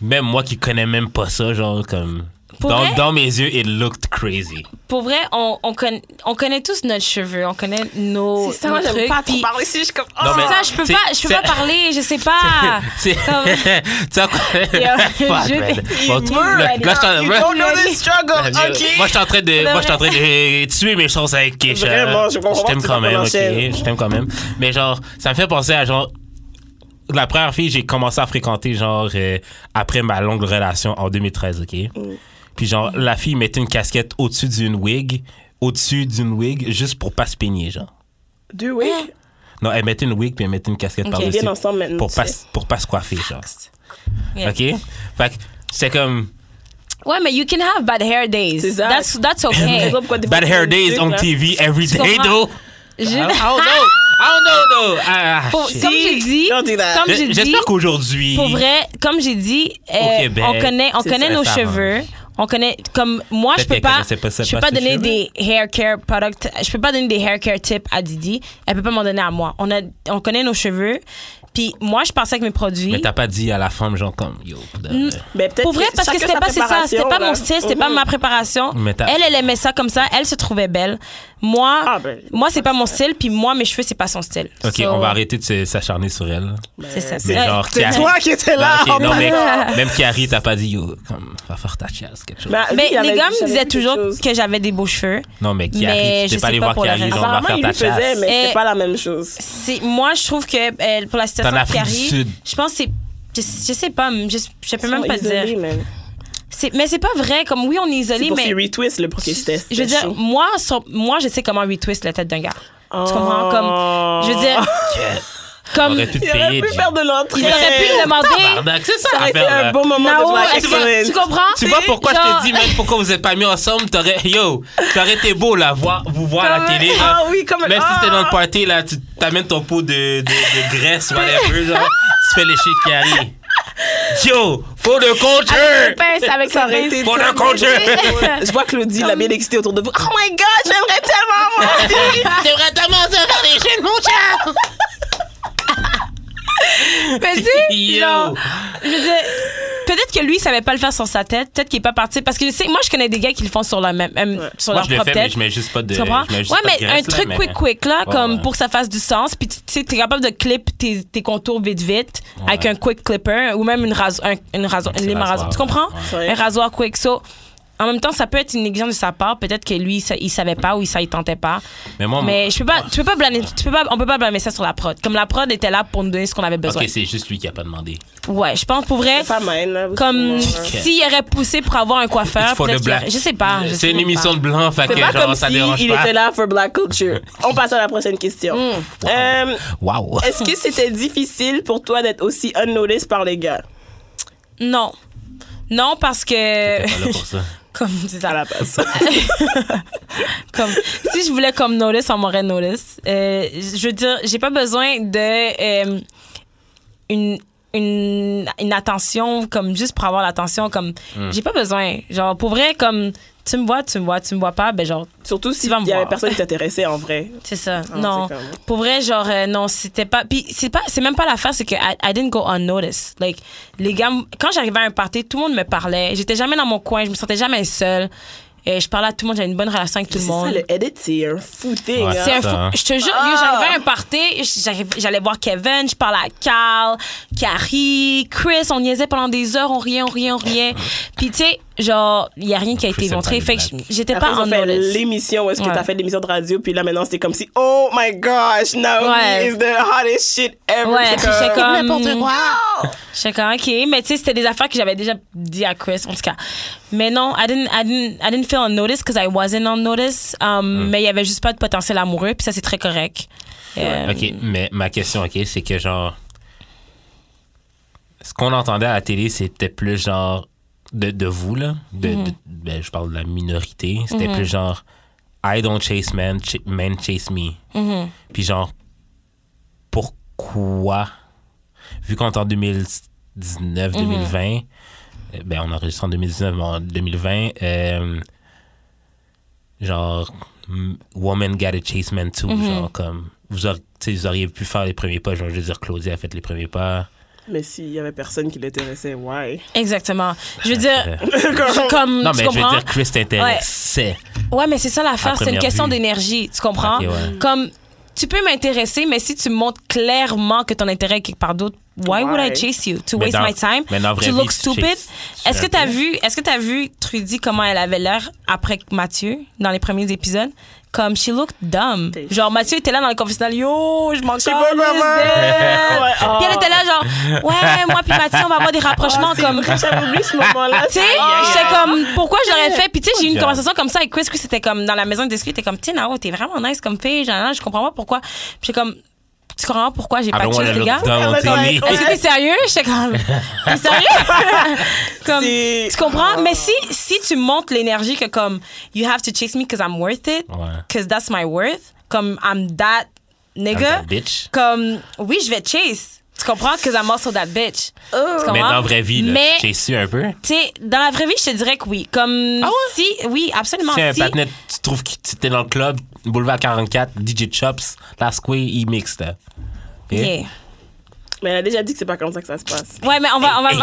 B: même moi qui connais même pas ça, genre, comme,
D: Pour
B: dans,
D: vrai?
B: dans mes yeux, it looked crazy.
D: pour vrai, on, on, conna- on connaît tous notre cheveu, on connaît nos,
C: C'est ça,
D: nos
C: moi, j'aime
D: trucs.
C: pas trop
D: puis-
C: parler ici. Je suis comme.
B: Non,
C: Ah!
B: mais-
D: Oh, ça, je peux
B: C'est-
D: pas, je peux
B: c'est-
D: pas parler, je sais pas.
B: C'est.
D: Comme-
B: Tu sais, quoi?
D: je-
B: Bon, tu- là, je suis en-
C: You don't know the struggle, Ah, ok?
B: Moi, je suis en train de, moi, je suis en train de tuer mes choses avec Keisha.
C: Vraiment, je comprends
B: t'aime
C: pas
B: quand même, ok.
C: pourquoi tu l'enchaînes.
B: Je t'aime quand même. Mais genre, ça me fait penser à genre. La première fille, que j'ai commencé à fréquenter, genre, euh, après ma longue relation en 2013, ok?
C: Mm.
B: Puis genre, la fille mettait une casquette au-dessus d'une wig, au-dessus d'une wig, juste pour pas se peigner, genre.
C: Deux weeks.
B: Non, elle mettait une wig, puis elle mettait une casquette
D: Ok,
B: par-dessus.
C: viennent ensemble maintenant,
B: Pour
C: tu
B: pas,
C: sais.
B: pour pas se coiffer, genre.
D: Yeah.
B: OK? Fait que c'est comme...
D: Ouais, mais you can have bad hair days.
C: C'est ça.
D: That's, that's
C: Je sais
D: okay.
C: pas pourquoi des fois,
B: Bad Hair
C: tu fais une
B: Days on
C: truc, là.
B: TV every day,
D: comprends?
B: though.
D: Je-
B: I don't know. I don't know, though. oh, Ah,
D: Pour-
B: shit.
D: comme j'ai dit,
C: Don't do that.
D: comme j'ai
B: J-
D: dit,
B: J'espère qu'aujourd'hui...
D: pour vrai, comme j'ai dit, euh,
B: Québec,
D: on connaît, on
B: c'est
D: connaît
B: ça,
D: nos
B: ça
D: cheveux.
B: arrange.
D: On connaît, comme moi, je
B: Peut-être
D: peux
B: qu'elle
D: pas,
B: connaissait pas ça,
D: je peux
B: pas ses
D: pas donner
B: cheveux.
D: des hair care products, je peux pas donner des hair care tips à Didi. Elle peut pas m'en donner à moi. On a, on connaît nos cheveux. Puis moi, je pensais que mes produits.
B: Mais t'as pas dit à la femme, genre, comme... Yo, pour de vrai.
C: Mais Ben, peut-être
D: Pour vrai, parce que
C: chacun
D: c'était
C: sa
D: pas, c'est ça,
C: préparation,
D: c'était pas
C: là.
D: mon style, c'était pas
C: Mhm.
D: ma préparation.
B: Mais t'as-
D: Elle, elle aimait ça comme ça, elle se trouvait belle. Moi,
C: Ah ben,
D: moi c'est pas mon style, puis moi, mes cheveux, c'est pas son style.
B: OK,
D: So, euh,
B: on va arrêter de se- s'acharner sur elle.
D: C'est ça.
B: Mais
D: Ouais.
B: genre,
D: C'est
B: Kiari-
C: toi qui étais
B: Non,
C: là,
B: ok,
C: en
B: non, mais
D: passant.
B: même Kiari, t'as pas dit, yo, comme, va faire ta chasse, quelque chose.
C: Bah, lui,
D: Mais
C: il avait-
D: les gars
C: j'avais
D: me disaient
C: vu quelque
D: toujours
C: chose.
D: que j'avais des beaux cheveux.
B: Non, mais
D: Mais
B: Kiari, tu
D: je
B: t'es pas
D: sais
B: allé
D: pas
B: voir
D: pour le
B: Kiari,
D: reste.
B: genre, va
C: Apparemment,
B: faire
C: il
B: ta
C: le faisait,
B: chasse.
C: mais
D: Et-
C: c'était pas la même chose.
D: C'est- Moi, je trouve que euh, pour la situation
B: T'en
D: de
B: Afrique du
D: Carrie,
B: Sud.
D: je pense que c'est. Je, je sais pas, je, je peux
C: Ils
D: même
C: sont
D: pas
C: isolés,
D: dire.
C: man.
D: C'est- Mais c'est pas vrai, comme oui, on est
C: C'est
D: isolé,
C: pour
D: mais.
C: ces retwists, le premier test.
D: Je veux dire, moi, sur- moi, je sais comment retwist la tête d'un gars. Tu comprends? Comme. Je veux dire, comme.
B: Aurait pu te
C: Il aurait
B: payer,
C: pu
B: G.
C: faire de l'entrée.
D: Il aurait pu me demander.
B: Tabarnak, Ah, c'est
C: Ça
B: ça,
C: aurait été
B: l'affaire, là.
C: un bon moment
D: Nao,
C: de Black
D: est-ce que- tu
C: Excellence.
D: comprends?
B: Tu vois pourquoi
D: Genre-
B: je te dis, même pourquoi vous êtes pas mis ensemble, t'aurais, yo, t'aurais été beau la voir, vous voir à la
D: Comme-
B: télé. là.
C: Ah oui, comme
B: Même si
C: ah.
B: t'es dans le party, là, tu t'amènes ton pot de, de, de graisse, whatever, genre, tu fais les shit qui arrivent. Yo, faut le
D: Avec ses
B: contre!
D: pinces, avec
C: Ça
D: sa
C: aurait été
D: pince.
B: Faut le
C: tellement-
B: contre!
C: Ouais. Je vois Claudie, la bien excitée autour de vous. Oh my god, j'aimerais tellement moi.
B: T'aimerais tellement ça faire les shit, mon chat!
D: Mais tu sais, genre,
B: Yo!
D: je veux dire, Peut-être que lui, il savait pas le faire sur sa tête. Peut-être qu'il est pas parti. Parce que je sais, moi, je connais des gars qui le font sur, la même, euh, sur
B: Moi,
D: leur
B: je le
D: propre
B: fais, mais
D: tête.
B: je mets juste pas de.
D: Tu comprends?
B: je mets juste
D: ouais,
B: pas de
D: mais un
B: graisse, là,
D: truc
B: mais-
D: quick-quick, là,
B: Ouais,
D: comme
B: ouais.
D: pour que ça fasse du sens. Puis tu sais, t'es capable de clip tes, tes contours vite-vite avec
B: Ouais.
D: un quick clipper ou même une, raso- un- une, raso-
B: petit
D: une lime à rasoir.
B: rasoir,
D: Tu comprends?
C: ouais. Ouais.
D: Un rasoir quick. So, en même temps, ça peut être une négligence de sa part. Peut-être que lui, ça- il savait pas ou ça, il tentait pas.
B: Mais moi,
D: Mais
B: moi-
D: je peux pas, tu peux pas blâmer, tu peux pas, on peut pas blâmer ça sur la prod. Comme la prod était là pour nous donner ce qu'on avait besoin.
B: Ok, c'est juste lui qui a pas demandé.
D: Ouais, je pense pour vrai.
C: C'est pas mine, là.
D: Comme
C: C'est
D: s'il aurait poussé pour avoir un coiffeur,
B: It's for the
D: peut-être qu'il
B: black.
D: aurait- je sais pas. je sais
B: C'est une
D: même
B: émission
D: pas.
B: de blanc, fait que
C: pas
B: genre,
C: comme
B: ça
C: si
B: dérange
C: il
B: pas.
C: était là for black culture. On passe à la prochaine question.
D: Mm.
C: Euh,
B: Wow!
C: Est-ce que c'était difficile pour toi d'être aussi unnoticed par les gars
D: Non, non parce que
B: T'étais pas là pour ça.
D: comme disait
C: à la base?
D: comme si je voulais comme notice on m'aurait notice Euh, je veux dire j'ai pas besoin de euh, une une, une attention comme juste pour avoir l'attention comme j'ai pas besoin genre pour vrai comme tu me vois tu me vois tu me vois pas ben genre
C: Surtout si
D: Tu vas me
C: il y avait
D: voir.
C: personne qui t'intéressait en vrai.
D: c'est ça
C: Ah,
D: non
C: c'est comme-
D: pour vrai genre euh, non c'était pas puis c'est pas c'est même pas l'affaire c'est que I, I didn't go unnoticed like les gars m- quand j'arrivais à un party tout le monde me parlait j'étais jamais dans mon coin je me sentais jamais seule et je parlais à tout le monde j'avais une bonne relation avec tout le
C: C'est
D: monde
C: ça, le edit, c'est un fou thing.
B: Ouais.
C: hein.
D: C'est un
B: Ça, hein.
D: fou. Je te jure, yo, j'arrivais à un party, j'arrive- j'allais voir Kevin, je parlais à Carl, Carrie, Chris, on niaisait pendant des heures, on riait, on riait, on riait. Puis tu sais, genre, il y a rien qui a
B: Chris
D: été
B: aime
D: montré,
B: pas
D: fait
B: les
D: que
B: blagues.
D: j'étais
C: Après,
D: pas
C: ils ont
D: en
C: fait
D: notice.
C: l'émission où est-ce que
D: Ouais.
C: t'as fait l'émission de radio, puis là maintenant c'est comme si oh my gosh, Naomi
D: Ouais.
C: is the hottest shit ever.
D: Ouais, puis j'étais comme hmm.
C: n'importe quoi.
D: J'étais comme ok, mais tu sais, c'était des affaires que j'avais déjà dit à Chris en tout cas. Mais non, I didn't, I didn't, I didn't feel on notice because I wasn't on notice.
B: Hmm.
D: Um, Mais il y avait juste pas de potentiel amoureux, puis ça c'est très correct. Euh,
B: Ok, mais ma question, ok, c'est que genre. Ce qu'on entendait à la télé, c'était plus genre. De, de vous, là. De, de- ben, je parle de la minorité. C'était plus genre. I don't chase men, ch- men chase me. Puis genre, pourquoi, vu qu'on est en 2019, 2020, euh, ben on enregistre en 2019, mais en 2020, euh, genre, m- woman gotta chase men too.
D: Mhm.
B: Genre, comme, vous, aur- tu sais, vous auriez pu faire les premiers pas. Genre, je veux dire, Claudia a fait les premiers pas.
C: Mais s'il y avait personne qui l'intéressait, why?
D: Exactement. Je veux dire,
B: Euh,
D: je- comme,
B: non,
D: mm, tu
B: mais je veux
D: comprends?
B: dire, Chris t'intéressait.
D: Ouais, mais c'est ça l'affaire,
B: À
D: c'est une
B: première
D: question
B: vue.
D: d'énergie, tu comprends?
B: Ok, ouais.
D: Comme, tu peux m'intéresser, mais si tu montres clairement que ton intérêt est quelque part d'autre, why would I
C: Ouais.
D: chase you? To
B: Mais
D: waste
B: dans-
D: my time?
B: mais dans la vraie
D: to
B: vie,
D: look
B: tu
D: stupid?
B: chasses- tu
D: Est-ce que
B: l'intérêt.
D: t'as vu, est-ce que t'as vu Trudy comment elle avait l'air après Mathieu dans les premiers épisodes? Comme, she looked dumb.
C: T'es-
D: Genre, Mathieu était là dans le confessionnal, yo, je m'en
C: sais pas quoi faire. Ouais, oh.
D: Puis elle était là, genre, ouais, moi, puis Mathieu, on va avoir des rapprochements comme.
C: Ah, Vrai, J'avais oublié ce moment-là.
D: Tu sais,
C: Aïe, aïe, aïe.
D: j'étais comme, pourquoi j'aurais fait? Puis tu sais, j'ai eu une
B: Genre.
D: conversation comme ça avec Chris, Chris était comme dans la maison de discuter, était comme, tu sais, Nao, t'es vraiment nice comme fille, genre, là, je comprends pas pourquoi. Puis j'étais comme, tu comprends pas pourquoi j'ai
B: I
D: pas
B: don't want
D: de
B: to
D: les
B: look
D: gars?
B: down on
C: Ouais,
B: Tony.
C: ouais.
D: Est-ce que t'es sérieux? J'étais comme, t'es sérieux? comme,
C: C'est-
D: tu comprends? Mais si, si tu montes l'énergie que comme, you have to chase me because I'm worth it,
B: Ouais.
D: because that's my worth, comme, I'm that nigga,
B: I'm that bitch.
D: comme, oui, je vais te chase. Tu comprends? Because I'm also that bitch. Tu
B: Mais
D: comprends?
B: dans la vraie vie, là,
D: Mais-
B: j'ai su un peu.
D: Tu sais, dans la vraie vie, je te dirais que oui.
C: Ah
D: Comme si, oui, absolument.
B: Si un
D: si.
B: patinet, tu trouves que tu t'es dans le club, Boulevard 44, DJ Chops, la Square, il mixe, là. Ok?
D: Yeah.
C: Mais elle a déjà dit que c'est pas comme ça que ça se passe.
D: Ouais, mais on va, on va.
B: Hey,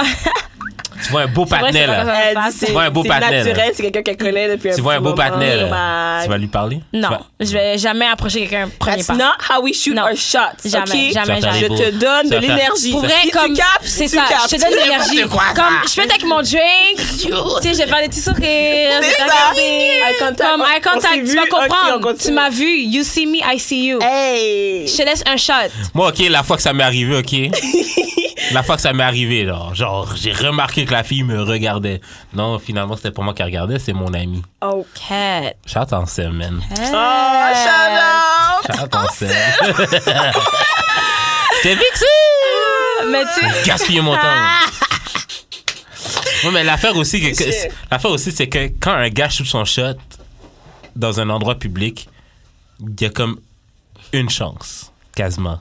B: Tu vois un beau
D: vrai,
B: patinet,
D: c'est pas
B: là.
D: grave.
C: Elle a dit c'est
D: Tu
B: vois un beau
C: c'est
B: partenaire,
C: naturel, c'est quelqu'un qu'elle connaît depuis un
B: Tu vois un
C: petit
B: beau
C: moment.
B: patinet, là.
C: Bye.
B: Tu vas lui parler? Tu
D: non,
B: vas-
D: je vais jamais approcher quelqu'un premier
C: That's
D: pas.
C: not how we shoot
D: Non.
C: our shots.
D: Jamais,
B: Tu
C: ok?
D: jamais,
B: vas faire
D: jamais.
B: les
C: Je
B: beaux-
C: te donne
B: tu
C: de
B: vas faire-
C: l'énergie.
D: Pour vrai,
C: si
D: comme.
C: tu capes,
D: C'est
C: tu
D: ça,
C: capes.
D: je te donne de l'énergie.
B: quoi, ça.
D: Comme, je peux être avec mon drink. Tu sais, je vais faire des petits sourires. je vais te
C: ça.
D: regarder.
C: Eye contact.
D: Comme, eye
C: On- on
D: contact,
C: s'est
D: tu
C: vu,
D: vas
C: ok, on
D: comprendre.
C: continue.
D: tu m'as vu. You see me, I see you.
C: Hey!
D: Je te laisse un shot.
B: Moi, OK, la fois que ça m'est arrivé, OK? la fois que ça m'est arrivé, là, genre, j'ai remarqué que la fille me regardait. Non, finalement, c'était pas moi qui la regardait, c'est mon ami.
C: Oh,
D: Cat.
B: Shout en semaine.
C: oh shout out!
B: Shout en semaine. T'es vexé!
D: Mais tu.
B: Gaspiller mon temps. Ouais, mais l'affaire aussi, que- que- l'affaire aussi, c'est que quand un gars shoot son shot dans un endroit public, il y a comme une chance, quasiment.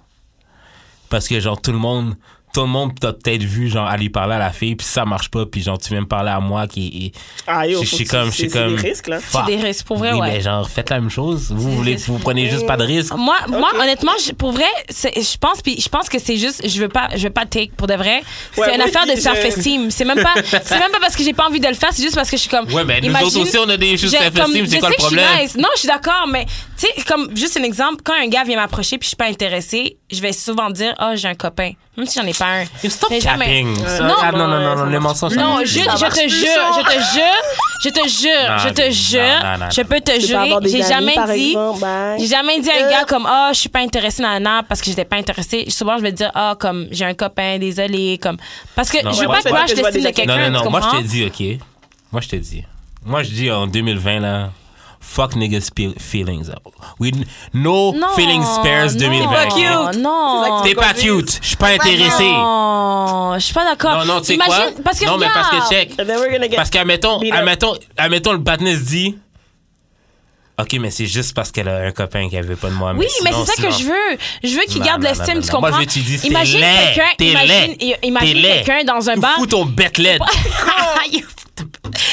B: Parce que, genre, tout le monde, tout le monde t'a peut-être vu, genre, aller parler à la fille, puis ça marche pas, puis genre, tu viens me parler à moi qui
C: Ah, yo,
B: Je- je
C: faut
B: suis
C: que
B: comme-
C: tu-
B: je suis
C: c'est- c'est
B: comme-
C: des risques, là.
B: Fuck.
D: des risques, pour vrai,
B: oui,
D: ouais.
B: mais genre, faites la même chose. Vous voulez, vous prenez juste pas de risque.
D: Moi, moi, honnêtement, je- pour vrai, c'est- je pense, puis je pense que c'est juste, je veux pas, je veux pas take pour de vrai.
C: Ouais,
D: c'est une
C: moi,
D: affaire de
C: je-
D: self-esteem. C'est même pas, c'est même pas parce que j'ai pas envie de le faire, c'est juste parce que je suis comme.
B: Ouais, mais nous
D: imagine-
B: autres aussi, on a des choses
D: j'ai- comme,
B: self-esteem,
D: je
B: c'est quoi
D: sais
B: le
D: que je suis
B: problème?
D: nice. Non, je suis d'accord, mais tu sais, comme juste un exemple, quand un gars vient m'approcher puis je suis pas intéressée, je vais souvent dire, oh, j'ai un copain, même si j'en ai pas un.
B: Stop
D: Mais jamais. Euh,
B: capping. Ça,
D: Non.
B: ah, non, non, non, non, les mensonges, ça
D: Non,
B: marche
D: je,
B: pas.
D: je te jure, je te jure, je te jure,
B: Non,
D: je te
B: non,
D: jure,
B: non, non,
D: je peux te
C: Tu peux avoir
D: jurer,
C: des
D: j'ai
C: amis,
D: jamais
C: par
D: dit,
C: exemple, bye.
D: j'ai jamais dit à un
C: Euh.
D: gars comme ah je suis pas intéressée dans un parce que j'étais pas intéressée. Souvent je vais dire ah comme j'ai un copain désolé comme parce que
B: Non,
D: je veux
B: moi,
D: pas
B: je fais
D: que
B: pas
D: moi
C: que
D: je
C: je vois
D: l'estime de
C: des amis.
D: quelqu'un.
B: Non, non,
D: tu
B: non. Moi, je
D: comprends?
B: te dis, OK. Moi, je te dis. Moi, je dis en 2020, là, fuck niggas pe- feelings. We, no
D: Non,
B: feelings spares
D: non,
B: 2020.
C: T'es pas
D: Non, non.
B: T'es pas cute. Je suis pas intéressé.
D: Non, je suis pas d'accord.
B: Non, non, tu sais quoi?
D: Imagine- Parce que
B: non, mais parce que
D: regarde,
B: check.
C: And then Eh ben, we're gonna get-
B: Parce qu'admettons,
C: Beat up.
B: admettons, admettons, le Batness dit. OK, mais c'est juste parce qu'elle a un copain qui veut pas de moi.
D: Oui, mais
B: sinon,
D: c'est ça que
B: sinon-
D: je veux. Je veux qu'il
B: Non,
D: garde
B: non, non,
D: l'estime, tu
B: non, non.
D: comprends?
B: Moi, je te dis, c'est
D: imagine
B: laid.
D: quelqu'un,
B: T'es
D: imagine,
B: laid.
D: imagine
B: T'es laid.
D: quelqu'un dans un
B: Fous
D: bar.
B: ton bête laide.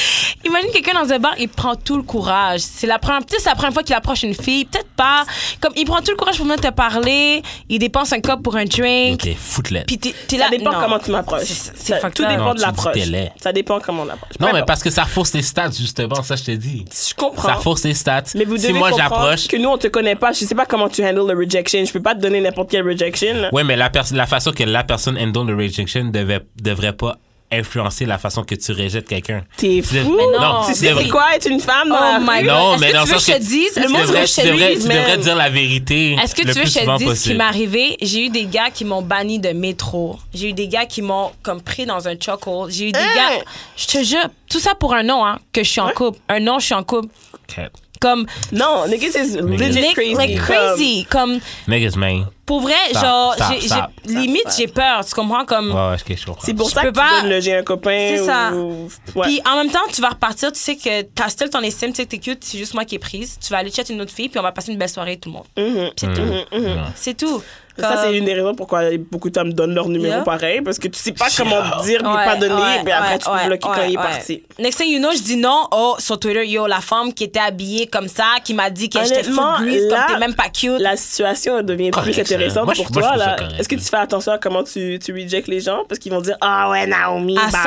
D: Imagine quelqu'un dans un bar, il prend tout le courage. C'est la première, peut-être c'est la première fois qu'il approche une fille, peut-être pas. Comme il prend tout le courage pour venir te parler, il dépense un cop pour un drink.
B: OK, foute laide.
D: Puis t'es, t'es là.
C: Ça dépend
D: non.
C: comment tu m'approches.
D: C'est- c'est
C: Ça-
D: fucked
C: Tout
D: up.
C: dépend
B: Non,
C: de
B: tu dis
C: l'approche.
B: t'es laid.
C: Ça dépend comment on l'approche.
B: Non,
C: Peu
B: mais
C: importe.
B: parce que ça fausse les stats, justement, ça, je te dis.
C: Je comprends.
B: Ça fausse les stats.
C: Mais vous
B: si
C: devez
B: moi,
C: comprendre
B: j'approche.
C: que nous, on te connaît pas. Je sais pas comment tu handles le rejection. Je peux pas te donner n'importe quelle rejection. là.
B: Ouais, mais la, pers- la façon que la personne handle the rejection devait, devrait pas influencer la façon que tu rejettes quelqu'un.
C: T'es
B: Tu dev-
C: fou.
B: Non,
D: non,
C: Tu
B: tu
C: sais
B: devrais-
C: c'est quoi être une femme dans
D: Oh
C: la
D: my
C: rue?
D: God.
B: Non,
D: Est-ce
B: mais
D: que
B: dans
D: tu
B: le
D: veux
B: sens
D: que je
B: que
D: te dise? Est-ce
B: tu
D: que tu veux
B: devrais,
D: que je
B: tu
D: te
B: devrais-
D: dise,
B: tu devrais
D: man?
B: dire la vérité
D: Est-ce que
B: le
D: tu veux
B: plus
D: que je
B: souvent
D: te dise ce qui
B: possible.
D: m'est arrivé? J'ai eu des gars qui m'ont banni de métro. J'ai eu des gars qui m'ont comme pris dans un choco. J'ai eu des
C: Hein?
D: gars. Je te jure, tout ça pour un nom, hein, que je suis en couple. Un nom, je suis en couple.
B: Cat.
D: Comme.
C: Non, niggas is legit
D: Like
C: crazy.
D: like
C: Comme-
D: crazy. Comme.
B: Niggas, man.
D: Pour vrai,
B: Stop,
D: genre,
B: stop,
D: j'ai- j'ai-
B: stop.
D: limite, j'ai peur. Tu comprends? Comme,
B: Ouais, ouais, ok, je comprends.
C: C'est pour
D: Je
C: ça que
D: peux
C: tu
D: pas-
C: donnes le j'ai un copain.
D: C'est ça.
C: ou- Ouais.
D: Puis en même temps, tu vas repartir, tu sais que t'as still ton estime, tu sais que t'es cute, c'est juste moi qui est prise. Tu vas aller chat une autre fille, puis on va passer une belle soirée, tout le monde.
C: Mhm.
D: C'est tout.
B: Mm-hmm. Mm.
D: C'est tout.
C: Ça,
D: Comme-
C: c'est une des raisons pourquoi beaucoup d'hommes donnent leur numéro
D: euh, Yeah.
C: pareil, parce que tu sais pas comment dire, mais
D: Ouais,
C: pas donner,
D: ouais,
C: puis après,
D: ouais,
C: tu te
D: ouais,
C: bloques
D: ouais,
C: quand il est
D: ouais.
C: parti.
D: Next thing you know, je dis non. Oh, sur Twitter, yo, la femme qui était habillée comme ça, qui m'a dit que j'étais toute
C: Honnêtement,
D: grise,
C: là-
D: comme t'es même pas cute.
C: La situation elle devient
B: Correct,
C: plus intéressante
B: là. Moi, je-
C: pour
B: moi, je
C: toi.
B: trouve ça
C: là.
B: correct,
C: Est-ce que
B: là.
C: tu fais attention à comment tu, tu rejectes les gens? Parce qu'ils vont dire, ah ouais, Naomi,
D: À
C: bye.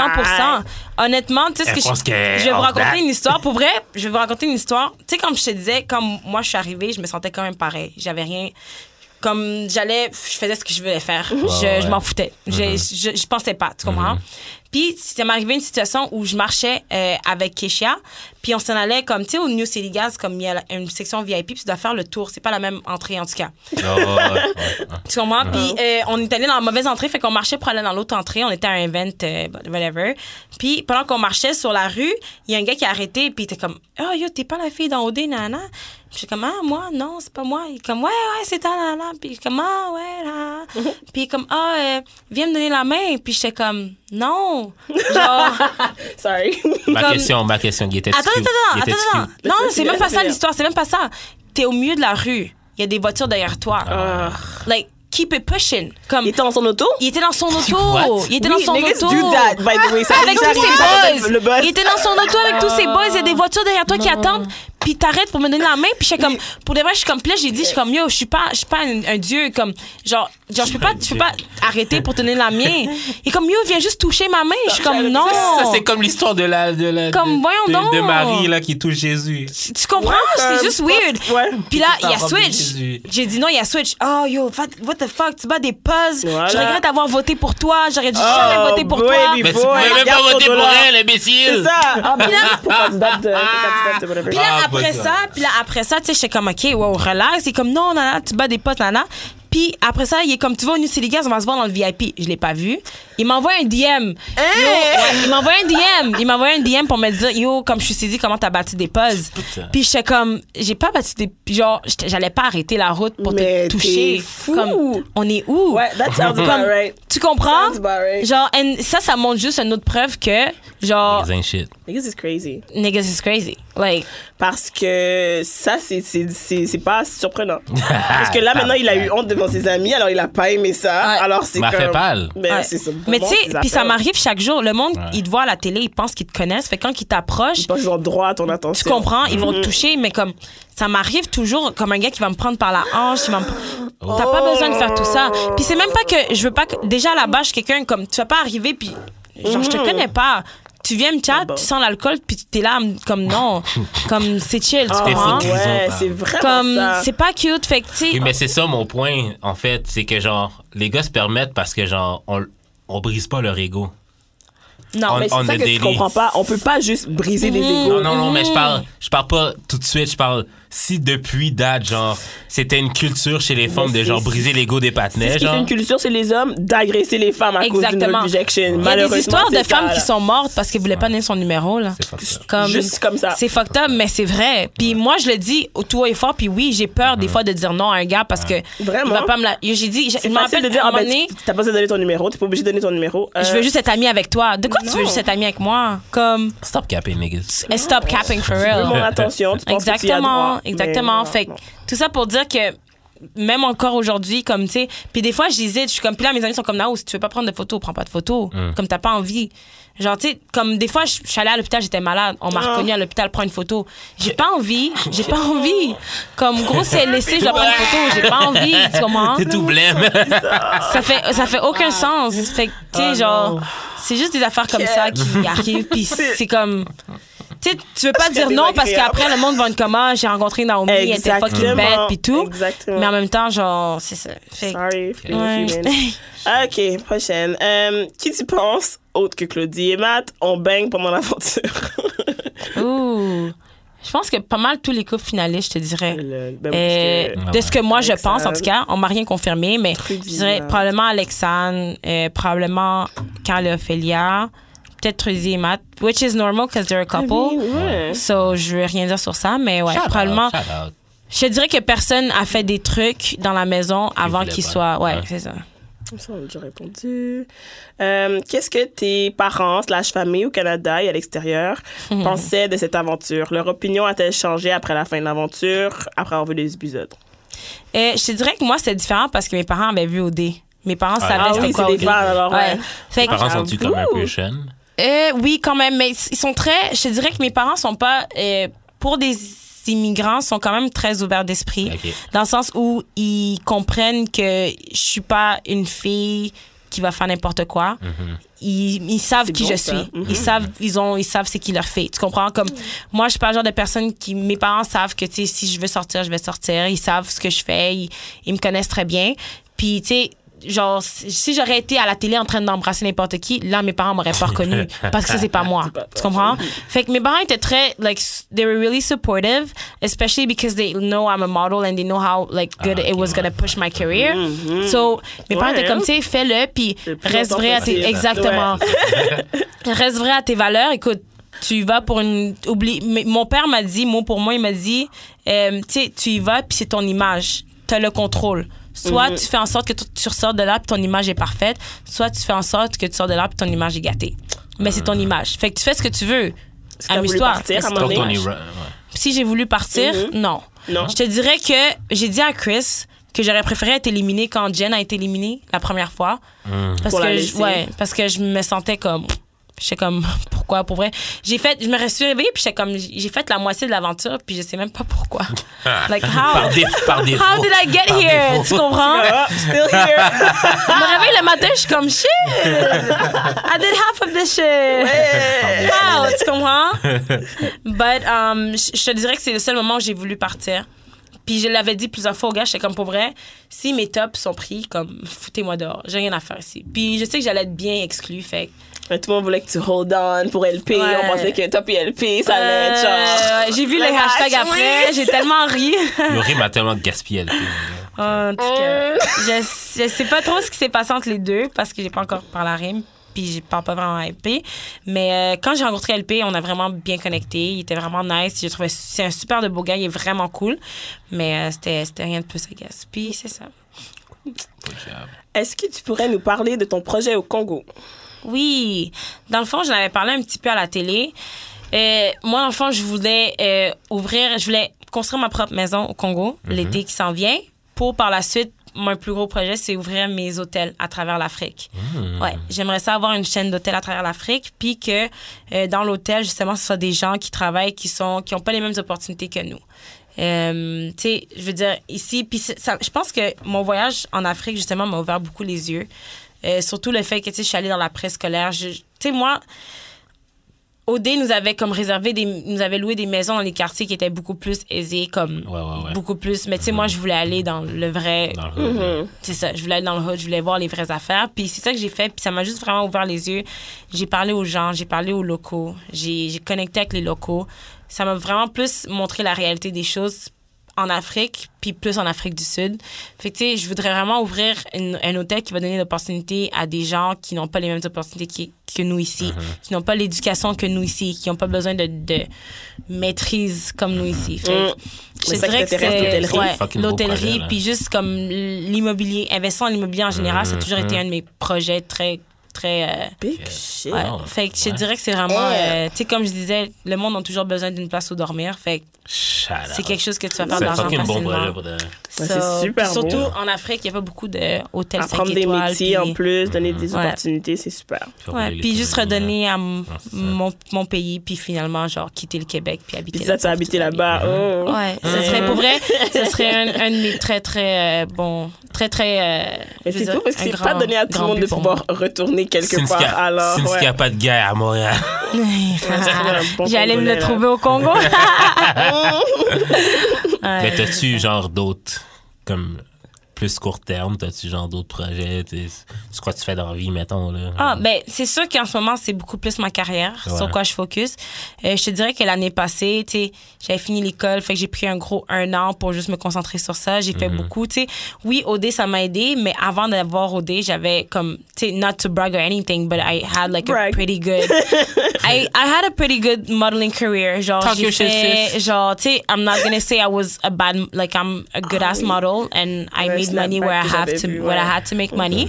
D: 100 Honnêtement, tu sais ce
B: Elle
D: que je,
B: pense qu'elle
D: je vais vous
B: en
D: raconter
B: date.
D: une histoire. Pour vrai, je vais vous raconter une histoire. Tu sais, comme je te disais, comme moi je suis arrivée, je me sentais quand même pareil. J'avais rien. Comme j'allais, je faisais ce que je voulais faire. je
B: ouais.
D: je m'en foutais. je, je, je pensais pas, tu comprends? Puis, ça m'est arrivé une situation où je marchais euh, avec Keshia, puis on s'en allait comme, tu sais, au New City Gas, comme il y a une section VIP, puis tu dois faire le tour. C'est pas la même entrée, en tout cas.
B: Ouais, ouais, ouais, ouais.
D: Tu comprends? Puis euh, on est allé dans la mauvaise entrée, fait qu'on marchait pour aller dans l'autre entrée. On était à un event, euh, whatever. Puis pendant qu'on marchait sur la rue, il y a un gars qui a arrêté, puis il était comme, oh yo, t'es pas la fille dans OD, nana. Puis j'étais comme, ah, moi, non, c'est pas moi. Il est comme, ouais, ouais, c'est ta nana. Puis il est comme, ah, ouais, là. Puis il est comme, ah, euh, viens me donner la main. Puis j'étais comme, non. Genre,
C: Sorry.
B: Ma
D: Comme-
B: question, ma question, Guy était
D: Attends,
B: cute.
D: attends,
B: Guy
D: attends,
B: était
D: attends,
B: cute.
D: Non, c'est même pas ça
C: Laisse-le.
D: l'histoire, c'est même pas ça. T'es au milieu de la rue, il y a des voitures derrière toi.
C: Ah.
B: Ah.
D: Like, keep it pushing. Comme,
C: Il était dans son auto?
D: il était dans son
B: What?
D: auto. Il était dans
C: Oui,
D: son
C: niggas
D: auto.
C: do that, by the way. Ça
D: Avec
C: nous
D: tous
C: arrive,
D: ses
C: ça
D: boys.
C: arrive, le boss.
D: Il était dans son auto avec tous ses boys. Il y a des voitures derrière toi qui attendent. Puis t'arrêtes pour me donner la main. Puis j'étais comme, pour de vrai, je suis comme, puis là, j'ai dit, je suis comme, yo, je suis pas, je suis pas un, un dieu. Comme, genre, genre, je peux pas, je peux pas arrêter pour te donner la mienne. Et comme, yo, viens juste toucher ma main. Je suis comme, non.
B: Ça, c'est comme l'histoire de la. De la
D: Comme,
B: de,
D: voyons
B: de-
D: donc.
B: de Marie, là, qui touche Jésus.
D: Tu- Tu comprends?
C: Ouais,
D: c'est juste
C: comme-
D: weird.
C: Ouais.
D: Puis là, il y a
B: Tout en robe de
D: Switch.
B: Jésus.
D: J'ai dit non, il y a Switch. Oh yo, fa- what the fuck, tu bats des puzzles.
C: Voilà.
D: Je regrette d'avoir voté pour toi. J'aurais dû
C: Oh,
D: jamais voter pour
C: baby
D: toi.
C: boy.
B: Mais tu pouvais même pas
C: hein, Regarde ton
B: voter pour
C: dollar.
B: elle,
C: C'est
B: imbécile.
C: ça. Ah, mais là, pourquoi tu dates de. Pourquoi tu dates de whatever?
D: Puis là,
B: Ah,
D: après
B: bah,
D: ça, puis là, après ça, tu sais, j'étais comme, OK, wow, relax. Il est comme, non, nana, tu bats des potes, nana. Puis après ça, il est comme, tu vas au New City Gas, on va se voir dans le VIP. Je l'ai pas vu. Il m'envoie un DM.
C: Hein?
D: Yo, ouais, il m'envoie un DM. Il m'envoie un DM pour me dire, yo, comme je suis saisie, comment t'as battu des puzzles.
B: Putain.
D: Puis j'étais comme, j'ai pas battu des. Genre, j'étais- j'allais pas arrêter la route pour
C: Mais
D: te toucher.
C: t'es fou.
D: Comme, on est où?
C: Ouais, that sounds
D: Comme,
C: about right.
D: Tu comprends?
C: Sounds about right.
D: Genre, and ça, ça montre juste une autre preuve que, genre,
B: Amazing shit.
C: Niggas is crazy.
D: niggas is crazy. Like,
C: Parce que ça, c'est- c'est c'est- c'est pas surprenant. Parce que là, maintenant, il a eu honte devant ses amis, alors il a pas aimé ça.
D: Ouais.
C: Alors, c'est
B: M'a
C: comme...
B: fait pâle.
C: Mais
D: Ouais.
C: Ben, c'est ça.
D: Mais tu
C: Bon,
D: sais,
C: ils
D: puis ça
C: appellent.
D: m'arrive chaque jour. Le monde,
B: Ouais.
D: ils te voient à la télé, ils pensent qu'ils te connaissent. Fait que quand ils t'approchent,
C: Ils pensent droit à ton
D: tu
C: attention.
D: comprends, ils
C: Mm-hmm.
D: vont te toucher, mais comme ça m'arrive toujours, comme un gars qui va me prendre par la hanche, il va me-
B: Oh.
D: T'as pas besoin de faire tout ça. Puis c'est même pas que je veux pas que. Déjà à la base, je suis quelqu'un comme tu vas pas arriver, puis genre je te connais pas. Tu viens me chat,
C: Mm-hmm. D'abord.
D: tu sens l'alcool, puis t'es là comme non, comme c'est chill, tu
C: Ah,
D: comprends?
B: foutu.
C: ouais,
B: Ils ont
C: c'est vraiment
D: Comme
C: ça.
D: c'est pas cute, fait que tu sais.
B: Oui, mais c'est ça mon point, en fait. C'est que, genre, les gars se permettent parce que, genre, on, on brise pas leur ego.
D: Non,
B: on-
D: mais
C: Mais c'est ça
B: the
C: que tu
B: daily.
C: comprends pas. On peut pas juste briser les
B: Non,
C: égaux.
B: non, non, mais je parle, je parle pas tout de suite. Je parle si depuis date, genre, c'était une culture chez les femmes de,
C: c'est-
B: genre, briser l'ego des
C: C'est ce
B: patinets,
C: qui fait
B: genre.
C: une culture chez les hommes d'agresser les femmes à cause d'une
D: Exactement.
C: rejection.
D: Il y a des histoires de femmes qui
C: sont
D: sont mortes parce qu'elles voulaient pas donner son numéro là.
B: C'est fucked up.
D: Comme,
C: Juste comme ça.
D: C'est fucked up, mais c'est vrai. Puis moi, je le dis au tout haut et fort. Puis oui, j'ai peur des fois de dire non à un gars parce que
C: Vraiment?
D: il va pas me la. J'ai dit, je
C: C'est
D: me
C: facile
D: rappelle
C: de dire,
D: à un
C: ah
D: moment
C: ben,
D: donné,
C: tu- t'as pas besoin de donner ton numéro, t'es pas obligé de donner ton numéro. Euh,
D: je veux juste être amie avec toi. De quoi tu veux juste être amie avec moi Comme
B: Stop capping, niggas.
D: eh, stop capping for
C: veux mon
D: real.
C: attention, tu penses que tu y as
D: Exactement,
C: droit. Mais
D: exactement.
C: non,
D: Fait que
C: non.
D: tout ça pour dire que même encore aujourd'hui, comme tu sais, puis des fois j'hésite, je suis comme, puis là mes amis sont comme, non, si tu veux pas prendre de photos, prends pas de photos, comme t'as pas envie. Genre, tu sais, comme des fois, je je suis allée à l'hôpital, j'étais malade, on m'a
C: Ah.
D: reconnue à l'hôpital, prends une photo. J'ai pas envie, j'ai pas envie. Comme, gros, c'est laissé, je dois prendre une photo, j'ai pas envie, tu comprends?
B: T'es tout blême.
D: Ça fait, ça fait aucun sens. Fait que, tu sais, genre, c'est juste des affaires comme ça qui arrivent, puis c'est comme. Tu sais, tu veux pas dire non parce
C: désagréable.
D: qu'après le monde va être comment j'ai rencontré Naomi, elle était fucking
C: Exactement.
D: bête puis tout.
C: Exactement.
D: Mais en même temps, genre, c'est ça. Fait que-
C: Sorry, for being
D: Ouais.
C: human. Ok, prochaine. Euh, qui tu penses, autre que Claudie et Matt, on bang pendant l'aventure?
D: Ouh. Je pense que pas mal tous les couples finalistes, je te dirais.
C: Le- ben,
D: Euh,
C: parce que-
B: que-
D: de ce que moi je
C: Alexandre.
D: pense, en tout cas, on m'a rien confirmé, mais je dirais
C: Trudina.
D: probablement Alexandre, euh, probablement Carl et Ophélia, peut-être Trudy et Matt, which is normal because they're a couple.
C: Ah Ben Oui, ouais.
D: So, je veux rien dire sur ça, mais ouais,
B: Shout out,
D: probablement.
B: shout out.
D: Je te dirais que personne a fait des trucs dans la maison avant
B: voulait
D: qu'ils
B: pas.
D: soient. Ouais,
B: Ouais.
D: c'est ça.
C: Ça, on a déjà répondu. Euh, Qu'est-ce que tes parents, slash famille au Canada et à l'extérieur pensaient de cette aventure? Leur opinion a-t-elle changé après la fin de l'aventure, après avoir vu les épisodes?
D: Et je te dirais que moi, c'était différent parce que mes parents avaient vu au dé. Mes parents
B: Ah,
D: savaient
B: Ah
C: Ben
D: c'était
B: oui,
D: quoi
B: c'est
D: OD.
B: des fans,
C: alors, ouais.
D: Fait
B: Tes
D: que-
B: parents sont-tu comme un peu jeunes?
D: Euh, oui, quand même, mais ils sont très. Je te dirais que mes parents sont pas. euh, pour des immigrants, sont quand même très ouverts d'esprit.
B: Ok.
D: Dans le sens où ils comprennent que je suis pas une fille qui va faire n'importe quoi. ils, ils savent
C: C'est
D: qui
C: bon,
D: je
C: ça. Mhm.
D: suis. Ils savent, ils ont, ils savent c'est qui leur fait. Tu comprends? Comme, moi, je suis pas le genre de personne qui, mes parents savent que, tu sais, si je veux sortir, je vais sortir. Ils savent ce que je fais. Ils, ils me connaissent très bien. Puis, tu sais, genre, si si j'aurais été à la télé en train d'embrasser n'importe qui, là, mes parents m'auraient pas reconnu. parce que ça, c'est pas moi. Tu comprends? Fait que mes parents étaient très, like, s- they were really supportive, especially because they know I'm a model and they know how, like, good
B: Ah,
D: it
B: ok,
D: was gonna
B: ouais.
D: push my career. So, mes parents
C: Ouais,
D: étaient comme,
C: hein?
D: tu sais, fais-le, puis
C: C'est plus
D: reste vrai à tes...
C: authentique.
D: Exactement.
C: Ouais.
D: Reste vrai à tes valeurs. Écoute, tu y vas pour une. Oublie. mais Mon père m'a dit, mot pour moi, il m'a dit euh, tu sais, tu y vas, puis c'est ton image. Tu as le contrôle. Soit
C: Mhm.
D: tu fais en sorte que tu tu ressors de là, puis ton image est parfaite. Soit tu fais en sorte que tu sors de là, puis ton image est gâtée. Mais
C: Mhm.
D: c'est ton image. Fait que tu fais ce que tu veux.
C: Est-ce que t'as voulu
D: Amuse-toi.
C: partir à
D: Mais c'est
C: un
D: ton
C: moment
B: Pour
C: donné?
D: image.
B: Tony Ro- ouais.
D: Si j'ai voulu partir, non.
C: Mm-hmm. Non.
D: Je te dirais que j'ai dit à Chris que j'aurais préféré être éliminée quand Jen a été éliminée la première fois.
B: Mm.
D: Parce,
C: Pour la
D: que je,
C: laisser.
D: ouais, parce que je me sentais comme. J'étais comme, pourquoi, pour vrai? J'ai fait, je me suis réveillée, puis j'étais comme, j'ai fait la moitié de l'aventure, puis je sais même pas pourquoi. like, how?
B: Ah. Par, dé- par défaut.
D: How did I get
B: Par
D: here?
B: défaut.
D: Tu comprends?
C: Ah, still here!
D: Je me réveille le matin, je suis comme, shit! I did half of this shit!
C: Eh,
D: Wow, tu comprends? But, um, je je te dirais que c'est le seul moment où j'ai voulu partir. Puis je l'avais dit plusieurs fois aux gars, j'étais comme, pour vrai, si mes tops sont pris, comme, foutez-moi dehors, j'ai rien à faire ici. Puis je sais que j'allais être bien exclue, fait que-
C: Mais tout le monde voulait que tu hold on pour LP.
D: Ouais.
C: On pensait que top et LP, ça allait être
D: Euh,
C: genre. ah,
D: ouais, J'ai vu les
C: Le
D: hashtags
C: match,
D: après,
C: oui.
D: j'ai tellement ri.
B: Laurie m'a tellement gaspillé. elle.
D: En tout cas, je, je sais pas trop ce qui s'est passé entre les deux parce que j'ai pas encore parlé à Rim puis je parle pas vraiment à LP. Mais euh, quand j'ai rencontré LP, on a vraiment bien connecté. Il était vraiment nice. Je trouvais c'est un super de beau gars. Il est vraiment cool. Mais euh, c'était c'était rien de plus, I guess. Puis c'est ça.
C: Est-ce que tu pourrais nous parler de ton projet au Congo?
D: Oui, dans le fond, j'en avais parlé un petit peu à la télé. Euh, moi, dans le fond, je voulais euh, ouvrir, je voulais construire ma propre maison au Congo l'été qui s'en vient pour par la suite. Mon plus gros projet, c'est ouvrir mes hôtels à travers l'Afrique.
B: Mm.
D: Ouais, j'aimerais ça avoir une chaîne d'hôtels à travers l'Afrique, puis que euh, dans l'hôtel, justement, ce soit des gens qui travaillent, qui sont, qui n'ont pas les mêmes opportunités que nous. Euh, tu sais, je veux dire, ici, puis c'est- ça- je pense que mon voyage en Afrique, justement, m'a ouvert beaucoup les yeux. Euh, surtout le fait que, tu sais, je suis allée dans la préscolaire. Je- Tu sais, moi, OD nous avait comme réservé, des, nous avait loué des maisons dans les quartiers qui étaient beaucoup plus aisés, comme
B: Ouais, ouais, ouais.
D: beaucoup plus. Mais tu sais, moi, je voulais aller dans le vrai,
B: Dans le
C: Mm-hmm.
B: hood, là.
D: c'est ça, je voulais aller dans le hood, je voulais voir les vraies affaires. Puis c'est ça que j'ai fait, puis ça m'a juste vraiment ouvert les yeux. J'ai parlé aux gens, j'ai parlé aux locaux, j'ai j'ai connecté avec les locaux. Ça m'a vraiment plus montré la réalité des choses en Afrique, puis plus en Afrique du Sud. Fait que, tu sais, je voudrais vraiment ouvrir une- un hôtel qui va donner l'opportunité à des gens qui n'ont pas les mêmes opportunités qui- que nous ici,
B: Mm-hmm.
D: qui n'ont pas l'éducation que nous ici, qui n'ont pas besoin de, de maîtrise comme nous ici. Fait que
C: Mais
D: je
C: ça qui
D: dirais
C: t'intéresse,
D: que c'est
C: l'hôtellerie.
D: ouais,
B: Mm. Fucking beau projet,
D: l'hôtellerie,
B: là.
D: puis juste comme l'immobilier, investir en immobilier en général, ça a toujours
B: Mhm.
D: été un de mes projets très, très.
C: Big shit.
D: euh, ouais.
B: Wow.
D: Fait que je
B: Ouais.
D: dirais que c'est vraiment,
C: Ouais.
D: euh, tu sais, comme je disais, le monde a toujours besoin d'une place où dormir. Fait que
B: Shout out.
D: c'est quelque chose que tu vas faire
B: C'est
D: de
B: un
D: l'argent
B: fucking bon
D: facilement.
B: projet pour de.
C: Ouais,
D: So,
C: c'est super
D: Surtout
C: beau.
D: en Afrique, il n'y a pas beaucoup de hôtels cinq
C: Apprendre des
D: étoiles,
C: métiers
D: puis-
C: en plus, donner des
D: Ouais.
C: opportunités, c'est super.
D: Ouais, puis juste redonner à m-
B: c'est ça.
D: mon, mon pays, puis finalement, genre, quitter le Québec, puis habiter
C: Puis ça, tu as
D: pour
C: habité
D: toute ma vie.
C: là-bas. oh.
D: Ouais, ce serait pour vrai, ce serait un, un de mes très très euh, bon, très très. euh,
C: Mais c'est
D: je veux
C: tout
D: dire,
C: parce que
D: un
C: c'est
D: grand-
C: pas donné à tout le
D: grand
C: monde de
D: but pour moi.
C: pouvoir retourner quelque
B: Since qu'il y
C: part.
B: a-
C: Alors,
B: Since qu'il n'y
C: ouais.
B: a pas de gars à Montréal.
C: serait un bon
D: J'allais me
C: Congolais,
D: le
C: là.
D: trouver au Congo.
B: Mais
D: Ouais.
B: t'as-tu genre d'autres comme plus court terme? T'as-tu genre d'autres projets? T'es- C'est quoi tu fais dans la vie, mettons? Là?
D: Ah, ben, c'est sûr qu'en ce moment, c'est beaucoup plus ma carrière
B: Euh, Ouais.
D: sur quoi je focus. Euh, je te dirais que l'année passée, tu sais, j'avais fini l'école, fait que j'ai pris un gros un an pour juste me concentrer sur ça. J'ai
B: Mhm.
D: fait beaucoup, tu sais. Oui, OD, ça m'a aidé, mais avant d'avoir OD, j'avais comme, tu sais, not to brag or anything, but I had like
C: Brag.
D: a pretty good. I, I had a pretty good modeling career. Genre,
B: Talk
D: j'ai
B: your shit,
D: fait-
B: sis.
D: genre, tu sais, I'm not gonna say I was a bad, like I'm a good ass model and I
C: Ah Ouais,
D: made
C: c'est
D: money
C: la
D: where I
C: bague que
D: have
C: j'avais
D: to,
C: vue,
D: where I
C: ouais.
D: had to make money.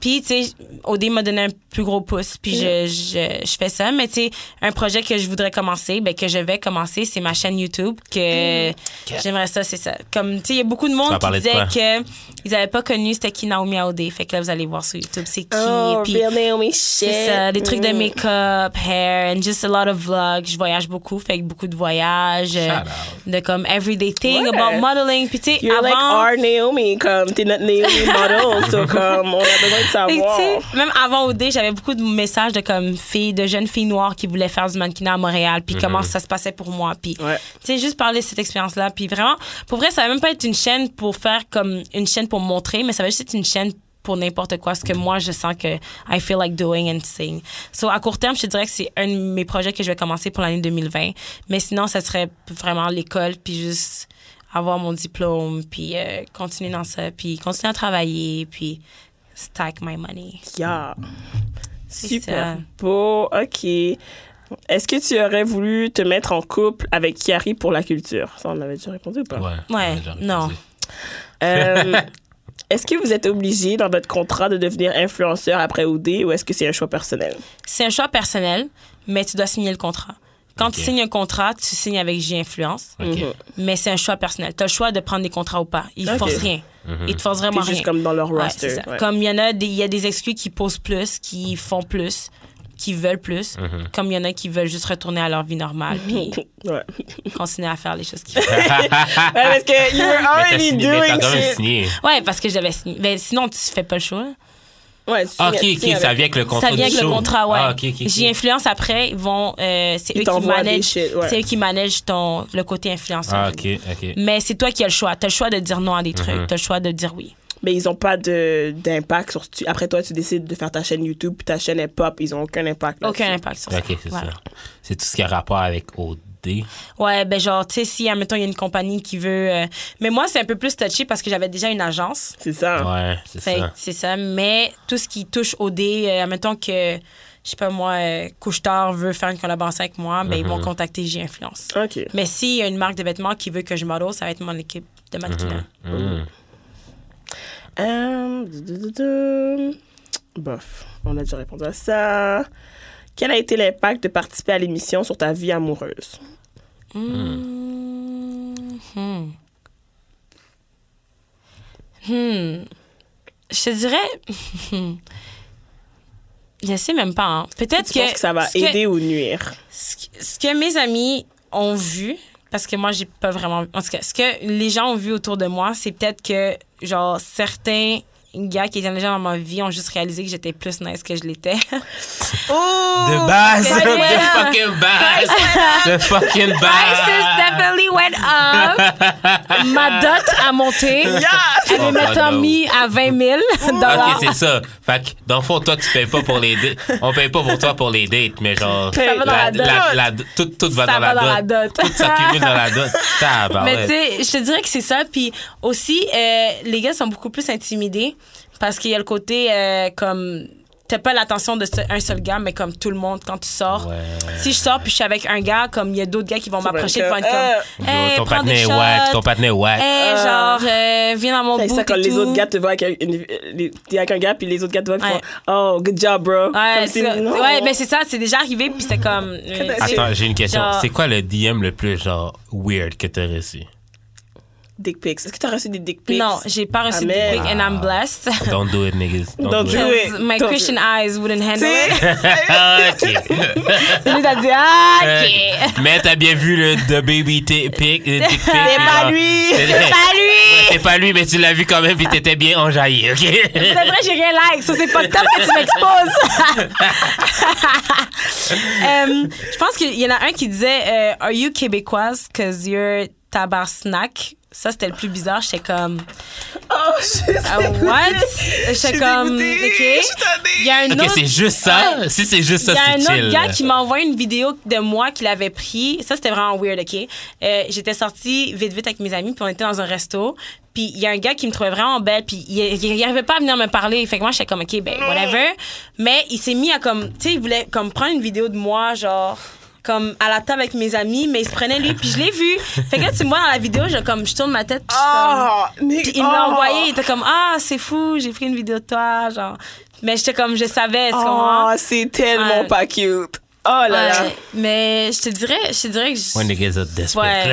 D: Puis, tu sais, OD m'a donné un plus gros pouce, puis je, je, je fais ça. Mais, tu sais, un projet que je voudrais commencer, ben, que je vais commencer, c'est ma chaîne YouTube, que j'aimerais ça, c'est ça. Comme, tu sais, il y a beaucoup de monde
B: vas
D: qui
B: parler de
D: disait qu'ils n'avaient pas connu c'était qui Naomi à OD. Fait que là, vous allez voir sur YouTube, c'est qui.
C: Oh,
D: puis-
C: real Naomi
D: c'est
C: shit.
D: ça, des trucs de
C: Mm.
D: make-up, hair, and just a lot of vlogs. Je voyage beaucoup, fait que beaucoup de voyages, euh,
B: Shout out.
D: de comme everyday thing
C: Ouais.
D: about modeling. Puis tu sais,
C: You're like
D: avant,
C: our Naomi, comme t'es notre Naomi model, so comme on a besoin de
D: Fait que,
C: savoir.
D: tu sais, même avant OD, j'avais beaucoup de messages de comme filles, de jeunes filles noires qui voulaient faire du mannequinat à Montréal, puis comment ça se passait pour moi, puis
C: Ouais.
D: tu sais juste parler de cette expérience là, puis vraiment, pour vrai, ça va même pas être une chaîne pour faire comme une chaîne pour montrer, mais ça va juste être une chaîne pour n'importe quoi, ce que moi je sens que I feel like doing and seeing. So à court terme, je te dirais que c'est un de mes projets que je vais commencer pour l'année 2020, mais sinon ça serait vraiment l'école, puis juste avoir mon diplôme, puis euh, continuer dans ça, puis continuer à travailler, puis stack my money.
C: Yeah. Super
D: ça.
C: beau. OK. Est-ce que tu aurais voulu te mettre en couple avec Kiari pour la culture? Ça, on avait déjà répondu ou pas?
B: Ouais,
D: Ouais,
B: j'aurais
D: non.
B: posé.
C: Euh, est-ce que vous êtes obligé dans votre contrat de devenir influenceur après OD ou est-ce que c'est un choix personnel?
D: C'est un choix personnel, mais tu dois signer le contrat. Quand tu
B: Ok.
D: signes un contrat, tu signes avec J-Influence,
B: Ok.
D: mais c'est un choix personnel. Tu as le choix de prendre des contrats ou pas. Ils ne
C: Ok.
D: forcent rien.
B: Mhm.
D: Ils te forcent
C: C'est
D: vraiment rien.
C: juste comme dans leur
D: Ouais,
C: roster.
D: c'est ça.
C: ouais.
D: Comme il y en a des, il y a des exclus qui posent plus, qui font plus, qui veulent plus,
B: Mhm.
D: comme il y en a qui veulent juste retourner à leur vie normale puis
C: Ouais.
D: continuer à faire les choses qu'ils font.
C: Ouais, parce que you were
B: Ah, Mais t'as
C: already
B: signé- mais t'as
C: doing
B: quand même
C: shit.
B: signé.
D: Ouais, parce que j'avais signé. Ben, sinon, tu fais pas le show. là.
C: Ouais, tu
B: Ah, ok,
C: signes-
B: ok,
C: signes
B: ça
C: avec-
B: vient avec le contrat.
D: Ça vient
B: du
D: avec le
B: show.
D: contrat, ouais.
B: Ah, ok, ok, ok.
D: J'y influence après, ils vont, euh, c'est
C: Ils
D: eux qui
C: t'envoient des
D: managent,
C: shit, ouais.
D: c'est eux qui managent ton, le côté influenceur.
B: Ah, ok, ok.
D: Mais c'est toi qui as le choix. T'as le choix de dire non à des trucs,
B: Mm-hmm.
D: t'as le choix de dire oui.
C: Mais ils n'ont pas de- d'impact sur. Tu, après toi, tu décides de faire ta chaîne YouTube, puis ta chaîne est pop, ils n'ont aucun impact. là-dessus.
D: Aucun impact sur ça.
B: Ok, c'est
D: Voilà.
B: ça. C'est tout ce qui a rapport avec OD.
D: Ouais, ben genre, tu sais, si, admettons, il y a une compagnie qui veut. euh, Mais moi, c'est un peu plus touché parce que j'avais déjà une agence.
C: C'est ça.
B: Ouais, c'est
D: Fait que
B: ça.
D: c'est ça. Mais tout ce qui touche au dé, euh, admettons que, je sais pas moi, euh, Couche-Tard veut faire une collaboration avec moi, ben ils
B: Mm-hmm.
D: vont contacter J Influence.
C: OK.
D: Mais s'il y a une marque de vêtements qui veut que je model, ça va être mon équipe de
B: Mm-hmm.
D: mannequinat.
B: Hmm.
C: Euh, du- du- du- du. Bof, on a déjà répondu à ça. Quel a été l'impact de participer à l'émission sur ta vie amoureuse?
D: Hmm. Hmm. Je te dirais. Je sais même pas. hein. Peut-être
C: Tu penses que ça va
D: ce que-
C: aider ou nuire?
D: ce que- ce que mes amis ont vu, parce que moi, j'ai pas vraiment. En tout cas, ce que les gens ont vu autour de moi, c'est peut-être que, genre, certains gars qui étaient déjà dans ma vie ont juste réalisé que j'étais plus nice que je l'étais.
B: De base,
D: Oh, c'est
B: de
D: bien.
B: fucking base, de fucking
D: Prices
C: Ah!
B: base.
D: definitely went up. Ma dot a monté. Elle est
B: Oh,
D: maintenant
B: no.
D: mise à 20 000
B: Ok,
D: dollars.
B: c'est ça. Fait que, dans le fond, toi, tu payes pas pour les dates. On paye pas pour toi pour les dates, mais genre.
D: Ça va dans la dot.
B: tout, tout va
D: Ça
B: dans,
D: va
B: la
D: dans la dot.
B: Tout s'accumule dans la dot.
D: Mais
B: Tabarouette.
D: tu sais, je te dirais que c'est ça. Puis aussi, euh, les gars sont beaucoup plus intimidés parce qu'il y a le côté euh, comme. T'as pas l'attention de ce- un seul gars, mais comme tout le monde quand tu sors.
B: Ouais.
D: Si je sors puis je suis avec un gars, comme il y a d'autres gars qui vont
C: vas
D: m'approcher de
C: être
D: faire
C: comme, euh,
D: comme. Hey,
B: ton
D: prends des
B: partenaire est
D: shots.
B: whack, ton partenaire est whack.
D: Hey, genre, euh, viens dans mon
C: C'est
D: bout.
C: Ah. ça quand
D: et
C: les
D: tout.
C: autres gars te voient avec un, une- les- t'es avec un gars, puis les autres gars te voient, puis
D: Ouais.
C: font, Oh, good job, bro.
D: Ouais,
C: Comme si-
D: ça.
C: non.
D: ouais ben, mais c'est ça, c'est déjà arrivé, puis c'est comme. euh,
C: Attends,
B: Attends, j'ai une question.
D: Genre-
B: C'est quoi le DM le plus, genre, weird que t'as reçu?
C: Dick pics. Est-ce que t'as reçu des dick pics?
D: non, j'ai pas reçu de
C: Amen.
D: dick pic and I'm blessed.
B: Don't do it, niggas.
C: Don't do it.
D: My
C: Don't
D: Christian
C: do
D: eyes wouldn't handle it.
B: OK.
D: Lui, t'as dit, ah,
B: Euh,
D: ok.
B: Mais t'as bien vu le The Baby t- Pic. euh, dick pic,
C: C'est
B: puis
C: pas
B: genre-
C: lui!
B: C'est-
D: C'est pas lui!
B: C'est pas lui, mais tu l'as vu quand même, puis t'étais bien enjaillé,
D: C'est
B: OK?
D: vrai, j'ai rien like. Ça, c'est pas le top que tu m'exposes. Euh, je pense qu'il y en a un qui disait euh, Are you québécoise? Cause you're tabarnak. Ça, c'était le plus bizarre. J'étais comme,
C: Oh, je
D: ah, what? J'étais comme, OK. Il y a un
B: Ok,
D: autre
B: c'est juste ça.
D: Ouais.
B: Si c'est juste ça,
D: Il y a un
B: c'est
D: autre
B: chill.
D: gars qui m'a envoyé une vidéo de moi qu'il avait pris. Ça, c'était vraiment weird, OK? Euh, J'étais sortie vite, vite avec mes amis, puis on était dans un resto. Puis il y a un gars qui me trouvait vraiment belle, puis il- il n'arrivait pas à venir me parler. Fait que moi, j'étais comme, OK, ben, whatever. Mais il s'est mis à comme, tu sais, il voulait comme prendre une vidéo de moi, genre comme à la table avec mes amis, mais il se prenait lui, puis je l'ai vu. Fait que là, tu me vois dans la vidéo, je, comme, je tourne ma tête, puis je suis comme-
C: Ah! mais oh!
D: puis il me l'a envoyé, il était comme Ah, c'est fou, j'ai pris une vidéo de toi, genre. Mais j'étais comme, je savais, tu comprends?
C: Oh, c'est tellement
D: Ouais.
C: pas cute. Oh là là.
D: Ouais, mais je te dirais, je te dirais que je-
B: When niggas are desperate.
D: Ouais.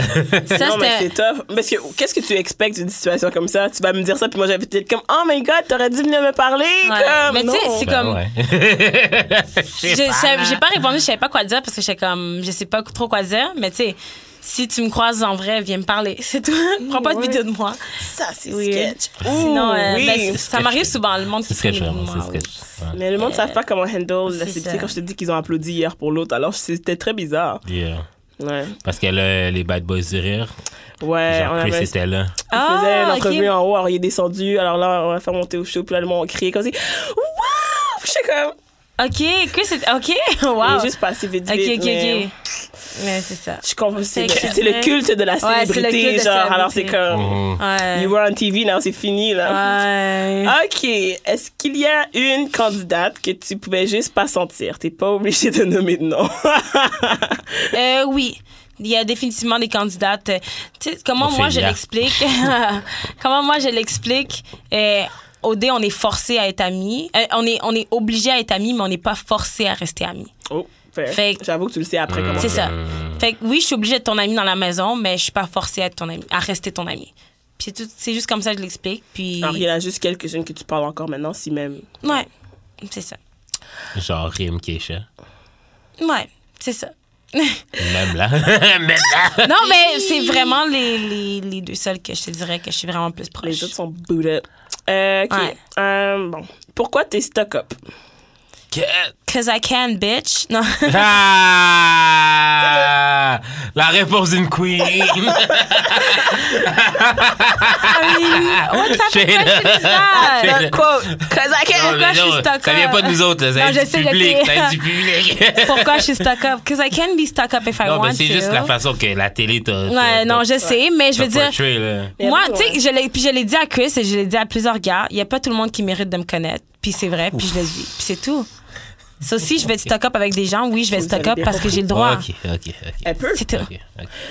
B: là.
D: Ça,
C: non, mais c'est
D: Ah, c'était.
C: tough. Parce que qu'est-ce que tu expectes d'une situation comme ça? Tu vas me dire ça, puis moi, j'avais peut-être comme, oh my god, t'aurais dû venir me parler.
D: Ouais.
C: Comme,
D: Mais tu sais,
C: non.
D: c'est
B: Ben
D: comme-
B: ouais.
D: J'ai j'ai-
C: hein.
D: j'ai pas répondu, je savais pas quoi dire parce que j'étais comme, je sais pas trop quoi dire, mais tu sais, si tu me croises en vrai, viens me parler, c'est tout. Prends pas de vidéo de moi.
C: Ça, c'est
D: Oui.
C: sketch.
D: Sinon, euh,
C: oui.
D: ben, ça
B: sketch.
D: m'arrive souvent, le monde
B: C'est
D: qui
B: sketch,
D: se
B: vraiment. C'est sketch. Ouais.
C: mais le monde ne savent pas comment handle la
D: Euh, c'est
C: célébrité
D: ça.
C: quand je te dis qu'ils ont applaudi hier pour l'autre. Alors, c'était très bizarre.
B: Yeah.
C: Ouais.
B: Parce que là, les bad boys du rire,
C: Ouais, on
B: genre Chris
C: avait.
B: était là.
C: On faisait
D: Ah, ok.
C: l'entrevue en haut, alors il est descendu. Alors là, on l'a fait monter au show, puis là, le monde a crié comme si. Waouh! Je sais comme.
D: Ok, Chris, c'était- ok,
C: Il
D: wow.
C: est juste passé vite.
D: Ok,
C: vite,
D: ok,
C: mais-
D: ok. Mais c'est ça.
C: Je comprends. C'est
D: Fait
C: le,
D: que-
C: c'est le culte de la
D: Ouais, c'est le
C: célébrité,
D: culte de
C: genre.
D: la
C: Alors c'est
D: célébrité.
B: Hmm.
C: comme.
B: Mm-hmm.
D: Ouais.
C: You were on TV, now c'est fini, là.
D: Ouais.
C: Ok. Est-ce qu'il y a une candidate que tu pouvais juste pas sentir? T'es pas obligé de nommer de nom.
D: Euh, oui. Il y a définitivement des candidates. euh, Tu sais, comment, moi, je
B: Ophélia.
D: l'explique? Comment moi, je l'explique? euh, Au dé, on est forcé à être amis. Euh, on est, on est obligé à être amis, mais on n'est pas forcé à rester amis.
C: oh, fair.
D: Fait que-
C: J'avoue que tu le sais après
B: Mm.
C: comment.
D: C'est ça. Fait que oui, je suis obligée d'être ton ami dans la maison, mais je suis pas forcée à être ton ami, à rester ton ami. Puis c'est tout- c'est juste comme ça que je l'explique. Puis.
C: Alors, il y en a juste quelques-unes que tu parles encore maintenant, si même.
D: Ouais. C'est ça.
B: Genre Rim Keisha.
D: Ouais. C'est ça.
B: Même là. Même là.
D: Non, mais c'est vraiment les, les, les deux seuls que je te dirais que Ah, je suis vraiment plus proche.
C: Les autres sont boot up. Euh, ok.
D: Ouais.
C: Euh, bon. Pourquoi t'es stock up?
D: Cause I can, bitch. Non.
B: Ah! La réponse d'une queen.
D: Ah, What's happening?
B: Shayna.
D: Why is that?
B: Shayna. Not
C: quote. Cause I
B: Non,
D: Pourquoi
B: mais
D: je suis
B: non,
D: stock
B: ça vient
D: up?
B: pas de nous autres, là, ça
D: Non,
B: vient
D: je sais,
B: du
D: je
B: public,
D: sais.
B: ça vient du public.
D: Pourquoi je suis stuck up? Because I can be stuck up if I
B: non,
D: want
B: mais c'est
D: to.
B: juste la façon que la télé t'a.
D: Ouais, non, je sais, mais je veux dire,
C: Mais
D: moi,
C: bon,
D: tu sais, je l'ai- puis je l'ai dit à Chris et je l'ai dit à plusieurs gars, il n'y a pas tout le monde qui mérite de me connaître. Puis c'est vrai, puis je le dis. Puis c'est tout. Ça aussi, je vais être stock up avec des gens. Oui, je vais être
C: Vous
D: stock
C: avez
D: up
C: bien
D: parce que j'ai le droit.
B: Ok, ok, ok.
C: Elle peut.
D: C'est tout.
B: Ok, ok.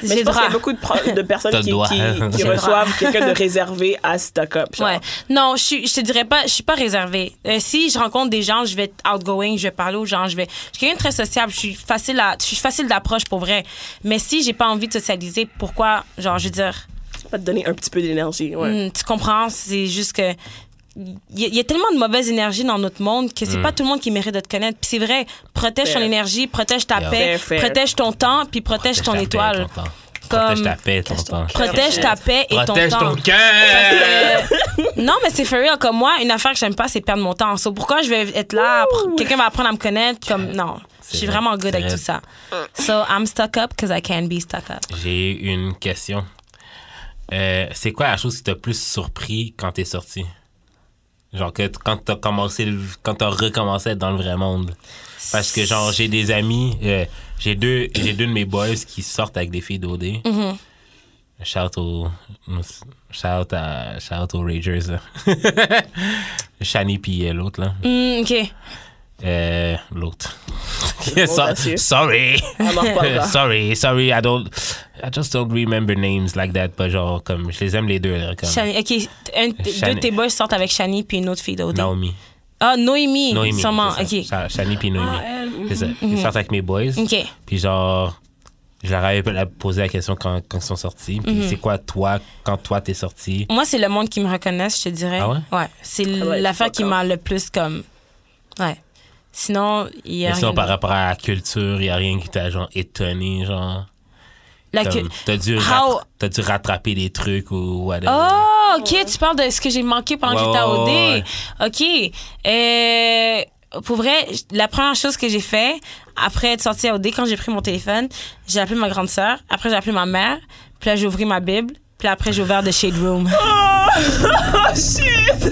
C: Mais
D: J'ai
C: je pense qu'il
D: le
C: y
D: droit.
C: a beaucoup de, pro- de
B: T'as
C: personnes
B: le
C: qui,
B: droit.
C: qui- qui
B: J'ai
D: le
C: reçoivent quelqu'un de réservé à stock up. genre.
D: Ouais. Non, je, suis- je te dirais pas, je suis pas réservée. Euh, si je rencontre des gens, je vais être outgoing, je vais parler aux gens, je vais. Je suis quelqu'un de très sociable, je suis facile à, je suis facile d'approche pour vrai. Mais si j'ai pas envie de socialiser, pourquoi, genre, je veux dire,
C: Ça va te donner un petit peu d'énergie. Ouais.
D: hmm, tu comprends, c'est juste que. Il y, a- il y a tellement de mauvaise énergie dans notre monde que c'est pas tout le monde qui mérite de te connaître. Puis c'est vrai, protège ton
C: Fair.
D: énergie, protège ta
B: Yeah.
D: paix,
C: Fair, fair.
D: protège ton temps, puis protège, ton
B: ta paix,
D: étoile.
B: ton temps.
D: Comme-
B: Protège ta paix, ton temps.
D: Protège ta paix et
B: Protège
D: ton temps.
B: ton cœur.
D: Euh, non, mais c'est for real. Comme moi, une affaire que j'aime pas, c'est perdre mon temps. So, pourquoi je vais être là? appre- Quelqu'un va apprendre à me connaître? Comme, non. Je suis
B: vrai, Mm.
D: vraiment good
B: c'est
D: avec
B: vrai.
D: tout ça. So, I'm stuck up because I can be stuck up.
B: J'ai une question. Euh, c'est quoi la chose qui t'a plus surpris quand t'es sorti? Genre que t- quand t'as commencé, le- quand t'as recommencé à être dans le vrai monde. Parce que genre j'ai des amis, euh, j'ai deux, j'ai deux de mes boys qui sortent avec des filles d'OD. Shout au, shout à, shout aux Ragers là. Shani puis euh, l'autre là,
D: Hmm, OK.
B: Euh, l'autre.
C: Bon,
B: So-
C: monsieur.
B: sorry.
D: Ah,
C: On en reparlera.
B: sorry, sorry, I don't, I just don't remember names like that. Pas genre comme, je les aime les deux là, comme
D: Shani- OK. Un, t-
B: Shani.
D: Deux de tes boys sortent avec Shani puis une autre fille d'autre.
B: Naomi.
D: Ah, Noémie.
B: Noémie.
D: Sûrement.
B: c'est ça.
D: OK. Ah, euh,
B: Sha-
D: mhm,
B: Shani puis Noémie.
C: Ah,
B: C'est ça. Ils sortent avec mes boys.
D: OK.
B: Puis genre, je leur avais la- posé la question quand, quand ils sont sortis. Puis
D: Mhm.
B: c'est quoi toi, quand toi t'es sorti?
D: Moi, c'est le monde qui me reconnaît, je te dirais.
B: Ah ouais?
D: C'est
C: ouais,
D: l'affaire
C: fuck
D: qui
C: off.
D: m'a le plus comme. Ouais. Sinon, il y a.
B: Mais sinon,
D: rien
B: par
D: d'autre.
B: rapport à la culture, il n'y a rien qui t'a genre étonné, genre.
D: La
B: comme,
D: cul-
B: T'as dû,
D: How-
B: rattra- t'as dû rattraper des trucs ou whatever.
D: Oh, OK, tu parles de ce que j'ai manqué pendant que
B: Ouais,
D: j'étais à OD.
B: ouais,
D: OK. Euh, pour vrai, j- la première chose que j'ai fait après être sortie à OD, quand j'ai pris mon téléphone, j'ai appelé ma grande sœur. Après, j'ai appelé ma mère. Puis là, j'ai ouvert ma Bible. Puis après, j'ai ouvert The Shade Room. Ah,
C: Oh, shit!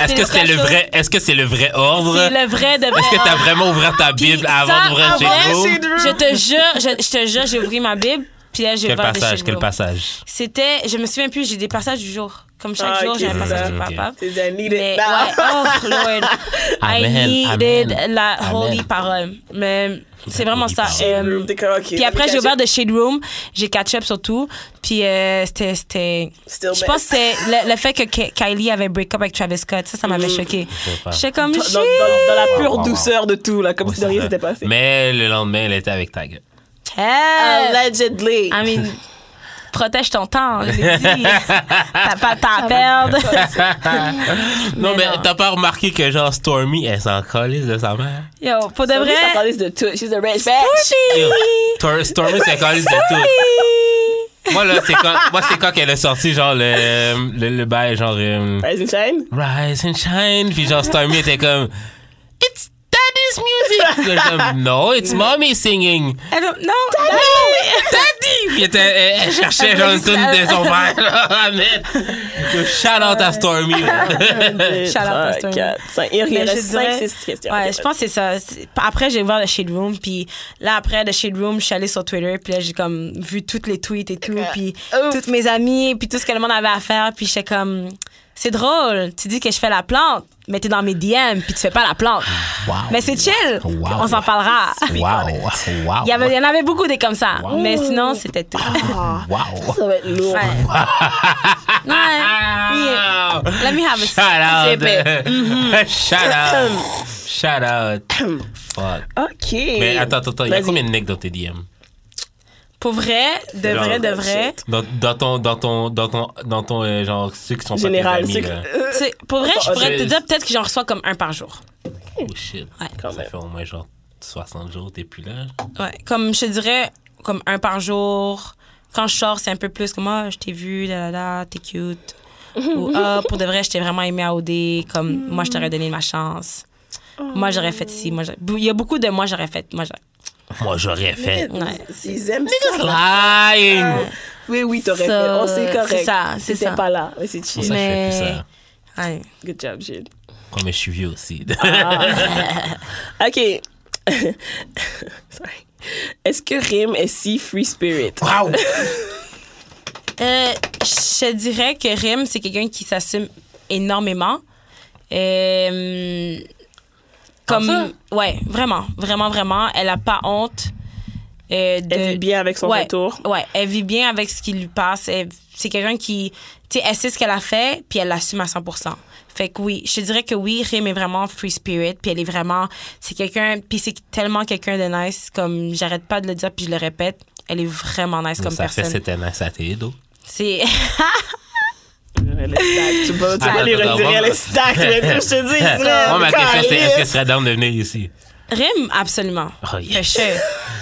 B: Est-ce que c'est le vrai, est-ce que c'est le vrai ordre?
D: C'est le vrai de vrai.
B: Est-ce que t'as vraiment ouvert ta
D: Puis
B: Bible
D: ça,
B: avant d'ouvrir
D: avant,
B: chez nous?
C: Shade Room.
D: Je te jure, je, je te jure, j'ai ouvert ma Bible, puis là, j'ai
B: Quel
D: ouvert The
B: passage,
D: Shade
B: quel
D: Room.
B: passage?
D: C'était, je me souviens plus, j'ai des passages du jour. Comme chaque
C: Ah, ok,
D: jour, j'ai un
C: c'est
D: passage
B: ça.
D: du
B: Ok.
D: papa.
C: C'est I need
D: Mais
C: it
D: ouais,
C: now.
D: oh Lord, I
B: Amen,
D: needed
B: amen,
D: la holy
B: amen.
D: parole. Mais c'est
B: La
D: vraiment
B: holy
D: ça.
B: parole.
D: Euh,
C: Room, t'es comme, ok, let
D: puis
C: me
D: après,
C: catch
D: j'ai
C: up.
D: ouvert The Shade Room, j'ai catch up surtout. Puis euh, c'était- c'était.
C: Still
D: Je
C: bad.
D: pense que c'est le, le fait que Ke- Kylie avait break up avec Travis Scott, ça, ça m'avait choqué.
B: sais pas.
D: J'étais comme.
C: Dans,
D: shit.
C: dans- dans- dans la pure
B: wow, wow.
C: douceur de tout, là, comme si de rien s'était passé.
B: Mais le lendemain, elle était avec Tiger.
D: Hell.
C: Allegedly.
D: I mean, protège ton temps, je l'ai dit. T'as pas de temps à perdre.
B: Non, mais
D: non.
B: t'as pas remarqué que genre Stormy, elle s'en calisse de sa mère?
D: Yo, pour de
C: Somebody
D: vrai.
C: s'en calisse de tout. She's a rich bitch.
B: Yo, Tor- Stormy, c'est calisse de tout. Moi, là, c'est quand, moi, c'est quand qu'elle a sorti genre le, le, le bail, genre euh,
C: Rise and shine.
B: Rise and Shine, puis genre Stormy était comme It's Daddy's music! Puis là, comme, no, it's mommy singing.
D: I don't- non,
B: Daddy! Puis elle, était- elle- elle cherchait genre une tune de son père. là, à mettre. Yo, Shout out à Stormy. là.
C: Deux, Euh,
D: Shout out
C: trois,
D: Pastor.
C: quatre, cinq. Il
D: Mais
C: reste
D: je dirais-
C: 5-6 questions.
D: Ouais,
C: Ok,
D: je pense que c'est ça. C'est- Après, j'ai ouvert le Shade Room, puis là, après le Shade Room, je suis allée sur Twitter, puis là, j'ai comme vu toutes les tweets et tout, puis toutes mes amies, puis tout ce que le monde avait à faire, puis j'étais comme, c'est drôle, tu dis que je fais la plante, mais t'es dans mes DM, puis tu fais pas la plante.
B: Wow.
D: Mais c'est chill,
B: Wow.
D: on s'en parlera.
B: Wow, wow. Ah.
D: Il y, avait- il y en avait beaucoup des comme ça, mais sinon, c'était tout.
B: Wow.
C: Ah. Ça va être lourd.
D: Ouais. Ouais. Yeah. Let me
C: Ah,
B: Shout
D: have a
B: out.
D: sip.
C: Mhm.
B: Shout out. Shout out. Fuck.
C: OK.
B: Mais attends, attends, attends. Il y a
C: Vas-y.
B: combien de necks dans tes DM?
D: Pour vrai, de
B: Genre,
D: vrai, de vrai.
B: Dans, dans ton, dans ton, dans ton, dans ton, euh, genre, ceux qui sont
C: Général,
B: pas
C: c'est
B: tes amis,
C: que-
B: là.
D: Tu sais, pour vrai, je pourrais te
B: c'est-
D: dire peut-être que j'en reçois comme un par jour.
B: Oh shit. Ça
D: Ouais.
C: Quand même.
B: fait au moins, genre, 60 jours, t'es plus là.
D: Ouais, comme je te dirais, comme un par jour. Quand je sors, c'est un peu plus comme ah, je t'ai vu, là là là, t'es cute. Ou ah, pour de vrai, je t'ai vraiment aimé à OD, comme moi, je t'aurais donné ma chance. Moi, j'aurais fait ci. Moi, j'aurais- il y a beaucoup de moi, j'aurais fait. Moi, j'aurais.
B: Moi, j'aurais fait.
D: Ouais.
C: Ils aiment ça.
B: Lying!
C: Oui, oui, t'aurais
D: Ça,
C: fait. On sait correct.
D: c'est ça, c'est
C: C'était
D: ça.
C: pas là. Mais c'est
B: Pour
C: chill.
B: ça, je fais
D: Mais-
B: plus hein. ça.
D: Ouais.
C: Good job, Jude.
B: Ouais, Oh, mais je suis vieux aussi.
C: Ah, OK. Sorry. Est-ce que Rim est si free spirit?
B: Wow!
D: Euh, je dirais que Rim, c'est quelqu'un qui s'assume énormément. Euh, comme, ouais, vraiment, vraiment, vraiment. Elle a pas honte. euh, de,
C: Elle vit bien avec son
D: ouais,
C: retour.
D: Ouais, elle vit bien avec ce qui lui passe. Elle- C'est quelqu'un qui, tu sais, elle sait ce qu'elle a fait, puis elle l'assume à 100%. Fait que oui, je te dirais que oui, Rim est vraiment free spirit, puis elle est vraiment, c'est quelqu'un, puis c'est tellement quelqu'un de nice, comme j'arrête pas de le dire, puis je le répète, elle est vraiment nice comme
B: ça fait
D: personne.
B: cette année à sa télé, d'eau.
D: C'est
C: Elle est stack. Tu peux tu peux
B: Attends,
C: aller
B: attends,
C: retirer,
B: attends.
C: elle est stack. Mais tu sais, je te dis, c'est
B: Moi, Oh, ma question, c'est est-ce que
C: calme.
B: ce serait d'âme de venir ici?
D: Rime, absolument.
B: Oh, Ah, yes.
D: Fait chier.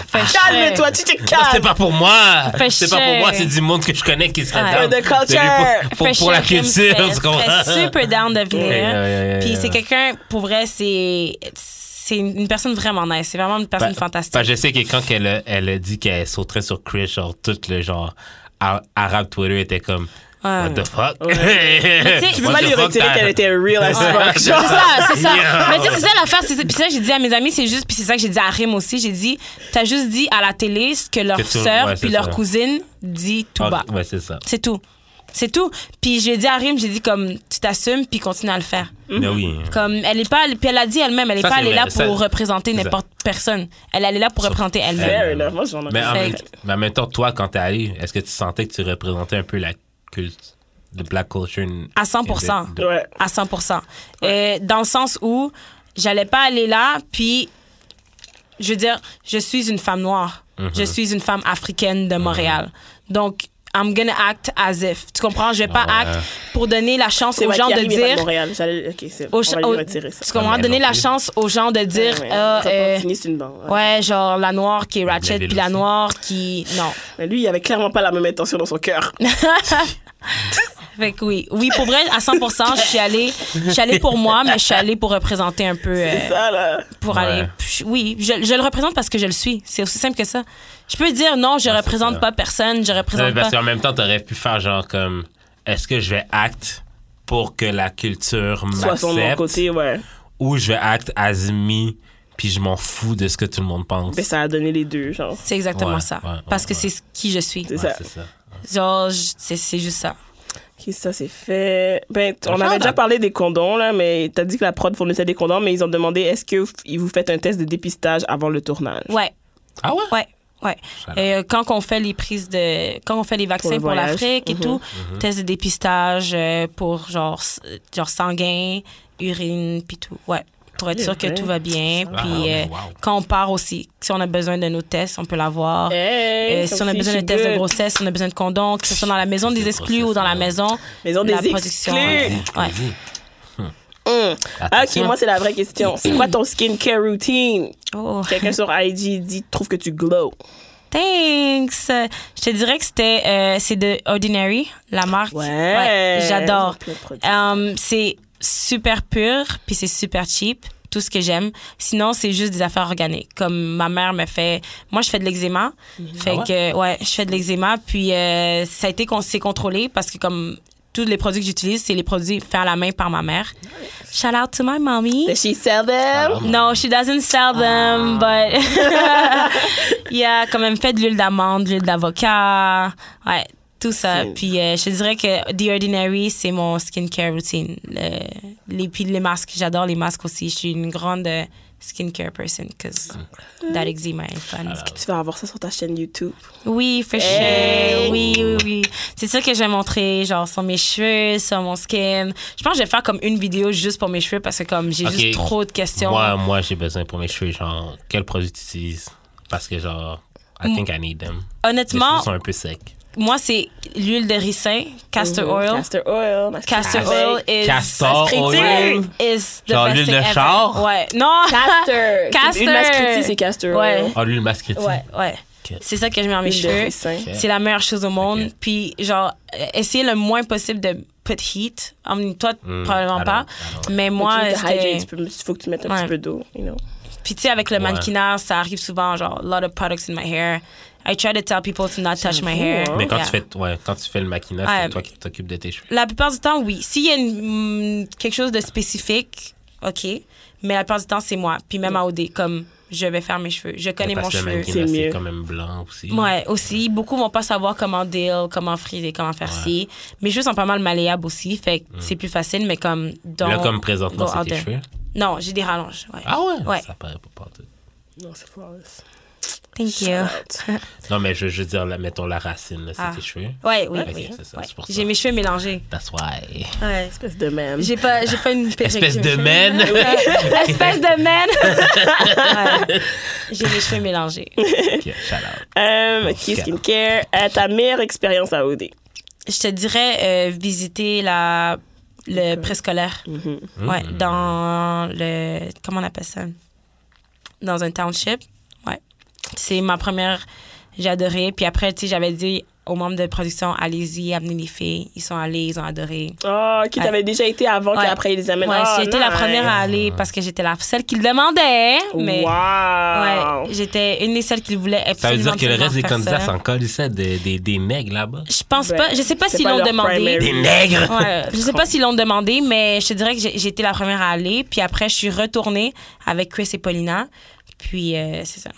D: Fait chier.
C: Calme-toi, tu te
B: Non, Ah, c'est
C: calmes.
B: pas pour moi!
D: Fait
B: C'est pas pour
D: chier.
B: moi, c'est du monde que je connais qui serait
D: Ah, Ouais.
B: down.
C: The culture.
B: C'est lui Pour, pour,
D: Fait
B: pour la
D: chier, Rim,
B: culture,
D: serait-
B: tu comprends?
D: serait super down de venir.
B: Ouais, ouais, ouais, ouais,
D: Puis c'est
B: ouais.
D: quelqu'un, pour vrai, c'est c'est une une personne vraiment nice. C'est vraiment une personne
B: Bah,
D: fantastique.
B: bah, je sais que quand elle a, elle a dit qu'elle sauterait sur Chris, genre, tout le genre a- arabe Twitter était comme What the fuck?
D: tu sais,
C: Tu peux pas
D: Moi,
B: What the
C: lui
B: fuck,
C: retirer
B: t'as-
C: qu'elle était real as
D: Ouais.
C: fuck.
D: C'est ça, c'est ça.
B: Yeah.
D: Mais tu sais, c'est ça l'affaire. c'est ça. Puis ça, j'ai dit à mes amis, c'est juste, puis c'est ça que j'ai dit à Rim aussi. J'ai dit, t'as juste dit à la télé ce que leur
B: Que tout-
D: sœur
B: ouais, c'est
D: puis leur
B: ça.
D: cousine dit tout
B: Ah,
D: bas.
B: Ouais, c'est ça.
D: C'est tout. C'est tout. Puis j'ai dit à Rim, j'ai dit comme, tu t'assumes puis continue à le faire.
B: Ben oui.
D: Comme elle est pas, puis elle a dit elle-même, elle est
B: Ça,
D: pas
B: c'est
D: allée
B: vrai.
D: là
B: Ça-
D: pour représenter
B: ça.
D: n'importe personne. Elle allait là pour représenter elle-même.
C: Fair enough. Moi, j'en ai
B: Mais en,
D: Fait
B: même, mais en même temps, toi, quand t'es allé, est-ce que tu sentais que tu représentais un peu la culte de black culture? in-
D: À 100%.
B: in the-
C: Ouais.
D: À 100%. Euh, dans le sens où j'allais pas aller là, puis je veux dire, je suis une femme noire.
B: Mhm.
D: Je suis une femme africaine de Montréal. Donc, I'm gonna act as if. Tu comprends? Je vais pas
B: Ah Mhm. ouais.
D: act pour donner la chance
C: C'est
D: aux
C: vrai
D: gens
C: qu'il
D: de
C: arrive, il est pas de
D: dire.
C: Montréal. J'allais. Ok, c'est. On
D: Aux,
C: va
D: aux-
C: lui
D: tu
C: retirer ça.
D: comprends?
B: Ah, mais
D: Donner
B: non
D: la
B: plus.
D: chance aux gens de dire.
C: Ouais,
D: ah,
C: ça
D: euh,
C: continue, c'est une bande.
D: Ouais, genre la noire qui est
B: La
D: ratchet,
B: ville
D: puis la
B: aussi.
D: noire qui. Non.
C: Mais lui, il avait clairement pas la même intention dans son cœur.
D: Fait que oui. Oui, pour vrai, à 100 je suis allée, je suis allée pour moi, mais je suis allée pour représenter un peu. euh,
C: C'est ça, là.
D: pour
B: Ouais.
D: aller. je- Oui, je, je le représente parce que je le suis. C'est aussi simple que ça. Je peux dire non, je représente
B: Ah, ça.
D: pas personne, je
B: Non, mais
D: représente
B: parce
D: pas.
B: qu'en même temps, t'aurais pu faire genre comme est-ce que je vais acte pour que la culture
C: Soit sur mon
B: m'accepte
C: côté, ouais.
B: ou je vais acte as me puis je m'en fous de ce que tout le monde pense.
C: Ben, ça a donné les deux, genre.
D: C'est exactement
B: Ouais,
D: ça.
B: ouais, ouais,
D: parce que
B: ouais.
D: c'est ce qui je suis.
C: C'est
B: Ouais,
C: ça.
B: c'est ça.
D: Genre, je- c'est c'est juste ça.
C: Ok, ça c'est fait. Ben, t- on
B: Genre,
C: avait déjà
B: la-
C: parlé des condoms, là, mais t'as dit que la prod fournissait des condoms, mais ils ont demandé est-ce que f- ils vous faites un test de dépistage avant le tournage?
D: Ouais,
B: Ah ouais?
D: ouais, ouais.
B: Shout out.
D: Et euh, quand on fait les prises de, quand on fait les vaccins
C: le
D: pour
C: voyage.
D: l'Afrique et
C: Mhm.
D: tout, test de dépistage euh, pour genre, s- genre sanguin, urine, puis tout. Ouais, pour être
C: C'est
D: sûr que
C: vrai.
D: tout va bien.
B: Ah,
D: Puis
B: mais
D: euh,
B: wow.
D: quand on part aussi, si on a besoin de nos tests, on peut l'avoir.
C: Hey,
D: Euh, si
C: comme
D: on a besoin
C: Eh, je
D: de
C: suis
D: tests de
C: good.
D: grossesse, si on a besoin de condoms, que ce soit dans la maison
B: Test
D: des
B: de
D: exclus
B: grossesse,
D: ou dans la
B: ouais.
D: maison,
C: Maison
D: la
C: des
D: production.
C: exclus.
D: Ouais.
B: Vas-y.
C: Hum. Ah, Ok,
B: Attention.
C: moi c'est la vraie question. C'est quoi ton skincare routine?
D: Oh,
C: Quelqu'un sur IG dit trouve que tu glow.
D: thanks. Je te dirais que c'était, euh, c'est de Ordinary, la marque.
C: Ouais.
D: J'adore.
C: Plein de produits.
D: Um, c'est super pur, puis c'est super cheap, tout ce que j'aime. Sinon, c'est juste des affaires organiques. Comme ma mère me fait... Moi, je fais de l'eczéma. Fait
B: Ah ouais?
D: que, ouais, je fais de l'eczéma. Puis euh, ça a été qu'on s'est contrôlé parce que comme tous les produits que j'utilise, c'est les produits faits à la main par ma mère. Shout out to my mommy.
C: Does she sell them?
D: No, she doesn't sell them,
C: Ah.
D: but yeah, quand même fait de l'huile d'amande, de l'huile d'avocat, ouais, tout ça.
C: C'est-
D: Puis euh, je te dirais que The Ordinary, c'est mon skincare routine. Le- les puis les masques, j'adore les masques aussi. Je suis une grande euh, skincare person cause that eczema is fun.
C: Tu vas avoir ça sur ta chaîne YouTube.
D: Oui, for sure.
C: Ah. Hey.
D: Oui, oui, oui. C'est ça que je vais montrer, genre sur mes cheveux, sur mon skin. Je pense que je vais faire comme une vidéo juste pour mes cheveux parce que comme j'ai
B: Ok.
D: juste trop de questions.
B: Moi, moi j'ai besoin pour mes cheveux, genre, quel produit tu utilises? Parce que, genre,
D: Mm.
B: I think I need them. Les
D: Honnêtement,
B: cheveux sont un peu secs.
D: Moi, c'est l'huile de ricin, castor oil.
C: Mhm. Castor oil.
D: Castor oil is...
B: Castor
C: critique.
B: oil.
D: Is the
B: Genre
D: best
B: l'huile
D: thing
B: de
D: ever.
B: char?
D: Ouais. Non.
C: Castor.
D: Castor.
C: Une masque critique, c'est castor
D: Ouais.
C: oil.
B: Ah, l'huile masque critique.
D: Ouais, ouais.
B: Ok.
D: C'est ça que je mets dans mes
C: Huile de
D: cheveux.
C: ricin.
B: Ok.
D: C'est la meilleure chose au monde.
B: Ok.
D: Puis, genre, euh, essayez le moins possible de put heat. Hum, Toi,
B: Hmm,
D: probablement
B: I
D: pas.
B: don't- I don't.
D: Mais
C: Faut
D: moi,
C: que tu te
D: c'était-
C: hydrates, tu peux- faut que tu mettes un
D: Ouais.
C: petit peu d'eau, you know.
D: Puis, tu sais, avec le
B: Ouais.
D: mannequinat, ça arrive souvent, genre, a lot of products in my hair. I try to tell people to not touch my
C: J'avoue,
D: hair.
C: hein.
B: Mais quand,
D: Yeah.
B: tu fais, ouais, quand tu fais le maquinage,
D: Ouais.
B: c'est toi qui t'occupes de tes cheveux.
D: La plupart du temps, oui. S'il y a une- mm, quelque chose de spécifique, OK. Mais la plupart du temps, c'est moi. Puis même à OD, comme je vais faire mes cheveux. Je connais mon
B: Parce que le
D: cheveu.
B: mannequinat,
C: C'est
B: c'est
C: mieux.
B: quand même blanc aussi.
D: Ouais, aussi. Beaucoup vont pas savoir comment deal, comment friser, comment faire ci. Mes cheveux sont pas mal malléables aussi. Fait que c'est plus facile, mais comme dans.
B: Mm. Là, comme présentement, c'est tes cheveux.
D: Non, j'ai des rallonges. Ouais.
B: Ah ouais?
D: Ouais.
B: Ça paraît pas partout.
C: Non, c'est flawless.
D: Thank you.
B: Non, mais je, je veux dire, là, mettons la racine, là, c'est
D: Ah.
B: tes cheveux.
D: Ouais, oui,
B: Ok,
D: oui.
B: c'est ça,
D: Ouais.
B: c'est pour ça.
D: J'ai mes cheveux mélangés.
B: That's why.
D: Ouais.
C: Espèce de même.
D: J'ai pas, j'ai pas une perruque,
B: Espèce
D: j'ai mes
B: de
D: cheveux-
B: man.
D: Ouais. Espèce de man. Ouais. J'ai mes cheveux mélangés.
B: Ok, shout out.
C: Euh, ok, skincare. Euh, ta meilleure expérience à OD.
D: je te dirais euh, visiter la le préscolaire ouais dans le comment on appelle ça dans un township ouais c'est ma première j'ai adoré puis après tu sais j'avais dit aux membres de production allez-y amenez les filles ils sont allés ils ont adoré
C: Oh, qui
D: Ouais.
C: t'avais déjà été avant,
D: Ouais.
C: qu'après après ils les amènent.
D: ouais
C: Ah,
D: j'ai été la
C: nice.
D: première à aller parce que j'étais la seule qui le demandait mais
C: Wow.
D: ouais j'étais une des seules qui le voulait
B: Ça veut dire que le
D: absolument
B: reste des
D: faire
B: candidats
D: ça.
B: sont encore des, des, des nègres là-bas.
D: je pense
C: Ouais.
D: pas je sais pas
C: Ben, C'est
D: s'ils
C: pas
D: l'ont
C: leur
D: demandé
C: primary.
B: Des nègres!
D: Ouais, je sais pas s'ils l'ont demandé, mais je te dirais que j'ai j'ai été la première à aller. Puis après, je suis retournée avec Chris et Paulina. Puis euh, c'est ça.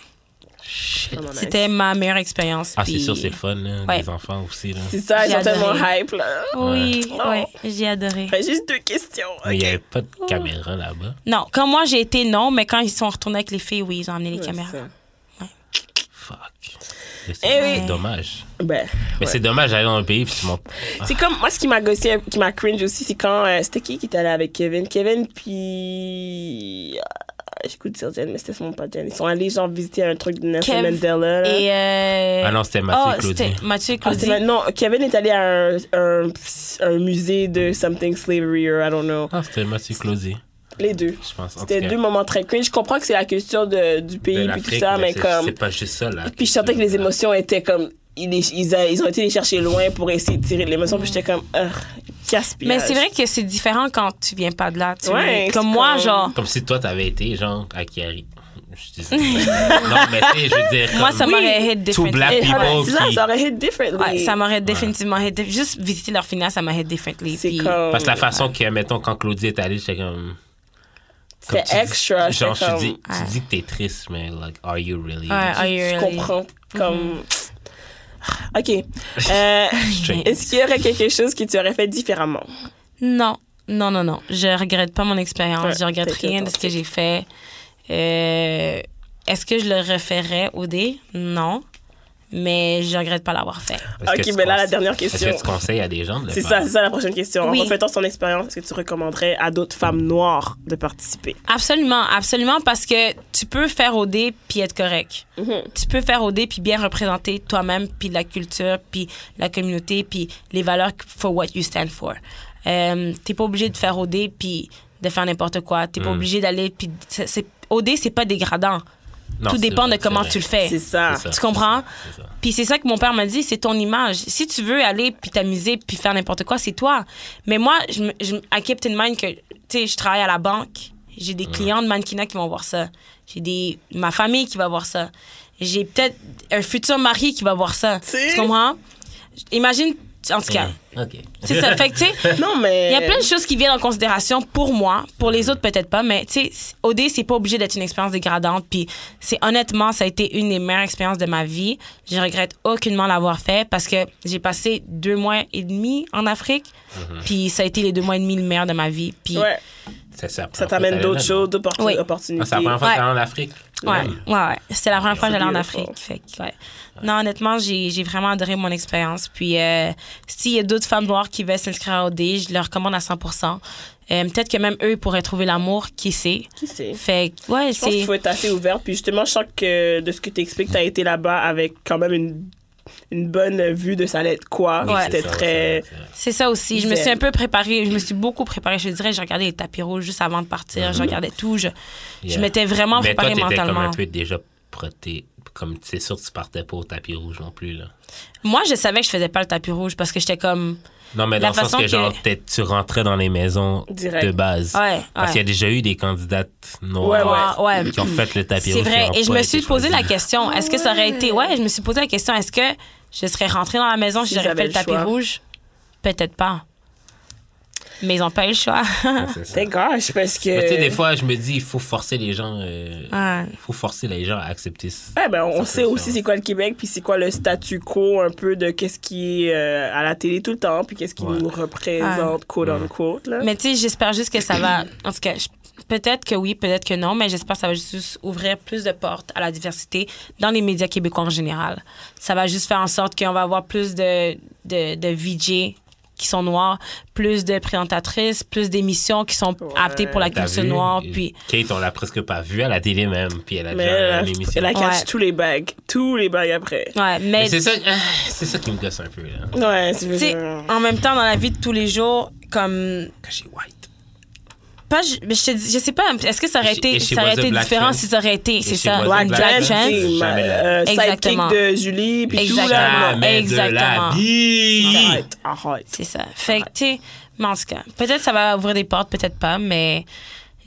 B: Shit.
C: Vraiment Oh, nice.
D: C'était ma meilleure expérience.
B: Ah,
D: puis-
B: c'est sûr, c'est le fun, là.
D: Ouais.
B: Les enfants aussi, là.
C: C'est ça, ils
D: J'ai
C: sont tellement
D: adoré.
C: hype, là.
D: Oui,
C: Ouais.
D: ouais, j'ai adoré.
C: J'ai juste deux questions.
B: Mais il n'y
C: ok.
B: avait pas de
C: Oh.
B: caméra là-bas.
D: Non, quand moi j'ai été, non, mais quand ils sont retournés avec les filles, oui, ils ont amené les caméras.
C: c'est ça.
B: Fuck.
C: Eh
B: C'est
C: oui.
B: c'est dommage.
C: Ben,
B: Mais
C: ouais.
B: c'est dommage d'aller dans le pays puis tu montes.
C: C'est comme moi, ce qui m'a gossé, un- qui m'a cringe aussi, c'est quand euh, c'était qui qui était allé avec Kevin Kevin, puis. ah, J'écoute dire Jen, mais c'était sûrement pas Jen. Ils sont allés, genre, visiter un truc de Nelson
D: Kev
C: Mandela. là.
D: Et. euh,
B: Ah non, c'était Mathieu et
D: oh,
B: Claudie.
D: c'était Mathieu et
C: Ah, c'est
D: Claudie.
C: ma- non, Kevin est allé à un, un, un musée de something slavery or I don't know.
B: Ah, c'était Mathieu Claudie,
C: Les deux.
B: je pense. En
C: C'était
B: tout cas,
C: deux moments très cringe. Je comprends que c'est la culture de- du
B: de
C: pays puis tout
B: l'Afrique,
C: ça, mais
B: c'est-
C: comme.
B: C'est euh, pas juste ça, là.
C: Puis je sentais que les émotions étaient comme. Ils, les- ils, a- ils ont été les chercher loin pour essayer de tirer de l'émotion. Puis j'étais comme. Ah, Gaspillage.
D: Mais c'est vrai que c'est différent quand tu viens pas de là. tu
C: Ouais,
D: vois. comme
C: c'est
D: moi,
C: comme-
D: genre.
B: Comme si toi, t'avais été, genre, à Kiari. Je dis ça. non, mais tu sais, je veux dire.
D: Moi,
B: comme-
D: ça m'aurait hit different.
B: black
C: Et- ah, ben,
B: people
C: c'est ça,
B: qui-
C: ça aurait été differently.
D: Ouais, ça m'aurait définitivement hit diff- Juste visiter leur finale, ça m'a hit differently.
C: C'est
D: Puis,
C: comme.
B: Parce que la façon que, mettons, quand Claudie est allée, j'étais comme. comme tu
C: C'était
B: dis-
C: extra.
B: Genre,
C: j'étais
B: tu, dis, tu
D: Ouais.
B: dis que t'es triste, mais, like, are you really?
D: Ouais,
C: comme,
D: are you
C: tu
D: Ah, really- Mm-hmm.
C: comprends. Comme. Ah, OK. Euh,
B: Straight.
C: Est-ce qu'il y aurait quelque chose que tu aurais fait différemment?
D: Non, non, non, non. Je regrette pas mon expérience.
C: Ouais,
D: je regrette
C: t'as fait
D: rien de
C: ton
D: ce que j'ai fait. Euh, Est-ce que je le referais au dé? Non. Mais je regrette pas l'avoir fait.
B: Est-ce que
C: Ok,
B: tu
C: mais là, la
B: conse-
C: dernière
B: Est-ce
C: question.
B: que tu conseilles à des gens de le
C: C'est ça,
B: faire?
C: c'est ça la prochaine question.
D: Oui.
C: En faisant ton expérience, est-ce que tu recommanderais à d'autres femmes noires de participer?
D: Absolument, absolument, parce que tu peux faire au dé puis être correct. Tu peux faire au dé puis bien représenter toi-même, puis la culture, puis la communauté, puis les valeurs que- for what you stand for. Euh, T'es pas obligé de faire au dé puis de faire n'importe quoi. T'es pas
B: Mhm.
D: obligé d'aller puis c'est- c'est- au dé c'est pas dégradant.
B: Non,
D: Tout
B: c'est
D: dépend
B: vrai,
D: de comment
B: c'est
D: tu le
B: vrai.
D: fais.
C: C'est ça.
B: C'est ça.
D: Tu comprends?
B: C'est ça.
D: Puis c'est ça que mon père m'a dit, c'est ton image. Si tu veux aller puis t'amuser puis faire n'importe quoi, c'est toi. Mais moi, je, me- je, me- I kept in mind que, tu sais, je travaille à la banque. J'ai des clients de mannequinat qui vont voir ça. J'ai des, ma famille qui va voir ça. J'ai peut-être un futur mari qui va voir ça.
C: sais?
D: Tu comprends? Imagine, en tout cas.
B: Ok.
D: C'est ça. Fait que, tu sais,
C: Non, mais.
D: il y a plein de choses qui viennent en considération pour moi, pour les autres peut-être pas, mais tu sais, OD, c'est pas obligé d'être une expérience dégradante. Puis c'est honnêtement, ça a été une des meilleures expériences de ma vie. Je regrette aucunement l'avoir fait parce que j'ai passé deux mois et demi en Afrique, puis ça a été les deux mois et demi le meilleur de ma vie. Puis
C: Ouais,
B: C'est ça.
C: ça t'amène d'autres choses, d'autres opportun-
D: Oui.
C: opportunités.
B: Ah, c'est la première fois que
D: Ouais.
B: t'es allé en Afrique.
D: Ouais, ouais, ouais. C'était la première fois que j'allais en
C: beautiful.
D: Afrique. Fait que, ouais. Non, honnêtement, j'ai j'ai vraiment adoré mon expérience. Puis, euh, s'il y a d'autres femmes noires qui veulent s'inscrire à OD, je leur recommande à 100 Euh, Peut-être que même eux pourraient trouver l'amour, qui sait.
C: Qui sait?
D: Fait que, ouais,
C: Je pense qu'il
D: c'est.
C: faut être assez ouvert. Puis justement, je sens que de ce que tu expliques, tu as été là-bas avec quand même une, une bonne vue de ça allait être quoi.
B: Oui,
D: Ouais.
B: c'est
C: C'était
B: ça,
C: très.
B: c'est vrai,
D: C'est ça aussi. Je me suis
C: Zen.
D: un peu préparée. Je me suis beaucoup préparée. Je dirais, j'ai regardé les tapis rouges juste avant de partir. Je regardais tout.
B: c'est
D: Je,
B: vrai.
D: je
B: Mm-hmm. Yeah.
D: m'étais vraiment
B: Mais toi,
D: préparée
B: t'étais comme
D: mentalement.
B: un peu déjà proté. Comme, c'est sûr, tu partais pas au tapis rouge non plus, là.
D: Moi, je savais que je faisais pas le tapis rouge parce que j'étais comme.
B: Non, mais dans
D: La
B: le sens
D: façon
B: que,
D: que-
B: genre, t'es- tu rentrais dans les maisons
C: Direct.
B: de base.
D: Ouais,
B: Parce
D: ouais.
B: qu'il y a déjà eu des candidates
C: Ouais,
B: noires
D: ouais.
B: qui ont fait le tapis
D: C'est
B: rouge.
D: vrai.
B: qui ont
D: Et je
B: pas
D: me
B: été
D: suis posé la
B: choisies.
D: question est-ce que ça aurait été. Ouais, je me suis posé la question est-ce que je serais rentrée dans la maison si
C: S'ils
D: j'aurais
C: avaient
D: fait
C: le
D: le tapis
C: choix.
D: rouge Peut-être pas. Mais ils n'ont pas eu le choix.
B: Ouais, c'est ça.
C: Thank gosh, parce que.
B: Mais tu sais, des fois, je me dis, il faut forcer les gens. euh,
D: Ouais.
B: faut forcer les gens à accepter ça.
C: Ouais, ben,
B: Ça
C: on
B: peut
C: sait
B: le
C: aussi
B: faire.
C: c'est quoi le Québec, puis c'est quoi le statu quo un peu de qu'est-ce qui est euh, à la télé tout le temps, puis qu'est-ce qui
B: Ouais. Mm.
C: nous représente, quote unquote. Là.
D: Mais tu sais, j'espère juste que ça va. En tout cas, je- peut-être que oui, peut-être que non, mais j'espère que ça va juste ouvrir plus de portes à la diversité dans les médias québécois en général. Ça va juste faire en sorte qu'on va avoir plus de, de, de VJ qui sont noirs, plus de présentatrices, plus d'émissions qui sont aptées pour la
B: T'as
D: culture
B: vu?
D: noire. Puis euh,
B: Kate, on l'a presque pas vue à la télé même, puis elle a
C: Mais
B: déjà
C: elle, a-
B: une émission.
C: elle a catch
D: Ouais.
C: tous les bagues, tous les bagues après.
D: Ouais, mais,
B: Mais c'est ça, ah, c'est ça qui me gosse un peu là.
C: Ouais, c'est
D: tu sais, en même temps, dans la vie de tous les jours, comme.
B: Quand j'ai white.
D: Pas, je, mais je, te dis- je sais pas, est-ce que ça
B: Et
D: aurait
B: she- et
D: été,
B: she
D: ça
B: was
D: aurait
B: a
D: été
B: black
D: différent
B: trans.
D: si ça aurait été, c'est
B: she
D: ça,
B: was a
D: une
C: Black,
D: black
C: Black
D: trans?
C: Team,
B: Jamais là.
C: euh, sidekick
D: Exactement.
C: de Julie, puis tout là.
D: Exactement.
C: non.
B: Jamais de la
D: Exactement.
B: vie.
C: Arrête, arrête.
D: C'est ça. Fait que, tu sais, mais en tout cas, peut-être ça va ouvrir des portes, peut-être pas, mais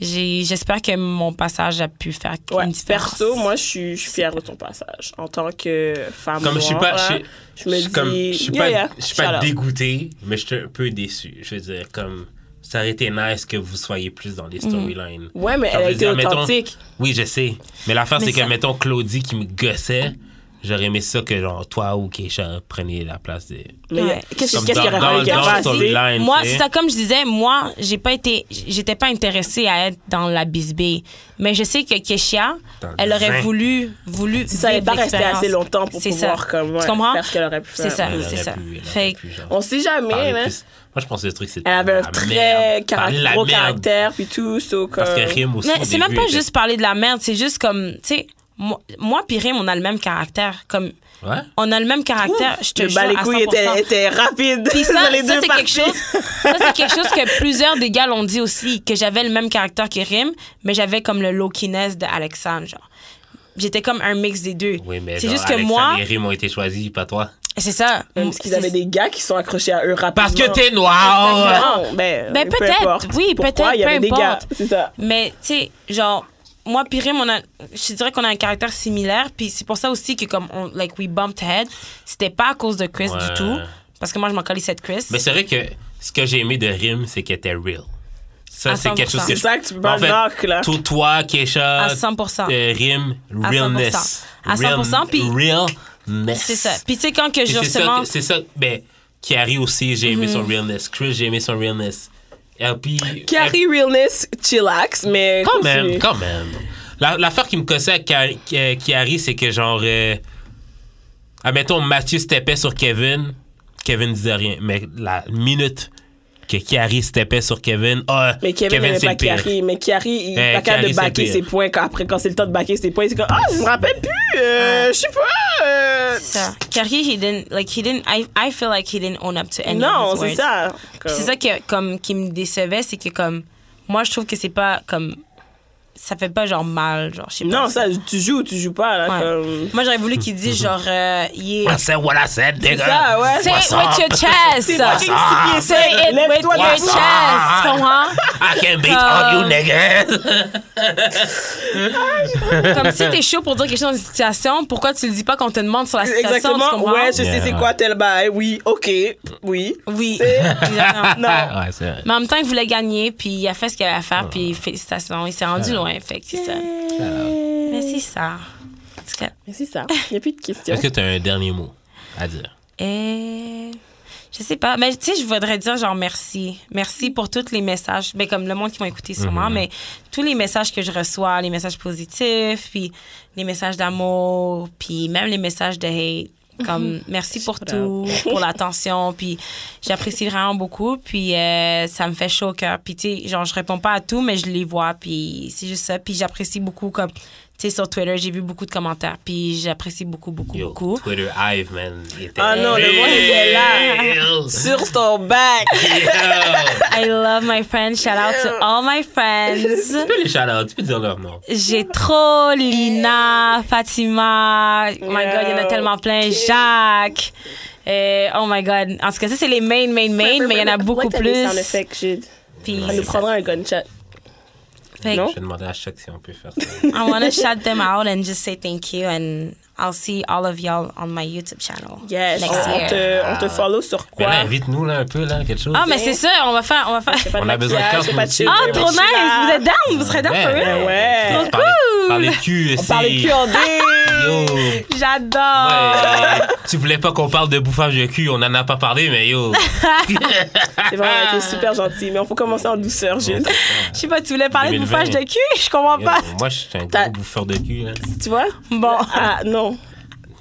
D: j'ai- j'espère que mon passage a pu faire
C: Ouais,
D: une différence.
C: perso, moi, je suis, je suis fière de ton passage. En tant que femme
B: Comme je suis pas,
C: noire,
B: je,
C: hein, je me
B: je suis comme,
C: dis,
B: je suis
C: yeah,
B: pas,
C: yeah,
B: je suis pas
C: shout out.
B: dégoûté, mais je suis un peu déçu. Je veux dire, comme ça aurait été nice que vous soyez plus dans
D: Mm.
B: les storylines.
C: Ouais, mais
B: Genre,
C: elle a
B: je veux
C: été
B: dire, mettons-
C: authentique.
B: oui, je sais. Mais l'affaire,
D: Mais
B: c'est que,
D: ça-
B: mettons, Claudie qui me gossait, j'aurais aimé ça que, genre, toi ou Keisha preniez la place des.
C: Mais
D: Ouais.
C: qu'est-ce
B: Comme
C: qu'est-ce qu'il y
B: dans-
C: aurait
B: dans-
C: fallu qu'elle
B: dans
C: fasse?
B: son
C: tu
B: line,
D: Moi,
B: tu sais.
D: c'est ça, comme je disais, moi, j'ai pas été, j'étais pas intéressée à être dans la bisbée. Mais je sais que Keshia,
B: Dans le
D: elle aurait
B: vin.
D: voulu, voulu.
C: sais? Ça n'est
D: vivre
C: pas resté
D: l'expérience.
C: assez longtemps pour
D: C'est
C: pouvoir
D: ça.
C: comme, ouais,
D: tu comprends?
C: faire ce qu'elle aurait pu
D: C'est
C: faire.
D: ça,
B: Elle aurait
D: Ah, c'est ça.
B: pu- elle aurait
D: Fait
B: pu,
D: que-
B: genre,
C: On sait jamais,
B: parler
C: hein.
B: plus. Moi, je pense que le truc, c'est.
C: Elle avait un
B: la
C: très
B: merde.
C: caract-
B: Parler de la
C: gros
B: merde.
C: caractère, puis tout, so comme...
B: Parce que Rim aussi.
D: Mais
B: au
D: c'est même
B: début,
D: pas
B: était-
D: juste parler de la merde, c'est juste comme, tu sais, moi, moi puis Rim, on a le même caractère. Comme,
B: Ouais.
D: on a le même caractère, je te
C: le
D: jure,
C: bas les
D: à
C: couilles
D: 100%.
C: était, était rapide
D: Puis ça,
C: dans les
D: ça,
C: deux
D: c'est quelque
C: parties.
D: chose. Ça, c'est quelque chose que plusieurs des gars l'ont dit aussi, que j'avais le même caractère que Rim, mais j'avais comme le low-kiness de Alexandre, genre. J'étais comme un mix des deux.
B: Oui, mais
D: c'est
B: genre,
D: juste que
B: Alexandre
D: moi,
B: et Rim ont été choisis, pas toi.
D: C'est ça.
C: Parce qu'ils avaient des gars qui sont accrochés à eux rapidement.
B: Parce que t'es noir.
C: Non, ben,
D: Ben,
C: peu
D: peut-être,
C: importe.
D: oui,
C: Pourquoi
D: peut-être,
C: il y avait
D: peu
C: des gars,
D: importe.
C: c'est ça.
D: Mais tu sais, genre moi puis Rim, on a, je dirais qu'on a un caractère similaire, puis c'est pour ça aussi que comme on, like we bumped head, c'était pas à cause de Chris
B: Ouais.
D: du tout, parce que moi je m'en collais cette Chris.
B: Mais c'est vrai que ce que j'ai aimé de Rim, c'est qu'elle était real. Ça,
D: À
B: c'est quelque chose
D: 100%.
B: que
C: C'est ça que tu peux pas
B: En fait,
C: knock, là.
B: Tout toi, Keisha,
D: À 100%.
B: euh, Rim,
D: À 100%.
B: realness.
D: À 100%, puis-
B: Realness.
D: c'est ça. Puis tu sais quand que
B: Puis c'est
D: justement Mhm.
B: ça, c'est ça, ben, Carrie aussi, j'ai aimé son realness. Chris, j'ai aimé son realness. LP.
C: Carrie Realness, chillax, mais.
B: Quand
C: continue.
B: même, quand même. La- L'affaire qui me cassait à Kari- euh, Kiari, c'est que genre. euh, admettons, Mathieu steppait sur Kevin. Kevin disait rien. Mais la minute que Kiari steppait sur Kevin. ah,
C: Mais Kevin, n'aimait
B: c'est
C: pas
B: le pire.
C: Carrie. Mais Carrie, il
B: Eh,
C: est capable
B: Carrie,
C: de
B: c'est le
C: baquer
B: pire.
C: ses points. Quand, après, quand c'est le temps de baquer ses points, c'est comme Ah, je me rappelle plus.
B: Ah.
C: euh, je sais pas. euh,
D: ça. Carrie, he didn't like he didn't I, I feel like he didn't own up to any
C: Non,
D: of his
C: c'est
D: words.
C: ça.
D: Puis C'est ça que, comme, qui me décevait, c'est que comme moi je trouve que c'est pas comme ça fait pas genre mal, genre je sais pas.
C: Non, ça, tu joues ou tu joues pas. Là,
D: Ouais.
C: comme...
D: Moi, j'aurais voulu qu'il dise genre, euh, yeah.
B: I said Ah, what I said, nigga.
C: ça, ouais.
D: Say it
B: What's
D: with
B: up?
D: your chest.
C: fucking
B: up?
D: Say it with
C: Lève-toi
D: your
C: de
D: chest.
B: What's up?
D: Comment?
B: I can beat
C: Ah.
B: all you niggas.
D: Comme si t'es chaud pour dire quelque chose dans une situation, pourquoi tu le dis pas quand on te demande sur la situation? Ah, tu
C: Exactement.
D: comprends?
C: Ouais, je sais
B: Yeah.
C: c'est quoi tel bail. Oui, ok. Oui.
D: Oui. exactement.
C: Non.
B: Ah, ouais, c'est vrai.
D: Mais en même temps, il voulait gagner, puis il a fait ce qu'il avait à faire, puis félicitations, il s'est rendu loin, fait que c'est ça.
B: Ah.
D: Mais c'est ça. En tout cas,
C: Mais c'est ça. Il n'y a plus de questions.
B: Est-ce que t'as un dernier mot à dire?
D: Et... Euh, Je sais pas, mais tu sais, je voudrais dire genre merci. Merci pour tous les messages, ben, comme le monde qui m'a écouté sûrement, mais tous les messages que je reçois, les messages positifs, puis les messages d'amour, puis même les messages de hate. Comme merci pour
C: Shout
D: tout, pour l'attention, puis j'apprécie vraiment beaucoup, puis euh, ça me fait chaud au cœur. Puis tu sais, genre je réponds pas à tout, mais je les vois, puis c'est juste ça. Puis j'apprécie beaucoup comme tu sais sur Twitter, j'ai vu beaucoup de commentaires, puis j'apprécie beaucoup beaucoup
B: Yo,
D: beaucoup.
B: Twitter Hive, man. il était
C: Ah non, le monde était là.
B: real.
C: Sur ton bac.
B: Yo.
D: I love my friends. Shout out to all my friends.
B: Tu peux les shout-out, tu peux dire leur nom.
D: J'ai trop Lina, Fatima. Oh my God, il y en a tellement plein. Jacques. Euh, oh my God. En tout cas, ça, c'est les main, main, main, mais il y en a beaucoup plus.
C: En effet, Jude.
D: Puis,
C: On nous prendra un gunshot.
D: fait que
C: non?
B: Je vais demander à chaque si on peut faire ça.
D: I want to shout them out and just say thank you. And I'll see all of y'all on my YouTube channel
C: Yes. Oh,
D: next
C: On, on
D: year.
C: te, on te follow sur
B: Mais
C: quoi?
B: là, invite-nous là un peu, là, quelque chose.
D: Ah, mais c'est ça, on va faire. On va faire.
C: Pas de
B: On a besoin de faire
C: maquillage, pas
B: nous aussi.
C: de cheveux, pas
D: Ah,
C: de
D: trop nice!
C: chila.
D: Vous êtes down? Vous serez down for real?
C: ouais.
B: Trop
D: Trop cool.
B: Parler cul,
C: On parle de cul en D.
B: Yo. Ouais.
D: J'adore!
B: tu voulais pas qu'on parle de bouffage de cul, on en a pas parlé, mais yo.
C: C'est vraiment, t'es super gentil, mais on faut commencer en douceur, Jude.
D: Je sais pas, tu voulais parler
B: 2020.
D: de bouffage de cul? Je comprends
B: Yo,
D: pas.
B: Moi, je suis un
C: T'as-
B: gros bouffeur de cul, là.
C: Tu vois?
D: Bon.
C: Ah, non.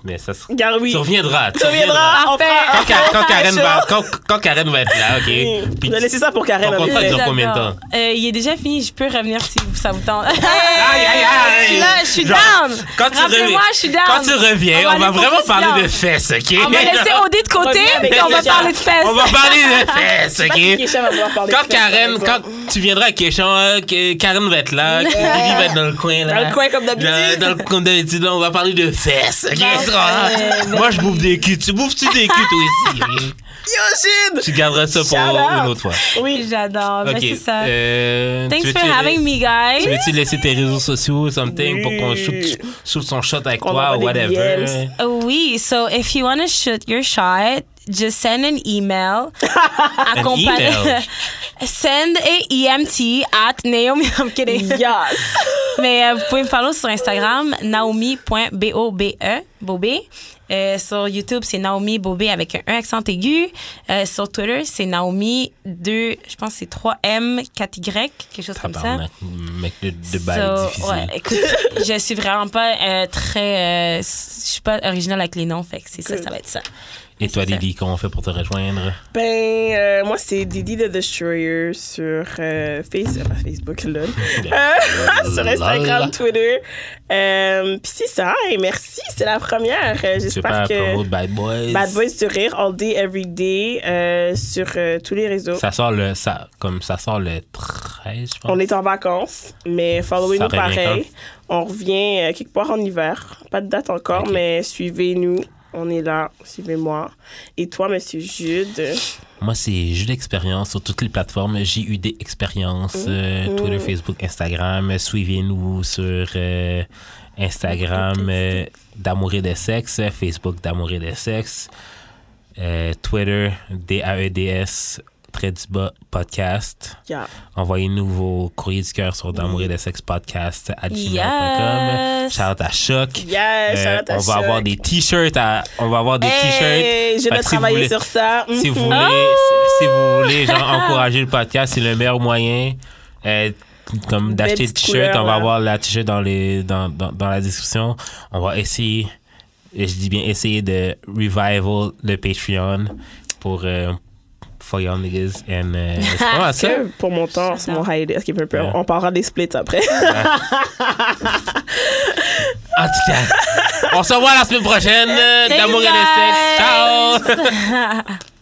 B: Mais ça se.
C: Garde, oui.
B: Tu reviendras. Tu
C: Tu reviendras. on
D: Parfait.
C: fera
B: Quand,
C: un-
B: Ka- quand
C: un
B: Karen
C: show.
B: va, quand, quand Karen va être là, ok.
C: On a laissé ça pour Karen.
B: Ton
C: en
B: contrat,
C: effet.
B: il dure combien de temps?
D: Euh, il est déjà fini, je peux revenir si ça vous tente. Aïe,
B: Aïe, aïe, aïe.
D: Là, je suis
B: Genre,
D: down!
B: Quand tu
D: Rappelez-moi,
B: reviens,
D: je suis down!
B: quand tu reviens, on va
D: aller
B: vraiment
D: pour
B: parler de
D: Christian.
B: fesses, ok?
D: On va laisser OD de côté,
C: Revenez avec
D: puis on va
C: Christian.
D: parler de fesses.
B: On va parler de fesses,
C: Je sais pas si
B: ok?
C: Keisha va vouloir parler
B: Quand
C: de hein. ça, par
B: Karen, quand
C: exemple.
B: tu viendras à Kéchan, Karen va être là, Billy va être dans le coin là.
C: Dans le coin, comme d'habitude.
B: Dans- Dans le coin comme d'habitude, là, on va parler de fesses. ok? Tu comprends? Moi, je bouffe des culs. Tu bouffes-tu des culs toi aussi?
C: Oh, Yo, Jude!
B: Tu garderas ça pour
C: Shout out.
B: une autre fois.
C: Oui.
D: J'adore, mais c'est ça.
B: euh, tu
D: Thanks
B: veux-tu-
D: for having me,
B: Tu
D: guys.
B: veux-tu laisser tes réseaux sociaux ou something
C: Oui.
B: pour qu'on shoot, shoot son shot avec
C: Qu'on
B: toi ou
C: envoie des
B: whatever?
C: DMs.
D: Oui, so if you want to shoot your shot, just send an email. Accompagn-
B: email?
D: send a EMT at Naomi. I'm kidding.
C: Yes!
D: Mais euh, vous pouvez me follow sur Instagram, naomi.bobe, E, bobé. Euh, sur YouTube, c'est Naomi Bobé avec un un accent aigu. Euh, sur Twitter, c'est Naomi 2, je pense que c'est 3M, 4Y, quelque chose comme ça.
B: Tabarnak, mec de, de
D: So,
B: balle difficile.
D: ouais, écoute, je suis vraiment pas euh, très. euh, s- je suis pas originale avec les noms, fait que c'est ça,
C: Good.
D: ça va être ça.
B: Et toi,
D: c'est ça.
B: Didi, comment on fait pour te rejoindre?
C: Ben, euh, moi, c'est Didi the Destroyer sur euh, Face- euh, Facebook, là.
B: Euh,
C: sur Instagram, Twitter. Euh, Puis c'est ça, et merci, c'est la première. Euh,
B: Tu veux pas
C: J'espère que.
B: promote Bad Boys?
C: Bad Boys du Rire, all day, every day, euh, sur euh, tous les réseaux.
B: Ça sort le, ça, comme ça sort le 13, je pense.
C: On est en vacances, mais
B: Ça
C: followez-nous
B: revient
C: pareil. On revient euh, quelque part en hiver. Pas de date encore,
B: Ok.
C: mais suivez-nous. On est là, suivez-moi. Et toi, monsieur Jude,
B: Moi, c'est Jules Expérience sur toutes les plateformes. J'ai eu des expériences
C: Mmh.
B: euh, Twitter, Facebook, Instagram. Suivez-nous sur euh,
C: Mmh.
B: Instagram euh, d'Amour et de sexe, Facebook d'Amour et de sexe, euh, Twitter E DAEDS, très du bas, podcast.
C: yeah.
B: Envoyez-nous vos courriers du cœur sur d'amour
C: Mm.
B: et de sexe podcast à gmail.com.
D: Yes.
B: Shout out à Choc.
C: Yeah,
B: Euh,
C: shout out à
B: on va
C: Choc.
B: avoir des t-shirts. à- On va avoir des
C: Hey,
B: t-shirts.
C: je
B: Fait que si
C: vais
B: vous
C: travailler
B: voulez-
C: sur ça.
B: si
C: Mhm.
B: vous voulez, si, si vous voulez genre, encourager le podcast, c'est le meilleur moyen euh, comme
C: Belle
B: d'acheter le
C: petite
B: t-shirt.
C: couleur,
B: On va
C: là.
B: avoir la t-shirt dans, les, dans, dans, dans la description. On va essayer, et je dis bien essayer de revival le Patreon pour euh, for y'all niggas. And, euh, c'est pas mal ça.
C: Que pour mon temps, c'est mon high. Ok, peu, peu,
B: Yeah.
C: on parlera des splits après.
B: En tout cas, on se revoit la semaine prochaine. euh,
D: Thank you
B: D'amour et de sexe.
D: guys.
B: Ciao!